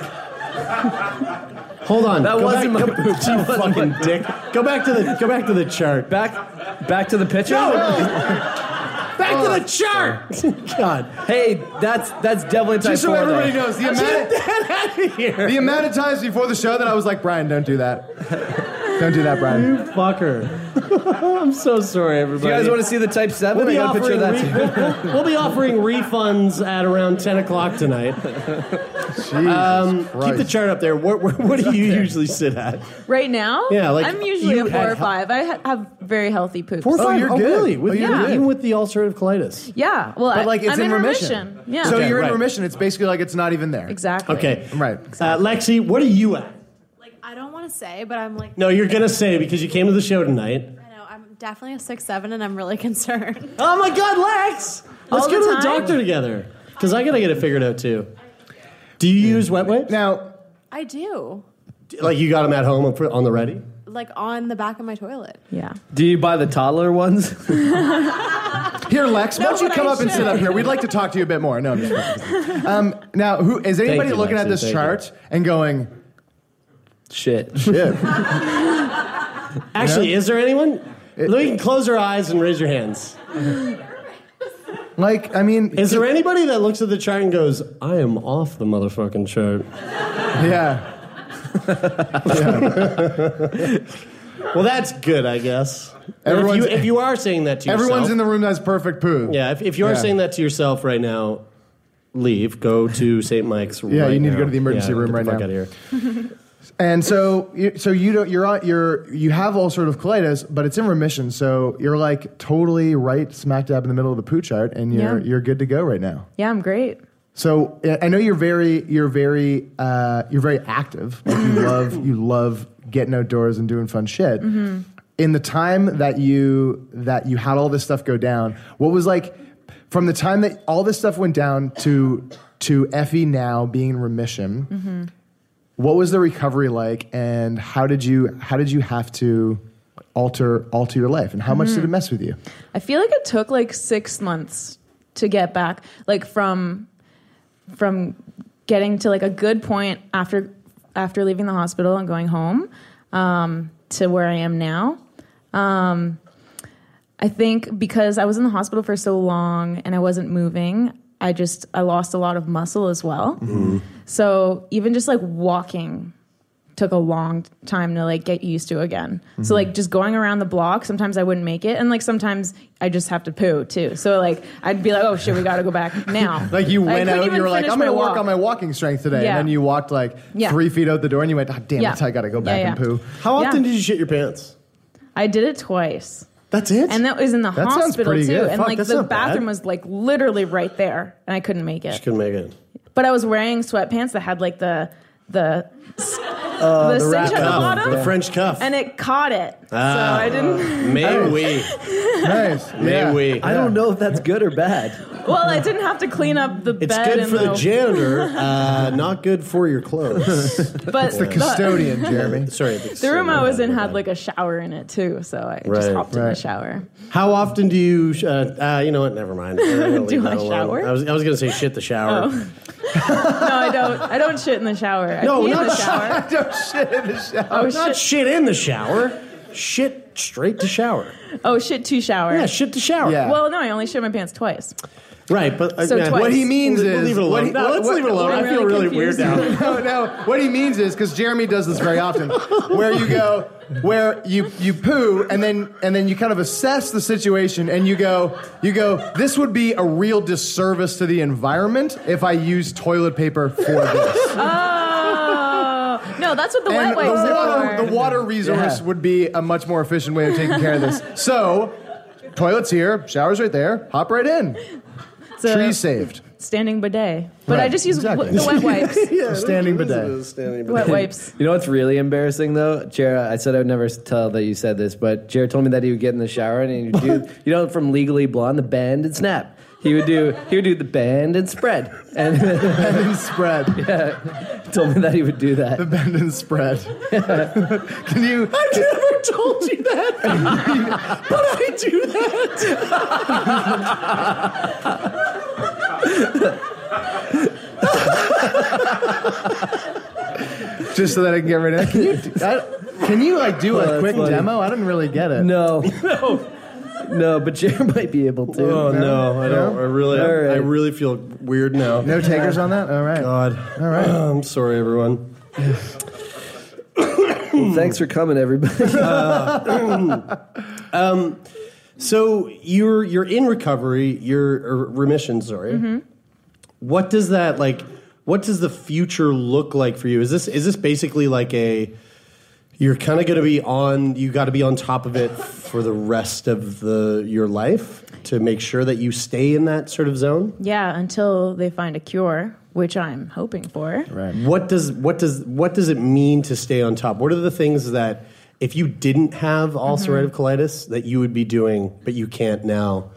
[SPEAKER 4] Hold on.
[SPEAKER 6] That
[SPEAKER 4] Go
[SPEAKER 6] wasn't
[SPEAKER 4] back-
[SPEAKER 6] my
[SPEAKER 4] go-
[SPEAKER 6] poop.
[SPEAKER 4] You
[SPEAKER 6] That wasn't
[SPEAKER 4] fucking
[SPEAKER 6] my-
[SPEAKER 4] dick. Go back to the go back to the chart.
[SPEAKER 6] Back back to the picture.
[SPEAKER 4] Back to the chart. God.
[SPEAKER 6] Hey, that's that's definitely type
[SPEAKER 7] Just so
[SPEAKER 6] four. though.
[SPEAKER 7] everybody knows, the amount
[SPEAKER 4] Get out of here.
[SPEAKER 7] the amount of times before the show that I was like, Brian, don't do that. don't do that, Brian.
[SPEAKER 4] You fucker. I'm so sorry,
[SPEAKER 6] If you
[SPEAKER 4] everybody.
[SPEAKER 6] guys want to see the type seven?
[SPEAKER 4] We'll be,
[SPEAKER 6] I got a picture
[SPEAKER 4] offering
[SPEAKER 6] of that.
[SPEAKER 4] re-
[SPEAKER 6] too.
[SPEAKER 4] we'll- we'll- we'll be offering refunds at around 10 o'clock tonight. um, keep the
[SPEAKER 7] Christ.
[SPEAKER 4] chart up there. What, what, what do you usually sit at?
[SPEAKER 5] Right now?
[SPEAKER 4] Yeah, like,
[SPEAKER 5] I'm usually
[SPEAKER 4] you
[SPEAKER 5] a four
[SPEAKER 4] had
[SPEAKER 5] or
[SPEAKER 4] hel-
[SPEAKER 5] five. I ha- have very healthy poops.
[SPEAKER 4] Four or five?
[SPEAKER 7] you're good.
[SPEAKER 4] really? With,
[SPEAKER 7] Oh, you're
[SPEAKER 4] yeah.
[SPEAKER 7] good.
[SPEAKER 4] Even with the ulcerative colitis.
[SPEAKER 5] Yeah. Well, I,
[SPEAKER 7] but like it's
[SPEAKER 5] I'm
[SPEAKER 7] in, remission.
[SPEAKER 5] Yeah.
[SPEAKER 7] So
[SPEAKER 4] Okay,
[SPEAKER 7] you're
[SPEAKER 4] right.
[SPEAKER 7] in remission. It's basically like it's not even there.
[SPEAKER 5] exactly.
[SPEAKER 4] Okay.
[SPEAKER 7] Right.
[SPEAKER 4] Uh, Lexi, what are you at?
[SPEAKER 10] I don't want to say, but I'm like,
[SPEAKER 4] No, you're going to say because you came to the show tonight.
[SPEAKER 10] I know, I'm definitely a six seven, and I'm really concerned.
[SPEAKER 4] Oh my God, Lex! Let's
[SPEAKER 10] All
[SPEAKER 4] go
[SPEAKER 10] the
[SPEAKER 4] to the
[SPEAKER 10] time?
[SPEAKER 4] doctor together because I got to get it figured out too. Do you use wet wipes?
[SPEAKER 7] Now,
[SPEAKER 10] I do,
[SPEAKER 4] like you got them at home on the ready?
[SPEAKER 10] like on the back of my toilet.
[SPEAKER 5] Yeah.
[SPEAKER 6] Do you buy the toddler ones?
[SPEAKER 7] Here, Lex, why don't you
[SPEAKER 10] but
[SPEAKER 7] come
[SPEAKER 10] I
[SPEAKER 7] up and sit
[SPEAKER 10] should.
[SPEAKER 7] up here? We'd like to talk to you a bit more. No, I'm just kidding. um, now, who is anybody
[SPEAKER 6] you,
[SPEAKER 7] looking
[SPEAKER 6] Lexi,
[SPEAKER 7] at this
[SPEAKER 6] thank
[SPEAKER 7] chart and going,
[SPEAKER 6] Shit.
[SPEAKER 7] shit?
[SPEAKER 4] Actually, is there anyone? Lou, you can close your eyes and raise your hands.
[SPEAKER 7] like, I mean,
[SPEAKER 4] Is there anybody that looks at the chart and goes, I am off the motherfucking chart?
[SPEAKER 7] yeah.
[SPEAKER 4] Well, that's good, I guess. If
[SPEAKER 7] Everyone's-
[SPEAKER 4] you, if you are saying that to yourself.
[SPEAKER 7] Everyone's in the room that has perfect poo.
[SPEAKER 4] Yeah, if, if you are
[SPEAKER 7] Yeah.
[SPEAKER 4] saying that to yourself right now, leave, go to St. Mike's.
[SPEAKER 7] Yeah, you need to go to the emergency room right now.
[SPEAKER 4] Out of here.
[SPEAKER 7] And so, you- so you don't, you're on, you're, you have all sort of colitis, but it's in remission. So you're like totally right smack dab in the middle of the pooch out, and you're
[SPEAKER 5] Yeah.
[SPEAKER 7] you're good to go right now.
[SPEAKER 5] Yeah, I'm great.
[SPEAKER 7] So I- I know you're very, you're very, uh, you're very active. Like, you love, you love getting outdoors and doing fun shit.
[SPEAKER 5] hmm
[SPEAKER 7] In the time that you that you had all this stuff go down, what was like from the time that all this stuff went down to to Effie now being in remission?
[SPEAKER 5] hmm
[SPEAKER 7] what was the recovery like and how did you how did you have to alter alter your life and how much
[SPEAKER 5] Mhm.
[SPEAKER 7] did it mess with you
[SPEAKER 5] I feel like it took like six months to get back, like from from getting to like a good point after after leaving the hospital and going home um, to where I am now. Um, I think because I was in the hospital for so long and I wasn't moving, I just I lost a lot of muscle as well. So even just like walking took a long time to like get used to again. So
[SPEAKER 12] Mhm.
[SPEAKER 5] like just going around the block, sometimes I wouldn't make it, and like sometimes I just have to poo too. So like I'd be like, oh shit, we got to go back now.
[SPEAKER 7] like you
[SPEAKER 5] I
[SPEAKER 7] went
[SPEAKER 5] couldn't
[SPEAKER 7] out
[SPEAKER 5] even
[SPEAKER 7] you were like
[SPEAKER 5] finish
[SPEAKER 7] i'm gonna
[SPEAKER 5] my
[SPEAKER 7] work
[SPEAKER 5] walk.
[SPEAKER 7] on my walking strength today
[SPEAKER 5] Yeah.
[SPEAKER 7] and then you walked like
[SPEAKER 5] Yeah.
[SPEAKER 7] three feet out the door and you went "Ah, damn
[SPEAKER 5] Yeah.
[SPEAKER 7] it i gotta go
[SPEAKER 5] Yeah,
[SPEAKER 7] back and
[SPEAKER 5] yeah.
[SPEAKER 7] poo
[SPEAKER 5] How often Yeah. did
[SPEAKER 4] you shit your pants
[SPEAKER 5] I did it twice.
[SPEAKER 4] That's it.
[SPEAKER 5] And that was in the
[SPEAKER 4] That sounds
[SPEAKER 5] hospital
[SPEAKER 4] pretty
[SPEAKER 5] too.
[SPEAKER 4] good.
[SPEAKER 5] And
[SPEAKER 4] Fuck,
[SPEAKER 5] like
[SPEAKER 4] that's
[SPEAKER 5] the
[SPEAKER 4] not bad.
[SPEAKER 5] bathroom was like literally right there, and I couldn't make
[SPEAKER 4] Just
[SPEAKER 5] it.
[SPEAKER 4] couldn't make it.
[SPEAKER 5] But I was wearing sweatpants that had like the the s-
[SPEAKER 4] Uh,
[SPEAKER 5] the, cinch at the bottom,
[SPEAKER 4] the French Ah. cuff.
[SPEAKER 5] and it caught it. so I didn't.
[SPEAKER 7] Oh.
[SPEAKER 4] May we?
[SPEAKER 7] nice.
[SPEAKER 4] May we?
[SPEAKER 12] I don't know if that's good or bad.
[SPEAKER 5] Well, I didn't have to clean up the
[SPEAKER 4] It's
[SPEAKER 5] bed.
[SPEAKER 4] good
[SPEAKER 5] and
[SPEAKER 4] for the janitor, uh, not good for your clothes. Uh,
[SPEAKER 5] But It's the the- custodian, Jeremy.
[SPEAKER 4] Sorry, the,
[SPEAKER 5] The room I was in had like a shower in it too, so I just
[SPEAKER 4] Right,
[SPEAKER 5] hopped in the
[SPEAKER 4] right.
[SPEAKER 5] shower.
[SPEAKER 4] How often do you? Sh- uh, uh, you know what? Never mind. I'm gonna
[SPEAKER 5] Do
[SPEAKER 4] leave
[SPEAKER 5] I
[SPEAKER 4] that alone.
[SPEAKER 5] shower?
[SPEAKER 4] I was, I was going to say shit the shower.
[SPEAKER 5] Oh. no, I don't. I don't shit in the shower. I
[SPEAKER 4] No,
[SPEAKER 5] pee in
[SPEAKER 4] not
[SPEAKER 5] the
[SPEAKER 4] sh-
[SPEAKER 5] shower.
[SPEAKER 7] I don't shit in the shower.
[SPEAKER 5] Oh shit!
[SPEAKER 4] not shit in the shower. Shit straight to shower.
[SPEAKER 5] oh shit! To shower.
[SPEAKER 4] Yeah, shit to shower. Yeah.
[SPEAKER 5] Well, no, I only shit my pants twice.
[SPEAKER 4] Right, but uh,
[SPEAKER 5] So
[SPEAKER 4] yeah.
[SPEAKER 5] twice. What he means
[SPEAKER 4] We'll- we'll
[SPEAKER 7] is-
[SPEAKER 4] leave it alone.
[SPEAKER 7] what he-
[SPEAKER 4] No,
[SPEAKER 7] what-
[SPEAKER 4] let's
[SPEAKER 7] what-
[SPEAKER 4] leave it alone.
[SPEAKER 7] I'm
[SPEAKER 4] I feel really
[SPEAKER 7] really
[SPEAKER 4] weird now.
[SPEAKER 7] no, no. What he means is because Jeremy does this very often, where you go, where you you poo, and then and then you kind of assess the situation, and you go, you go. This would be a real disservice to the environment if I use toilet paper for this.
[SPEAKER 5] Oh no, that's what the
[SPEAKER 7] And
[SPEAKER 5] wet
[SPEAKER 7] the
[SPEAKER 5] wipes are
[SPEAKER 7] water,
[SPEAKER 5] for.
[SPEAKER 7] the water resource
[SPEAKER 5] Yeah.
[SPEAKER 7] would be a much more efficient way of taking care of this. So, toilets here, showers right there. Hop right in.
[SPEAKER 5] So-
[SPEAKER 7] Tree saved.
[SPEAKER 5] Standing bidet, but
[SPEAKER 7] Right,
[SPEAKER 5] I just use
[SPEAKER 7] exactly.
[SPEAKER 5] w- the wet wipes.
[SPEAKER 7] standing
[SPEAKER 6] bidet.
[SPEAKER 5] Wet wipes.
[SPEAKER 6] You know what's really embarrassing though, Jared? I said I would never s- tell that you said this, but Jared told me that he would get in the shower and he would do, you know, from Legally Blonde, the bend and snap. He would do, he would do the bend and spread, and,
[SPEAKER 7] and spread.
[SPEAKER 6] Yeah, he told me that he would do that. The
[SPEAKER 7] bend and spread. Can you?
[SPEAKER 4] I've never told you that, but I do that.
[SPEAKER 7] Just so that I can get rid of it. Can you, do- I- can you like do
[SPEAKER 6] Oh,
[SPEAKER 7] a
[SPEAKER 6] that's
[SPEAKER 7] quick
[SPEAKER 6] funny.
[SPEAKER 7] demo? I didn't really get it.
[SPEAKER 6] No, no, no. But Jared might be able to.
[SPEAKER 4] Oh no, I don't. I really,
[SPEAKER 6] All right.
[SPEAKER 4] I really feel weird now.
[SPEAKER 7] No takers on that. All right.
[SPEAKER 4] God.
[SPEAKER 7] All right.
[SPEAKER 4] I'm sorry, everyone.
[SPEAKER 6] Well, thanks for coming, everybody.
[SPEAKER 4] Uh, um, so you're you're in recovery, you're or remission. Sorry.
[SPEAKER 5] Mhm.
[SPEAKER 4] What does that like? What does the future look like for you? Is this is this basically like a you're kind of going to be on you got to be on top of it for the rest of the your life to make sure that you stay in that sort of zone?
[SPEAKER 5] Yeah, until they find a cure, which I'm hoping for.
[SPEAKER 4] Right. What does what does what does it mean to stay on top? What are the things that if you didn't have
[SPEAKER 5] Mm-hmm.
[SPEAKER 4] ulcerative colitis that you would be doing, but you can't now,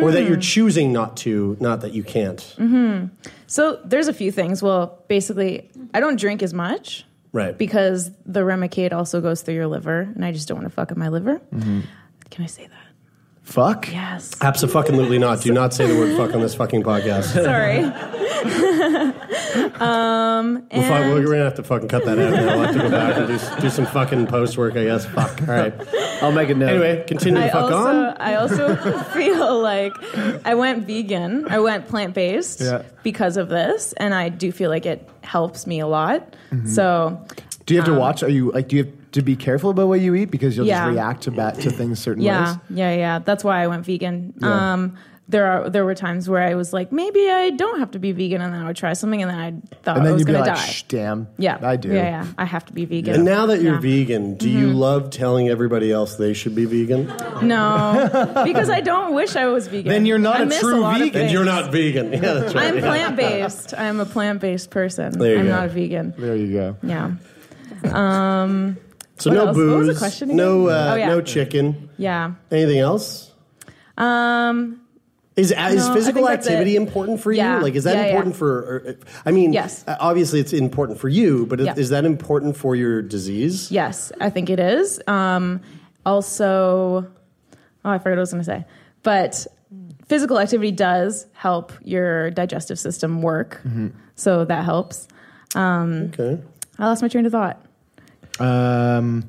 [SPEAKER 4] or that you're
[SPEAKER 5] Mm.
[SPEAKER 4] choosing not to, not that you can't?
[SPEAKER 5] hmm So there's a few things. Well, basically, I don't drink as much
[SPEAKER 4] Right.
[SPEAKER 5] because the Remicade also goes through your liver, and I just don't want to fuck up my liver.
[SPEAKER 7] Mm-hmm.
[SPEAKER 5] Can I say that?
[SPEAKER 7] Fuck.
[SPEAKER 5] Yes.
[SPEAKER 4] Absolutely not. Do not say the word "fuck" on this fucking podcast.
[SPEAKER 5] Sorry. um,
[SPEAKER 4] We'll fi-
[SPEAKER 5] and
[SPEAKER 4] we're gonna have to fucking cut that out. Now. We'll have to go back and do, s- do some fucking post work, I guess. Fuck. All right.
[SPEAKER 6] I'll make a note.
[SPEAKER 4] Anyway, continue
[SPEAKER 5] I
[SPEAKER 4] the fuck
[SPEAKER 5] also,
[SPEAKER 4] on.
[SPEAKER 5] I also feel like I went vegan. I went plant based
[SPEAKER 7] Yeah.
[SPEAKER 5] because of this, and I do feel like it helps me a lot.
[SPEAKER 7] Mm-hmm.
[SPEAKER 5] So
[SPEAKER 7] Do you
[SPEAKER 6] Um,
[SPEAKER 7] have to watch? Are you like? Do you have to be careful about what you eat because you'll
[SPEAKER 5] Yeah.
[SPEAKER 7] just react to bat to things certain
[SPEAKER 5] yeah,
[SPEAKER 7] ways?
[SPEAKER 5] yeah, yeah. That's why I went vegan.
[SPEAKER 7] Yeah.
[SPEAKER 5] Um, there are there were times where I was like, maybe I don't have to be vegan, and then I would try something, and then I thought
[SPEAKER 7] and
[SPEAKER 5] I
[SPEAKER 7] then
[SPEAKER 5] was
[SPEAKER 7] you'd be
[SPEAKER 5] going
[SPEAKER 7] like,
[SPEAKER 5] to die.
[SPEAKER 7] Shh, damn.
[SPEAKER 5] yeah,
[SPEAKER 7] I do.
[SPEAKER 5] Yeah, yeah, I have to be vegan.
[SPEAKER 4] And now that you're
[SPEAKER 5] Yeah. Mm-hmm.
[SPEAKER 4] vegan, do you love telling everybody else they should be vegan?
[SPEAKER 5] No, because I don't wish I was vegan.
[SPEAKER 4] Then you're not
[SPEAKER 5] I
[SPEAKER 4] a
[SPEAKER 5] miss
[SPEAKER 4] true
[SPEAKER 5] lot of
[SPEAKER 4] vegan. And you're
[SPEAKER 5] things.
[SPEAKER 4] not vegan. Yeah, that's right.
[SPEAKER 5] I'm
[SPEAKER 4] Yeah.
[SPEAKER 5] plant based. I'm a plant based person.
[SPEAKER 4] There you
[SPEAKER 5] I'm
[SPEAKER 4] go.
[SPEAKER 5] not a vegan.
[SPEAKER 7] There you go.
[SPEAKER 5] Yeah. Um.
[SPEAKER 4] So
[SPEAKER 5] what
[SPEAKER 4] no
[SPEAKER 5] else?
[SPEAKER 4] booze,
[SPEAKER 5] What was the question again?
[SPEAKER 4] no uh,
[SPEAKER 5] Oh, yeah.
[SPEAKER 4] no chicken.
[SPEAKER 5] Yeah.
[SPEAKER 4] Anything else?
[SPEAKER 5] Um.
[SPEAKER 4] Is,
[SPEAKER 5] No,
[SPEAKER 4] is
[SPEAKER 5] I
[SPEAKER 4] physical
[SPEAKER 5] think that's
[SPEAKER 4] activity
[SPEAKER 5] it.
[SPEAKER 4] important for
[SPEAKER 5] Yeah.
[SPEAKER 4] you? Like, is that
[SPEAKER 5] Yeah, yeah.
[SPEAKER 4] important for? Or, uh, I mean,
[SPEAKER 5] Yes.
[SPEAKER 4] uh, Obviously, it's important for you, but
[SPEAKER 5] Yeah.
[SPEAKER 4] is that important for your disease?
[SPEAKER 5] Yes, I think it is. Um, also, oh, I forgot what I was going to say, but physical activity does help your digestive system work,
[SPEAKER 4] Mm-hmm.
[SPEAKER 5] so that helps. Um,
[SPEAKER 4] okay,
[SPEAKER 5] I lost my train of thought.
[SPEAKER 7] Um,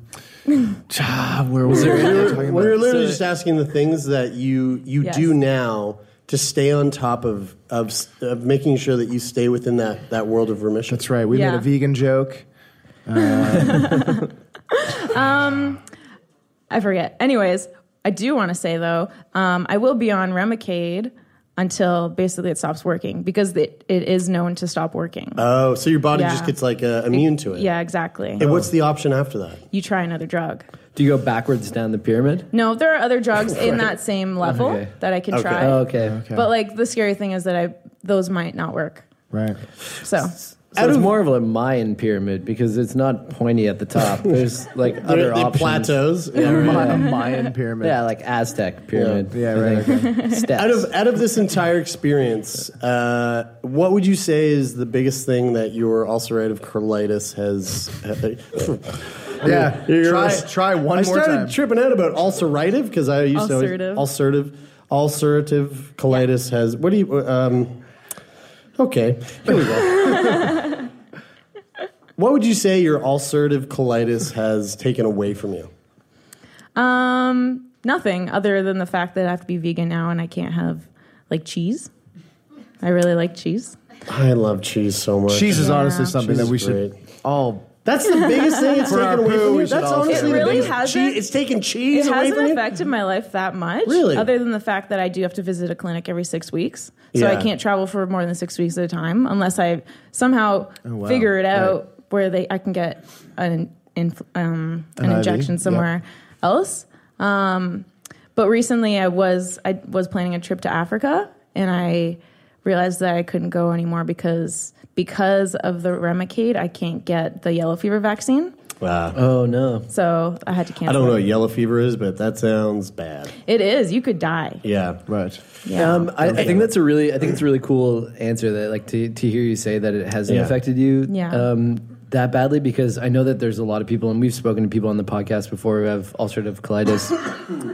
[SPEAKER 7] ah, where was
[SPEAKER 4] we
[SPEAKER 7] it?
[SPEAKER 4] were,
[SPEAKER 7] What were we
[SPEAKER 4] we
[SPEAKER 7] talking
[SPEAKER 4] were
[SPEAKER 7] about?
[SPEAKER 4] literally
[SPEAKER 7] So-
[SPEAKER 4] just asking the things that you you
[SPEAKER 5] Yes.
[SPEAKER 4] do now to stay on top of, of s- of making sure that you stay within that, that world of remission. That's
[SPEAKER 7] right. We made
[SPEAKER 5] Yeah.
[SPEAKER 7] a vegan joke.
[SPEAKER 5] Um, I forget. Anyways, I do want to say though, um, I will be on Remicade until basically it stops working because it, it is known to stop working.
[SPEAKER 4] Oh, so your body
[SPEAKER 5] Yeah.
[SPEAKER 4] just gets like uh, immune to it.
[SPEAKER 5] Yeah, exactly.
[SPEAKER 4] And what's the option after that?
[SPEAKER 5] you try another drug?
[SPEAKER 6] Do you go backwards down the pyramid?
[SPEAKER 5] No, there are other drugs in
[SPEAKER 6] Right.
[SPEAKER 5] that same level
[SPEAKER 6] Okay.
[SPEAKER 5] that I can try.
[SPEAKER 6] Oh, okay. okay.
[SPEAKER 5] But like the scary thing is that I those might not work.
[SPEAKER 7] right.
[SPEAKER 5] So
[SPEAKER 6] So it's more of a Mayan pyramid because it's not pointy at the top. There's like
[SPEAKER 4] They're-
[SPEAKER 6] other
[SPEAKER 4] they're
[SPEAKER 6] options.
[SPEAKER 4] plateaus. Yeah,
[SPEAKER 7] right.
[SPEAKER 6] A
[SPEAKER 7] Mayan pyramid.
[SPEAKER 6] Yeah, like Aztec pyramid.
[SPEAKER 7] Yeah, right.
[SPEAKER 4] Out of out of this entire experience, uh, what would you say is the biggest thing that your ulcerative colitis has?
[SPEAKER 7] Yeah, try- try one
[SPEAKER 4] I
[SPEAKER 7] more
[SPEAKER 4] started
[SPEAKER 7] time.
[SPEAKER 4] tripping out about ulcerative because I used to
[SPEAKER 5] Ulcerative.
[SPEAKER 4] always- ulcerative ulcerative colitis has. What do you? Um, okay, here we go. what would you say your ulcerative colitis has taken away from you?
[SPEAKER 5] um nothing other than the fact that I have to be vegan now and I can't have like cheese. I really like cheese.
[SPEAKER 4] I love cheese so much.
[SPEAKER 7] Cheese is honestly
[SPEAKER 5] Yeah.
[SPEAKER 7] something
[SPEAKER 4] Cheese
[SPEAKER 7] that we
[SPEAKER 4] is
[SPEAKER 7] should all.
[SPEAKER 4] That's the biggest thing it's
[SPEAKER 7] For our
[SPEAKER 4] taken away
[SPEAKER 7] poo,
[SPEAKER 4] from
[SPEAKER 7] we
[SPEAKER 4] you.
[SPEAKER 7] should
[SPEAKER 4] That's
[SPEAKER 7] all
[SPEAKER 4] honestly
[SPEAKER 5] It
[SPEAKER 4] the
[SPEAKER 5] really
[SPEAKER 4] biggest-
[SPEAKER 5] hasn't.
[SPEAKER 4] Cheese, it's taken cheese
[SPEAKER 5] It
[SPEAKER 4] away
[SPEAKER 5] hasn't
[SPEAKER 4] from you.
[SPEAKER 5] affected my life that much.
[SPEAKER 4] Really?
[SPEAKER 5] Other than the fact that I do have to visit a clinic every six weeks, so
[SPEAKER 4] Yeah.
[SPEAKER 5] I can't travel for more than six weeks at a time unless I somehow
[SPEAKER 7] Oh, wow.
[SPEAKER 5] figure it
[SPEAKER 7] Right.
[SPEAKER 5] out where they I can get an inf- um,
[SPEAKER 7] An
[SPEAKER 5] an,
[SPEAKER 7] IV,
[SPEAKER 5] injection
[SPEAKER 7] yeah.
[SPEAKER 5] somewhere else. Um, but recently, I was I was planning a trip to Africa, and I realized that I couldn't go anymore because because of the Remicade, I can't get the yellow fever vaccine.
[SPEAKER 4] Wow.
[SPEAKER 6] Oh no.
[SPEAKER 5] So I had to cancel.
[SPEAKER 4] I don't know what
[SPEAKER 5] it.
[SPEAKER 4] yellow fever is, but that sounds bad.
[SPEAKER 5] It is. You could die.
[SPEAKER 4] Yeah.
[SPEAKER 7] Right.
[SPEAKER 5] Yeah.
[SPEAKER 6] Um, I, I think that's a really, I think it's a really cool answer that like to, to hear you say that it hasn't
[SPEAKER 4] Yeah.
[SPEAKER 6] affected you
[SPEAKER 5] Yeah.
[SPEAKER 6] um, that badly because I know that there's a lot of people and we've spoken to people on the podcast before who have ulcerative colitis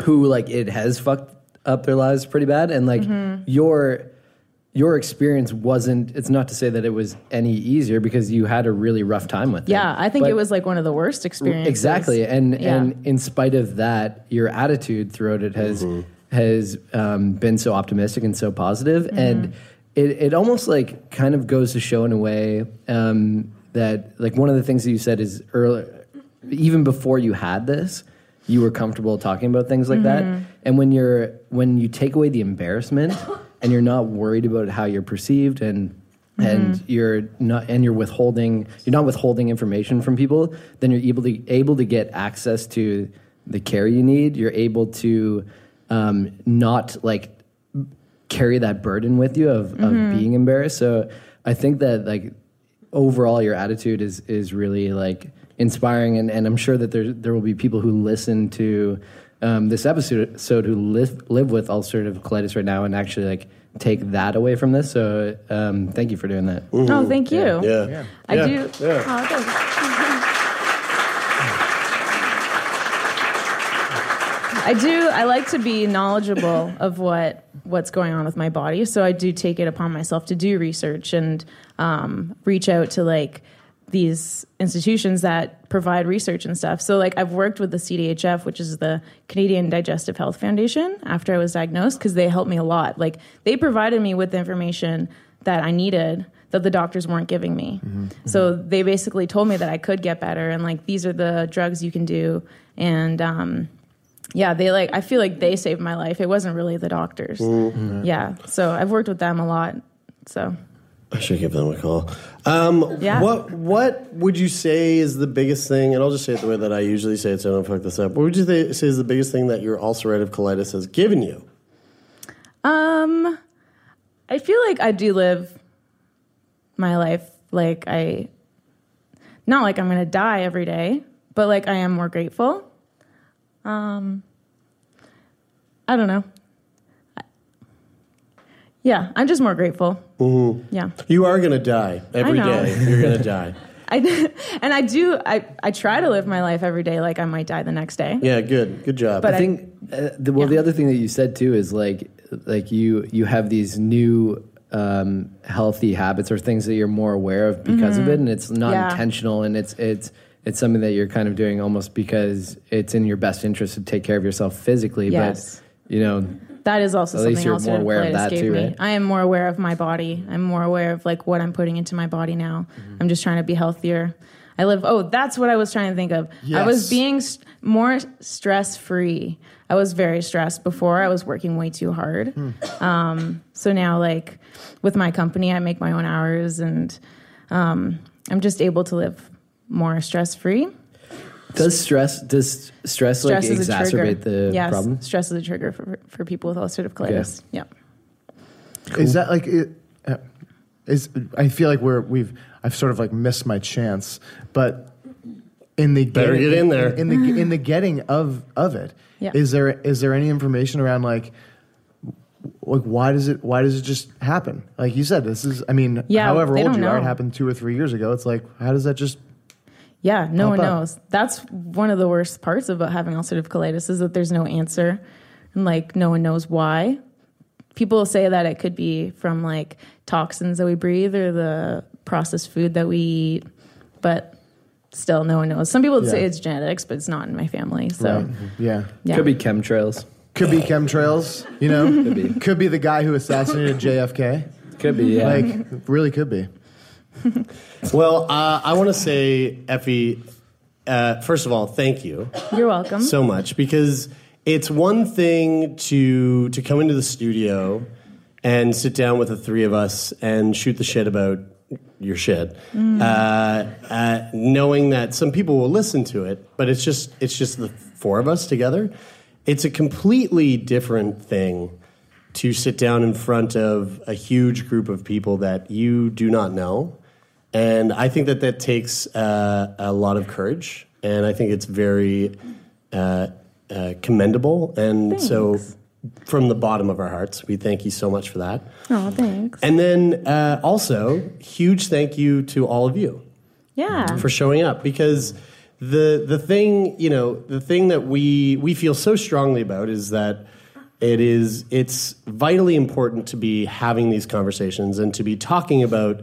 [SPEAKER 6] who like it has fucked up their lives pretty bad and like
[SPEAKER 5] Mm-hmm.
[SPEAKER 6] your your experience wasn't it's not to say that it was any easier because you had a really rough time with it.
[SPEAKER 5] Yeah, I think
[SPEAKER 6] But-
[SPEAKER 5] it was like one of the worst experiences.
[SPEAKER 6] Exactly, and
[SPEAKER 5] Yeah.
[SPEAKER 6] and in spite of that, your attitude throughout it has has um, been so optimistic and so positive,
[SPEAKER 5] Mm-hmm.
[SPEAKER 6] and it it almost like kind of goes to show in a way um, that like one of the things that you said is earlier, even before you had this, you were comfortable talking about things like
[SPEAKER 5] Mhm.
[SPEAKER 6] that, and when you're when you take away the embarrassment and you're not worried about how you're perceived and and you're not and you're withholding you're not withholding information from people then you're able to able to get access to the care you need you're able to um, not like carry that burden with you of,
[SPEAKER 5] Mhm.
[SPEAKER 6] of being embarrassed so i think that like overall your attitude is is really like inspiring and, and i'm sure that there there will be people who listen to um, this episode episode who live live with ulcerative colitis right now and actually like take that away from this so um, thank you for doing that
[SPEAKER 5] Oh, thank you.
[SPEAKER 6] Mm-hmm. Yeah. Yeah.
[SPEAKER 5] I
[SPEAKER 6] Yeah.
[SPEAKER 5] do.
[SPEAKER 6] Yeah.
[SPEAKER 5] Oh, thanks. I do. I like to be knowledgeable of what what's going on with my body, so I do take it upon myself to do research and um, reach out to like these institutions that provide research and stuff. So like I've worked with the CDHF, which is the Canadian Digestive Health Foundation, after I was diagnosed because they helped me a lot. Like they provided me with the information that I needed that the doctors weren't giving me. So they basically told me that I could get better and like these are the drugs you can do and um yeah, they like. I feel like they saved my life. It wasn't really the doctors.
[SPEAKER 4] Mhm.
[SPEAKER 5] Yeah, so I've worked with them a lot. So
[SPEAKER 4] I should give them a call. Um,
[SPEAKER 5] Yeah.
[SPEAKER 4] What What would you say is the biggest thing? And I'll just say it the way that I usually say it, so I don't fuck this up. What would you say say is the biggest thing that your ulcerative colitis has given you?
[SPEAKER 5] Um, I feel like I do live my life like I, not like I'm gonna die every day, but like I am more grateful. Um, I don't know. I- Yeah, I'm just more grateful.
[SPEAKER 4] Mhm.
[SPEAKER 5] Yeah.
[SPEAKER 4] You are gonna die every
[SPEAKER 5] I know.
[SPEAKER 4] day. You're gonna die.
[SPEAKER 5] I, and I do, I, I try to live my life every day like I might die the next day.
[SPEAKER 4] Yeah, good, good job.
[SPEAKER 5] But
[SPEAKER 6] I
[SPEAKER 5] I-
[SPEAKER 6] think uh, the, well, the other thing that you said too is like like you you have these new um, healthy habits or things that you're more aware of because of
[SPEAKER 12] Mhm.
[SPEAKER 5] Mm-hmm.
[SPEAKER 6] it, and it's not
[SPEAKER 12] Yeah.
[SPEAKER 6] intentional, and it's it's it's something that you're kind of doing almost because it's in your best interest to take care of yourself physically.
[SPEAKER 5] Yes.
[SPEAKER 6] But you know,
[SPEAKER 5] That is also
[SPEAKER 6] At
[SPEAKER 5] something
[SPEAKER 6] least you're
[SPEAKER 5] else
[SPEAKER 6] more aware of
[SPEAKER 5] colitis
[SPEAKER 6] that
[SPEAKER 5] gave
[SPEAKER 6] too,
[SPEAKER 5] me.
[SPEAKER 6] right?
[SPEAKER 5] I am more aware of my body. I'm more aware of like what I'm putting into my body now.
[SPEAKER 6] Mm-hmm.
[SPEAKER 5] I'm just trying to be healthier. I live. Oh, that's what I was trying to think of. I
[SPEAKER 13] Yes.
[SPEAKER 5] was being st- more stress free. I was very stressed before. I was working way too hard.
[SPEAKER 6] Hmm.
[SPEAKER 5] Um, so now, like with my company, I make my own hours, and um, I'm just able to live more stress free.
[SPEAKER 6] does stress does stress,
[SPEAKER 5] Stress
[SPEAKER 6] like
[SPEAKER 5] is a trigger.
[SPEAKER 6] exacerbate the
[SPEAKER 5] yes,
[SPEAKER 6] problem?
[SPEAKER 5] Stress is a trigger for for people with ulcerative colitis. Yeah.
[SPEAKER 7] Is that like it? uh, Is I feel like we're we've I've sort of like missed my chance, but in the
[SPEAKER 4] Better get in there.
[SPEAKER 7] in, the in the getting of of it. Is
[SPEAKER 4] Yeah.
[SPEAKER 7] there is there any information around like like why does it why does it just happen? Like you said, this is I mean,
[SPEAKER 5] Yeah,
[SPEAKER 7] however
[SPEAKER 5] they
[SPEAKER 7] old
[SPEAKER 5] don't
[SPEAKER 7] you are, it
[SPEAKER 5] know.
[SPEAKER 7] happened two or three years ago. It's like how does that just
[SPEAKER 5] Yeah, no
[SPEAKER 7] Pop
[SPEAKER 5] one
[SPEAKER 7] up.
[SPEAKER 5] knows. That's one of the worst parts about having ulcerative colitis is that there's no answer and like no one knows why. People say that it could be from like toxins that we breathe or the processed food that we eat, but still no one knows. Some people say
[SPEAKER 7] Yeah.
[SPEAKER 5] it's genetics, but it's not in my family. So
[SPEAKER 7] Right. yeah.
[SPEAKER 5] Yeah. Could
[SPEAKER 6] be chemtrails.
[SPEAKER 7] Could be chemtrails. You know, could be. the guy who assassinated JFK.
[SPEAKER 6] Could be, yeah.
[SPEAKER 7] Like really could be.
[SPEAKER 4] well, uh, I want to say, Effie. Uh, first of all, thank you.
[SPEAKER 5] you're welcome.
[SPEAKER 4] so much because it's one thing to to come into the studio and sit down with the three of us and shoot the shit about your shit,
[SPEAKER 14] Mm.
[SPEAKER 4] uh, uh, knowing that some people will listen to it, but it's just it's just the four of us together. It's a completely different thing to sit down in front of a huge group of people that you do not know and I think that that takes uh, a lot of courage, and I think it's very uh, uh, commendable. And so, from the bottom of our hearts, we thank you so much for that.
[SPEAKER 5] Oh, thanks.
[SPEAKER 4] And then uh, also, huge thank you to all of you
[SPEAKER 5] Yeah.
[SPEAKER 4] for showing up because the the thing you know the thing that we we feel so strongly about is that it is it's vitally important to be having these conversations and to be talking about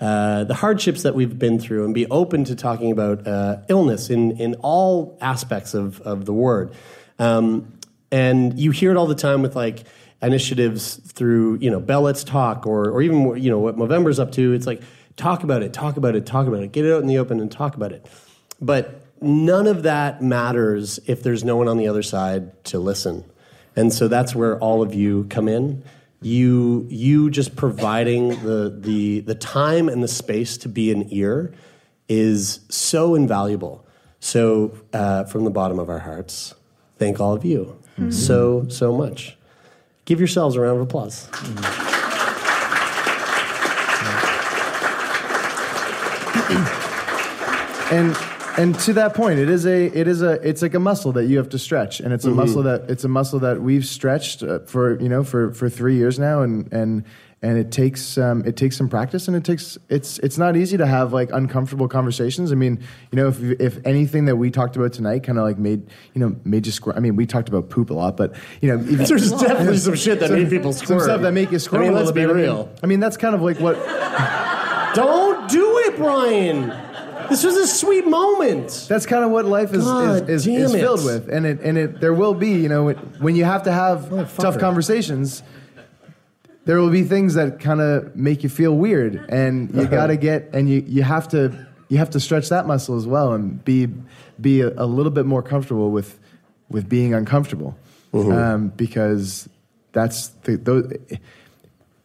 [SPEAKER 4] uh, the hardships that we've been through and be open to talking about uh, illness in in all aspects of of the word um, and you hear it all the time with like initiatives through you know Bell Let's Talk or or even you know what Movember's up to. It's like talk about it, talk about it, talk about it, get it out in the open and talk about it. But none of that matters if there's no one on the other side to listen. And so that's where all of you come in. You you just providing the the the time and the space to be an ear is so invaluable. So uh, from the bottom of our hearts, thank all of you
[SPEAKER 14] Mhm.
[SPEAKER 4] so so much. Give yourselves a round of applause.
[SPEAKER 7] and and to that point it is a it is a it's like a muscle that you have to stretch and it's a
[SPEAKER 4] Mhm.
[SPEAKER 7] muscle that it's a muscle that we've stretched uh, for you know for for 3 years now and and and it takes um, it takes some practice and it takes it's it's not easy to have like uncomfortable conversations i mean you know if if anything that we talked about tonight kind of like made you know made you squirm i mean we talked about poop a lot but you know even-
[SPEAKER 4] There's definitely some shit that made people
[SPEAKER 7] some stuff
[SPEAKER 4] squirm.
[SPEAKER 7] that make you
[SPEAKER 4] I
[SPEAKER 7] squirm
[SPEAKER 4] mean,
[SPEAKER 7] a
[SPEAKER 4] let's
[SPEAKER 7] little bit.
[SPEAKER 4] be
[SPEAKER 7] I mean-
[SPEAKER 4] real.
[SPEAKER 7] I mean that's kind of like what
[SPEAKER 4] Don't do it, Brian. This was a sweet moment.
[SPEAKER 7] That's kind of what life is
[SPEAKER 4] God
[SPEAKER 7] is, is,
[SPEAKER 4] damn
[SPEAKER 7] is
[SPEAKER 4] it.
[SPEAKER 7] filled with, and it and it there will be you know when- when you have to have tough conversations, there will be things that kind of make you feel weird, and you
[SPEAKER 4] Uh-huh.
[SPEAKER 7] got to get and you you have to you have to stretch that muscle as well and be be a, a little bit more comfortable with with being uncomfortable um, because that's the, those,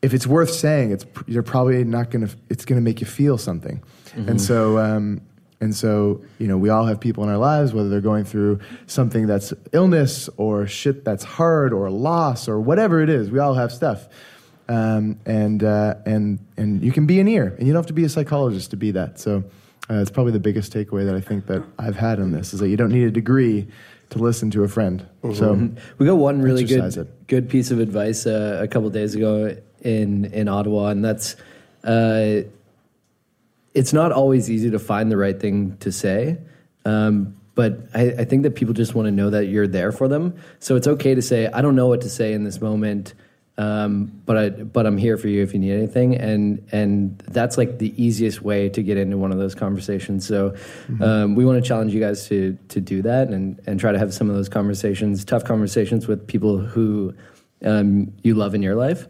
[SPEAKER 7] if it's worth saying, it's pr- you're probably not gonna. It's gonna make you feel something,
[SPEAKER 13] Mhm.
[SPEAKER 7] and so. Um, and so, you know, we all have people in our lives, whether they're going through something that's illness or shit that's hard or loss or whatever it is. We all have stuff, um, and uh, and and you can be an ear, and you don't have to be a psychologist to be that. So, uh, it's probably the biggest takeaway that I think that I've had on this is that you don't need a degree to listen to a friend. So,
[SPEAKER 6] Mhm. we got one really good
[SPEAKER 7] exercise it.
[SPEAKER 6] good piece of advice uh, a couple days ago in in Ottawa, and that's uh, it's not always easy to find the right thing to say. Um, but I, I think that people just want to know that you're there for them. So it's okay to say, I don't know what to say in this moment, um, but I but I'm here for you if you need anything. And and that's like the easiest way to get into one of those conversations. So um, we want to challenge you guys to to do that and and try to have some of those conversations, tough conversations with people who um, you love in your life.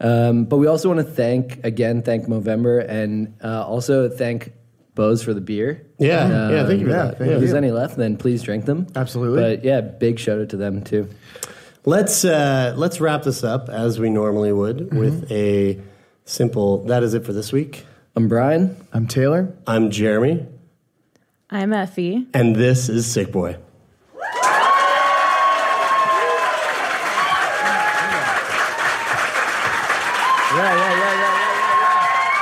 [SPEAKER 6] Um, but we also want to thank again, thank Movember, and uh, also thank Bose for the beer.
[SPEAKER 4] Yeah, yeah, thank you for
[SPEAKER 6] um,
[SPEAKER 4] that. Yeah,
[SPEAKER 6] If there's
[SPEAKER 4] yeah.
[SPEAKER 6] any left, then please drink them. Absolutely. But yeah, big shout out to them too.
[SPEAKER 4] Let's uh, let's wrap this up as we normally would with a simple. That is it for this week.
[SPEAKER 6] I'm Um, Brian.
[SPEAKER 7] I'm Taylor.
[SPEAKER 4] I'm Jeremy,
[SPEAKER 5] I'm Effie.
[SPEAKER 4] and this is Sick Boy.
[SPEAKER 6] yeah, yeah, yeah, yeah.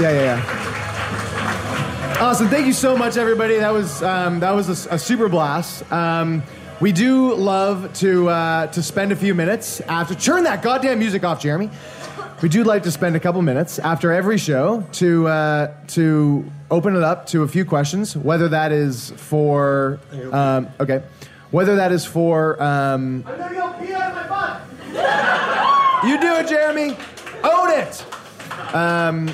[SPEAKER 7] Yeah, yeah, yeah. Awesome. Thank you so much, everybody. That was um, that was a s- a, super blast. Um, we do love to uh, to spend a few minutes after turn that goddamn music off, Jeremy. We do like to spend a couple minutes after every show to uh, to open it up to a few questions, whether that is for um, okay, whether that is for um, you do it, Jeremy. Own it. Um,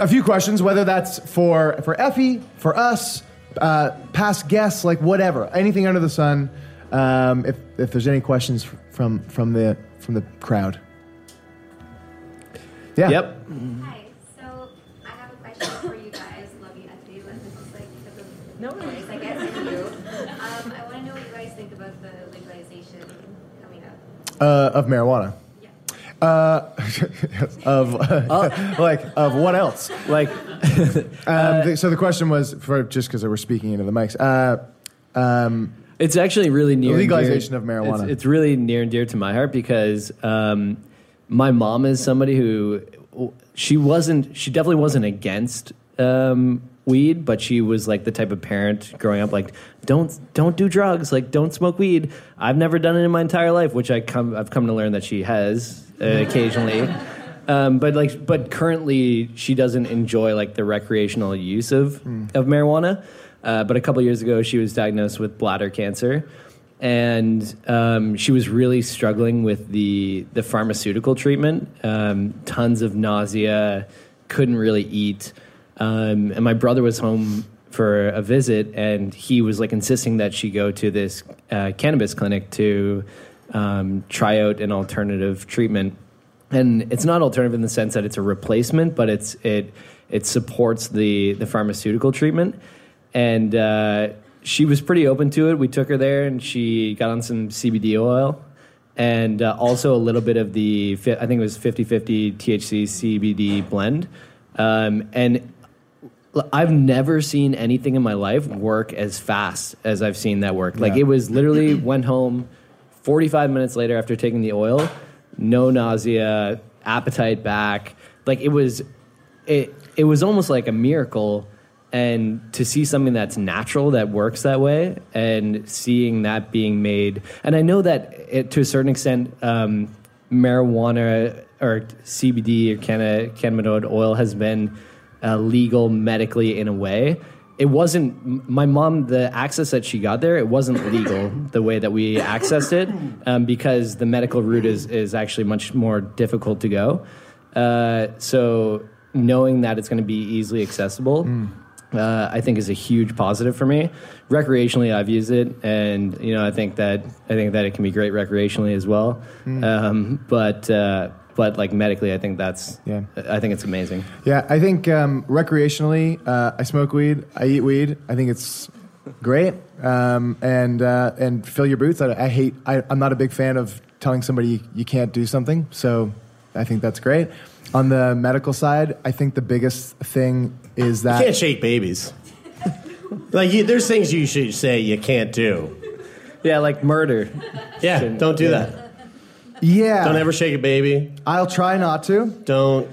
[SPEAKER 7] a few questions, whether that's for for Effie, for us, uh, past guests, like whatever, anything under the sun. Um, if if there's any questions from from the from the crowd. Yeah. Yep.
[SPEAKER 14] Hi. So I have a question for you guys. Love you, Effie, but this is like for the
[SPEAKER 5] No
[SPEAKER 14] boys, I guess, and you. Um, I want to know what you guys think about the legalization coming up.
[SPEAKER 7] Uh, of marijuana. Uh, of like of what else?
[SPEAKER 6] Like,
[SPEAKER 7] um, the, so the question was for just because we're speaking into the mics. Uh, um,
[SPEAKER 6] It's actually really near and dear-
[SPEAKER 7] legalization of marijuana.
[SPEAKER 6] It's, it's really near and dear to my heart because um, my mom is somebody who she wasn't. She definitely wasn't against um, weed, but she was like the type of parent growing up like don't don't do drugs, like don't smoke weed. I've never done it in my entire life, which I come I've come to learn that she has uh, occasionally. Um, but like, but currently she doesn't enjoy like the recreational use of of marijuana. Uh, but a couple years ago, she was diagnosed with bladder cancer, and um, she was really struggling with the the pharmaceutical treatment. Um, tons of nausea, couldn't really eat. Um, and my brother was home for a visit, and he was like insisting that she go to this uh, cannabis clinic to um, try out an alternative treatment and it's not alternative in the sense that it's a replacement, but it's it it supports the the pharmaceutical treatment. And uh, she was pretty open to it. We took her there, and she got on some CBD oil, and uh, also a little bit of the fi- I think it was 50-50 THC CBD blend. Um, and l- I've never seen anything in my life work as fast as I've seen that work. Like
[SPEAKER 12] Yeah.
[SPEAKER 6] it was literally went home. 45 minutes later after taking the oil no nausea appetite back like it was it it was almost like a miracle and to see something that's natural that works that way and seeing that being made and i know that it, to a certain extent um, marijuana or cbd or canna, cannabinoid oil has been uh, legal medically in a way it wasn't m- my mom the access that she got there it wasn't legal the way that we accessed it um, because the medical route is, is actually much more difficult to go uh, so knowing that it's going to be easily accessible uh, I think is a huge positive for me. Recreationally, I've used it, and you know, I think that I think that it can be great recreationally as well.
[SPEAKER 7] Mm.
[SPEAKER 6] Um, but uh, but like medically, I think that's
[SPEAKER 7] Yeah.
[SPEAKER 6] I think it's amazing.
[SPEAKER 7] Yeah, I think um, recreationally, uh, I smoke weed, I eat weed. I think it's great. Um, and uh, and fill your boots. I, I hate. I, I'm not a big fan of telling somebody you can't do something. So I think that's great. On the medical side, I think the biggest thing is that
[SPEAKER 4] You can't shake babies. like you, there's things you should say you can't do.
[SPEAKER 6] Yeah, like murder.
[SPEAKER 4] Yeah, don't do
[SPEAKER 7] yeah.
[SPEAKER 4] that.
[SPEAKER 7] Yeah.
[SPEAKER 4] Don't ever shake a baby.
[SPEAKER 7] I'll try not to.
[SPEAKER 4] Don't.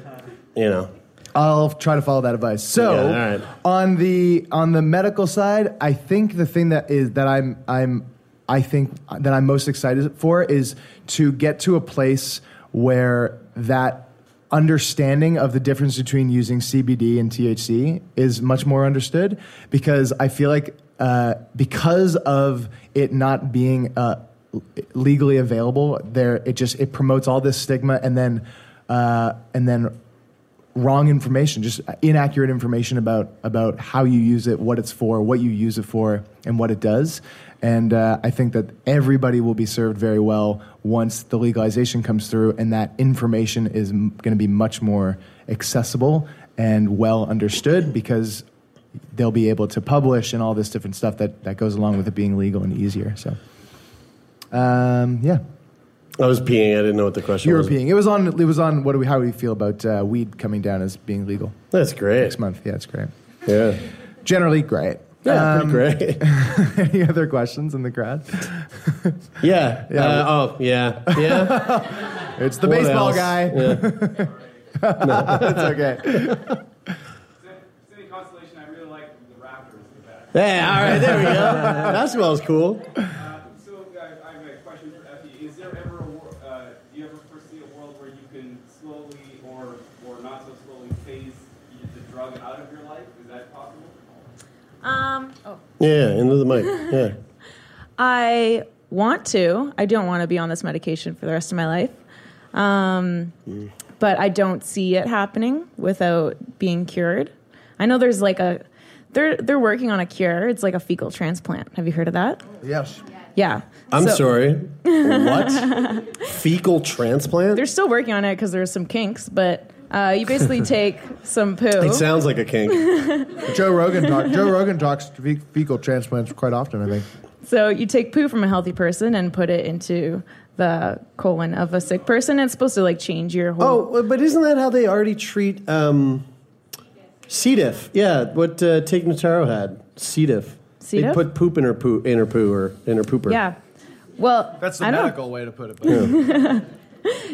[SPEAKER 4] You know.
[SPEAKER 7] I'll try to follow that advice. So
[SPEAKER 4] Yeah, all right.
[SPEAKER 7] on the on the medical side, I think the thing that is that I'm I'm I think that I'm most excited for is to get to a place where that understanding of the difference between using CBD and THC is much more understood because I feel like uh, because of it not being uh, legally available, there it just it promotes all this stigma and then uh, and then wrong information, just inaccurate information about about how you use it, what it's for, what you use it for, and what it does. And uh, I think that everybody will be served very well once the legalization comes through, and that information is m- going to be much more accessible and well understood because they'll be able to publish and all this different stuff that, that goes along with it being legal and easier. So, um, yeah,
[SPEAKER 4] I was peeing. I didn't know what the question was.
[SPEAKER 7] European. It was on. It was on. What do we? How do we feel about uh, weed coming down as being legal?
[SPEAKER 4] That's great. Next
[SPEAKER 7] month. Yeah, it's great.
[SPEAKER 4] Yeah.
[SPEAKER 7] Generally great.
[SPEAKER 4] Yeah,
[SPEAKER 7] Um,
[SPEAKER 4] pretty
[SPEAKER 7] great. any other questions in the crowd?
[SPEAKER 4] Yeah.
[SPEAKER 7] Yeah.
[SPEAKER 4] Uh, oh, yeah. Yeah.
[SPEAKER 7] it's the
[SPEAKER 4] What
[SPEAKER 7] baseball
[SPEAKER 4] else?
[SPEAKER 7] guy.
[SPEAKER 4] Yeah.
[SPEAKER 7] it's okay.
[SPEAKER 4] Hey, all right, there we go. Basketball's cool.
[SPEAKER 7] uh,
[SPEAKER 5] Um, oh.
[SPEAKER 4] Yeah, into the mic. Yeah.
[SPEAKER 5] I want to. I don't want to be on this medication for the rest of my life. Um, but I don't see it happening without being cured. I know there's like a they're they're working on a cure. It's like a fecal transplant. Have you heard of that?
[SPEAKER 7] Yes.
[SPEAKER 5] Yeah.
[SPEAKER 4] I'm
[SPEAKER 5] So-
[SPEAKER 4] sorry. What? Fecal transplant?
[SPEAKER 5] They're still working on it because there's some kinks, but uh, you basically take some poo.
[SPEAKER 4] It sounds like a kink.
[SPEAKER 7] Joe Rogan talks. Joe Rogan talks fe- fecal transplants quite often. I think.
[SPEAKER 5] So you take poo from a healthy person and put it into the colon of a sick person. It's supposed to like change your whole.
[SPEAKER 4] Oh, but isn't that how they already treat um, C. diff? Yeah, what uh, Tig Notaro had. C. diff.
[SPEAKER 5] C.
[SPEAKER 4] They
[SPEAKER 5] diff?
[SPEAKER 4] put poop in her poo, in her poo, or in her pooper.
[SPEAKER 5] yeah. Well, I don't-
[SPEAKER 7] way to put it.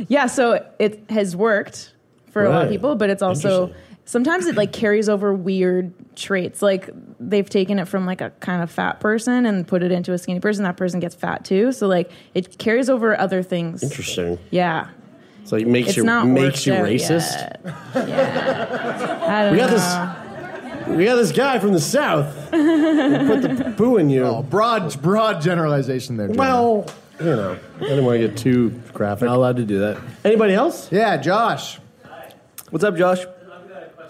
[SPEAKER 5] yeah, so it has worked for a lot
[SPEAKER 4] Right.
[SPEAKER 5] of people, but it's also sometimes it like carries over weird traits. Like they've taken it from like a kind of fat person and put it into a skinny person. That person gets fat too. So like it carries over other things.
[SPEAKER 4] Interesting.
[SPEAKER 5] Yeah.
[SPEAKER 4] So it makes
[SPEAKER 5] It's
[SPEAKER 4] you
[SPEAKER 5] not worked
[SPEAKER 4] makes you
[SPEAKER 5] out
[SPEAKER 4] racist.
[SPEAKER 5] yet. I don't
[SPEAKER 4] We got
[SPEAKER 5] know.
[SPEAKER 4] this.
[SPEAKER 5] Uh.
[SPEAKER 4] We got this guy from the south. He put the poo in you.
[SPEAKER 7] Oh, broad, broad generalization there.
[SPEAKER 4] Well, you know, I didn't want to get too graphic. Not allowed to do that. Anybody else?
[SPEAKER 7] Yeah, Josh.
[SPEAKER 6] What's up, Josh?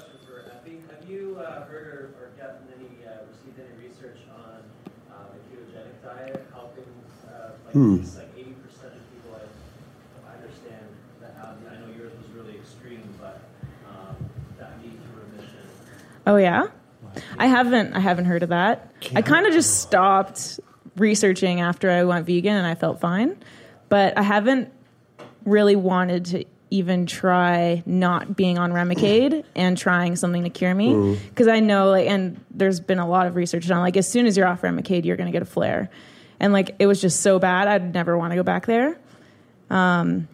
[SPEAKER 15] Have you uh, heard or, or gotten any, uh, received any research on uh, the ketogenic diet helping, uh, like,
[SPEAKER 4] Hmm.
[SPEAKER 15] it's like 80% of people I, I understand that, um, I know yours was really extreme, but um, that need for remission.
[SPEAKER 5] Oh yeah, I haven't. I haven't heard of that. I kind of just stopped researching after I went vegan and I felt fine, but I haven't really wanted to even try not being on Remicade and trying something to cure me
[SPEAKER 16] Mm.
[SPEAKER 5] because I know like and there's been a lot of research on like as soon as you're off Remicade you're gonna get a flare, and like it was just so bad I'd never want to go back there. Um,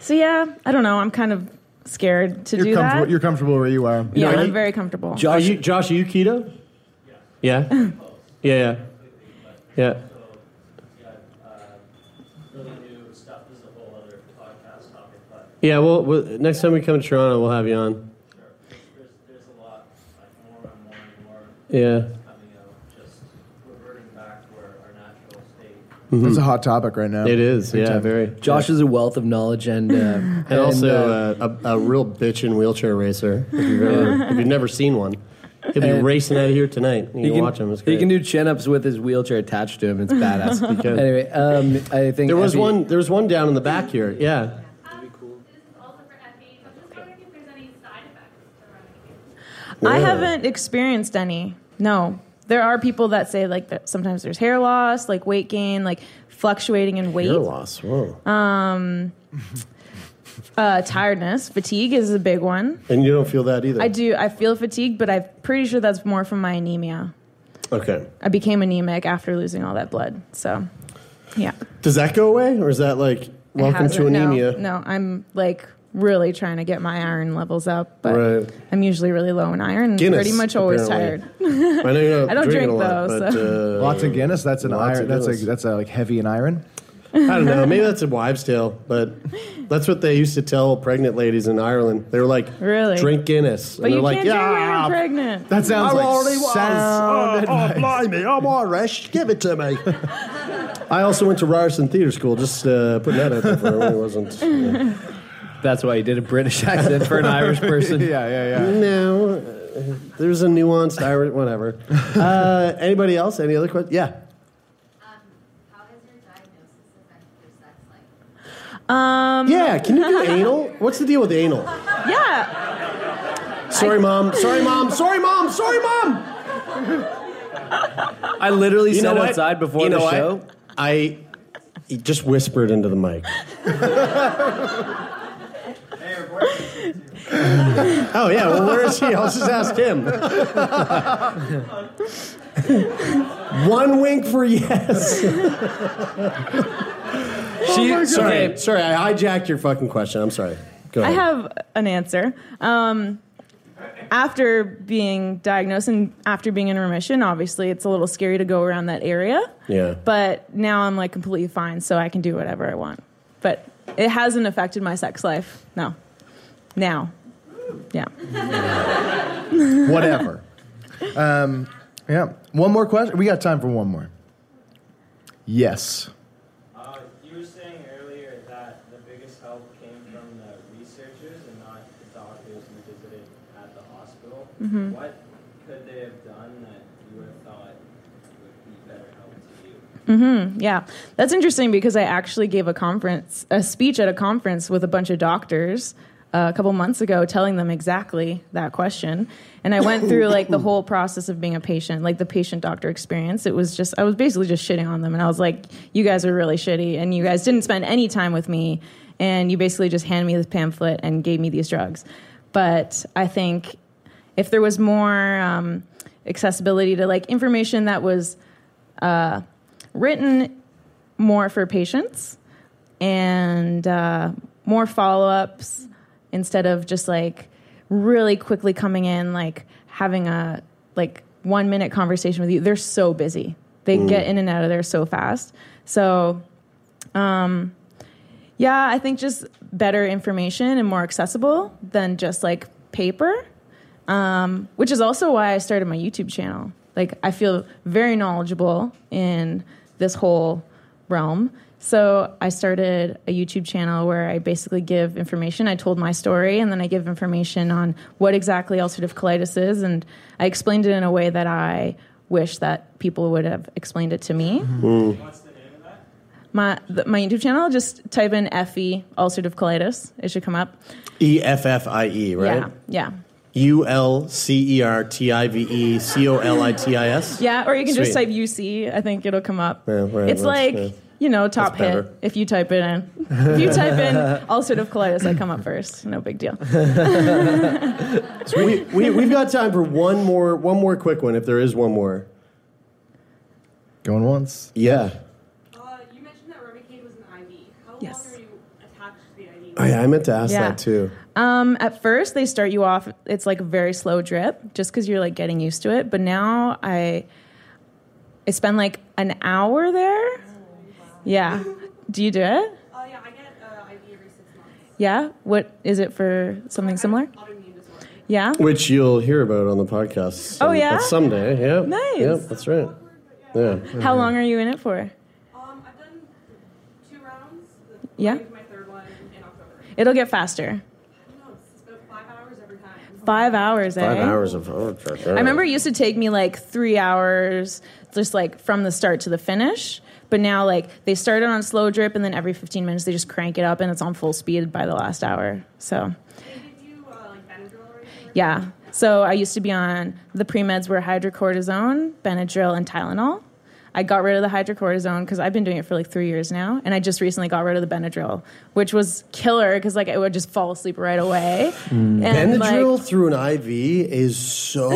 [SPEAKER 5] so yeah, I don't know. I'm kind of scared to
[SPEAKER 7] You're
[SPEAKER 5] do
[SPEAKER 7] comfortable.
[SPEAKER 5] that.
[SPEAKER 7] You're comfortable where you are.
[SPEAKER 5] Yeah, I'm very comfortable.
[SPEAKER 4] Josh, are you, Josh, are you keto? Yeah. Yeah. Yeah. Yeah. uh, Yeah, well, well, next time we come to Toronto, we'll have you on. Yeah.
[SPEAKER 7] It's a hot topic right now.
[SPEAKER 4] It is,
[SPEAKER 7] Big
[SPEAKER 4] yeah,
[SPEAKER 7] time.
[SPEAKER 4] very.
[SPEAKER 6] Josh is a wealth of knowledge and uh, and,
[SPEAKER 4] And also
[SPEAKER 6] uh,
[SPEAKER 4] uh, a, a real bitch in wheelchair racer. If you've, ever, if you've never seen one, He'll be racing out of here tonight. You can, watch him. It's
[SPEAKER 6] He
[SPEAKER 4] great.
[SPEAKER 6] can do chin ups with his wheelchair attached to him. It's badass.
[SPEAKER 4] He can.
[SPEAKER 6] Anyway, um, I think
[SPEAKER 4] there was
[SPEAKER 6] Effie-
[SPEAKER 4] one. There was one down in the back here. Yeah.
[SPEAKER 5] I
[SPEAKER 4] Yeah.
[SPEAKER 5] haven't experienced any. No. There are people that say like that sometimes there's hair loss, like weight gain, like fluctuating in weight.
[SPEAKER 4] Hair loss. Whoa.
[SPEAKER 5] Um uh, tiredness, fatigue is a big one.
[SPEAKER 4] And you don't feel that either.
[SPEAKER 5] I do. I feel fatigued, but I'm pretty sure that's more from my anemia.
[SPEAKER 4] Okay.
[SPEAKER 5] I became anemic after losing all that blood. So, yeah.
[SPEAKER 4] Does that go away, or is that like
[SPEAKER 5] It
[SPEAKER 4] welcome to
[SPEAKER 5] hasn't- no,
[SPEAKER 4] anemia?
[SPEAKER 5] No, I'm like really trying to get my iron levels up, but
[SPEAKER 4] Right.
[SPEAKER 5] I'm usually really low in iron. and
[SPEAKER 7] Guinness,
[SPEAKER 5] pretty much always
[SPEAKER 7] apparently.
[SPEAKER 5] tired. I don't drink, though. so.
[SPEAKER 4] uh,
[SPEAKER 7] lots of Guinness. That's an
[SPEAKER 4] lots
[SPEAKER 7] iron.
[SPEAKER 4] of
[SPEAKER 7] That's a,
[SPEAKER 4] Guinness.
[SPEAKER 7] that's a, like heavy in iron.
[SPEAKER 4] I don't know. Maybe that's a wives' tale, but that's what they used to tell pregnant ladies in Ireland. They were like,
[SPEAKER 5] Really?
[SPEAKER 4] drink Guinness,"
[SPEAKER 5] But
[SPEAKER 4] and
[SPEAKER 5] you
[SPEAKER 4] they're like,
[SPEAKER 5] can't drink when
[SPEAKER 4] "Yeah."
[SPEAKER 5] you're pregnant.
[SPEAKER 7] That sounds
[SPEAKER 4] I
[SPEAKER 7] like
[SPEAKER 4] already was.
[SPEAKER 7] sound
[SPEAKER 4] Oh, oh,
[SPEAKER 7] advice.
[SPEAKER 4] blimey, I'm Irish. Give it to me. I also went to Ryerson Theater School. Just uh, putting that out there for everyone who wasn't. uh,
[SPEAKER 6] That's why you did a British accent for an Irish person.
[SPEAKER 7] yeah, yeah,
[SPEAKER 4] No, uh, there's a nuanced Irish. Whatever. Uh, anybody else? Any other questions? Yeah.
[SPEAKER 5] Um,
[SPEAKER 4] yeah. Can you do anal? What's the deal with anal?
[SPEAKER 5] Yeah.
[SPEAKER 4] Sorry, mom. Sorry, mom. Sorry, mom. Sorry, mom.
[SPEAKER 6] I literally sat outside before
[SPEAKER 4] You
[SPEAKER 6] the
[SPEAKER 4] know what?
[SPEAKER 6] show.
[SPEAKER 4] I he just whispered into the mic. oh yeah, well where is he? I'll just ask him. One wink for yes.
[SPEAKER 5] Oh,
[SPEAKER 6] God.
[SPEAKER 4] sorry, sorry, I hijacked your fucking question. I'm sorry. Go
[SPEAKER 5] I
[SPEAKER 4] ahead.
[SPEAKER 5] have an answer. Um, after being diagnosed and after being in remission, obviously it's a little scary to go around that area,
[SPEAKER 4] yeah.
[SPEAKER 5] but now I'm like completely fine, so I can do whatever I want. But it hasn't affected my sex life. No. Now. Yeah.
[SPEAKER 7] Whatever. Um, yeah. One more question. We got time for one more. Yes.
[SPEAKER 13] Uh, you were saying earlier that the biggest help came from the researchers and not the doctors who visited at the hospital.
[SPEAKER 5] Mhm.
[SPEAKER 13] What could they have done that you would have thought would be better help to you?
[SPEAKER 5] hmm Yeah, that's interesting because I actually gave a conference, a speech at a conference with a bunch of doctors uh, a couple months ago, telling them exactly that question. And I went through like the whole process of being a patient, like the patient doctor experience. It was just, I was basically just shitting on them, and I was like, "You guys are really shitty, and you guys didn't spend any time with me, and you basically just handed me this pamphlet and gave me these drugs." But I think if there was more um, accessibility to like information that was uh, written more for patients and uh, more follow ups instead of just like really quickly coming in, like having a like one minute conversation with you. They're so busy. They
[SPEAKER 17] Mm.
[SPEAKER 5] get in and out of there so fast. So, um, yeah, I think just better information and more accessible than just like paper, um, which is also why I started my YouTube channel. Like, I feel very knowledgeable in this whole realm. So, I started a YouTube channel where I basically give information. I told my story and then I give information on what exactly ulcerative colitis is. And I explained it in a way that I wish that people would have explained it to me. My th- my YouTube channel. Just type in Effie ulcerative colitis. It should come up.
[SPEAKER 4] E F F I E, right?
[SPEAKER 5] Yeah,
[SPEAKER 4] U L C E R T I V E C O L I T I
[SPEAKER 5] yeah,
[SPEAKER 4] S.
[SPEAKER 5] yeah. Or you can just
[SPEAKER 4] Sweet.
[SPEAKER 5] type UC. I think it'll come up.
[SPEAKER 4] Yeah, right,
[SPEAKER 5] it's
[SPEAKER 4] that's-
[SPEAKER 5] like
[SPEAKER 4] yeah.
[SPEAKER 5] you know top
[SPEAKER 4] That's
[SPEAKER 5] hit
[SPEAKER 4] better.
[SPEAKER 5] if you type it in. if you type in ulcerative colitis, I come up first. No big deal.
[SPEAKER 4] So we, we, we've got time for one more one more quick one if there is one more.
[SPEAKER 7] Going once.
[SPEAKER 4] Yeah.
[SPEAKER 5] yes.
[SPEAKER 4] Oh, yeah, I meant to ask
[SPEAKER 5] Yeah.
[SPEAKER 4] that too.
[SPEAKER 5] Um, at first, they start you off. It's like a very slow drip, just because you're like getting used to it. But now I, I spend like an hour there. Yeah. Do you do it? Yeah. What is it for something similar? Yeah.
[SPEAKER 4] Which you'll hear about on the podcast.
[SPEAKER 5] Oh, yeah?
[SPEAKER 4] but someday, yeah.
[SPEAKER 5] Nice.
[SPEAKER 4] Yep, that's right. Yeah.
[SPEAKER 5] How long are you in it for? Yeah. It'll get faster. Five hours,
[SPEAKER 17] Five
[SPEAKER 5] eh?
[SPEAKER 17] hours of. Oh,
[SPEAKER 5] I remember it used to take me like three hours, just like from the start to the finish. But now, like, they started on slow drip, and then every 15 minutes they just crank it up, and it's on full speed by the last hour. So, uh, yeah. So I used to be on the pre meds were hydrocortisone, Benadryl, and Tylenol. I got rid of the hydrocortisone because I've been doing it for like three years now, and I just recently got rid of the Benadryl, which was killer because like I would just fall asleep right away.
[SPEAKER 17] Hmm.
[SPEAKER 5] And, like-
[SPEAKER 4] Benadryl through an IV is so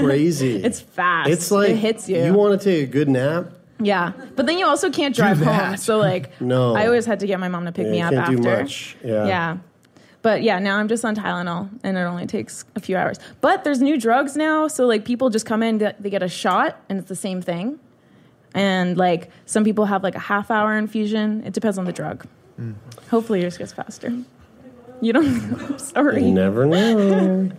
[SPEAKER 4] crazy.
[SPEAKER 5] It's fast.
[SPEAKER 4] It's like
[SPEAKER 5] It hits you.
[SPEAKER 4] You want to take a good nap?
[SPEAKER 5] Yeah, but then you also can't drive home.
[SPEAKER 4] that.
[SPEAKER 5] So like,
[SPEAKER 4] No.
[SPEAKER 5] I always had to get my mom to pick
[SPEAKER 4] Yeah,
[SPEAKER 5] me
[SPEAKER 4] you
[SPEAKER 5] up
[SPEAKER 4] can't
[SPEAKER 5] after.
[SPEAKER 4] do much. Yeah.
[SPEAKER 5] But yeah, now I'm just on Tylenol, and it only takes a few hours. But there's new drugs now, so like people just come in, they get a shot, and it's the same thing. And like some people have like a half hour infusion. It depends on the drug.
[SPEAKER 4] Mm.
[SPEAKER 5] Hopefully yours gets faster. You don't. I'm sorry.
[SPEAKER 4] You never know.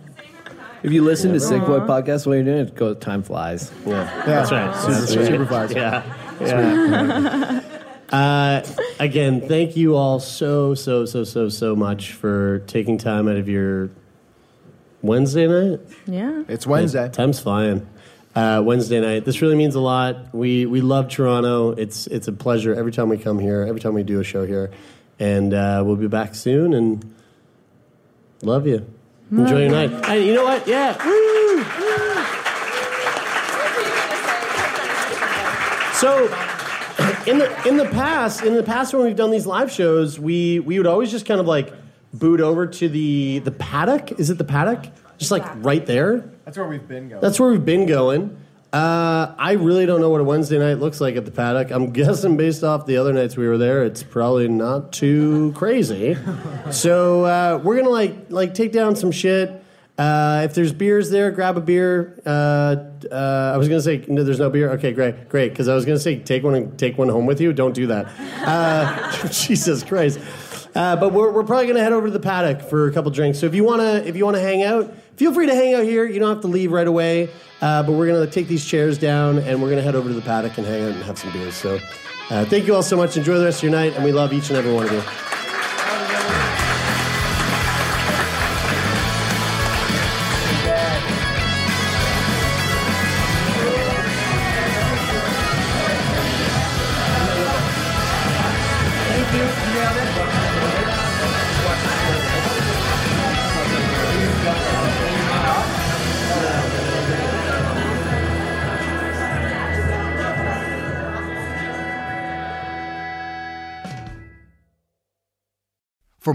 [SPEAKER 6] If you listen to
[SPEAKER 5] Never
[SPEAKER 6] Sick Boy
[SPEAKER 5] know.
[SPEAKER 6] podcast while you're doing it, go time flies. Yeah,
[SPEAKER 17] That's right. Super- super flies.
[SPEAKER 6] Yeah,
[SPEAKER 17] Yeah.
[SPEAKER 4] Uh, again, thank you all so, so, so, so, so much for taking time out of your Wednesday night.
[SPEAKER 5] Yeah.
[SPEAKER 4] It's Wednesday. time's flying. Uh, Wednesday night. This really means a lot. We we love Toronto. It's it's a pleasure every time we come here, every time we do a show here, and uh, we'll be back soon. And love you. Enjoy your night. Hey, you know what? Yeah. Woo! So in the in the past, in the past when we've done these live shows, we we would always just kind of like boot over to the the paddock. Is it the paddock? Just like right there.
[SPEAKER 7] That's where we've been going.
[SPEAKER 4] That's where we've been going. Uh, I really don't know what a Wednesday night looks like at the paddock. I'm guessing based off the other nights we were there, it's probably not too crazy. So uh, we're gonna like like take down some shit. Uh, if there's beers there, grab a beer. Uh, uh, I was gonna say no, there's no beer. Okay, great, great. Because I was gonna say take one and take one home with you. Don't do that. Uh, Jesus Christ. Uh, but we're, we're probably gonna head over to the paddock for a couple drinks. So if you wanna if you wanna hang out, feel free to hang out here. You don't have to leave right away. Uh, but we're gonna take these chairs down and we're gonna head over to the paddock and hang out and have some beers. So uh, thank you all so much. Enjoy the rest of your night, and we love each and every one of you.
[SPEAKER 2] For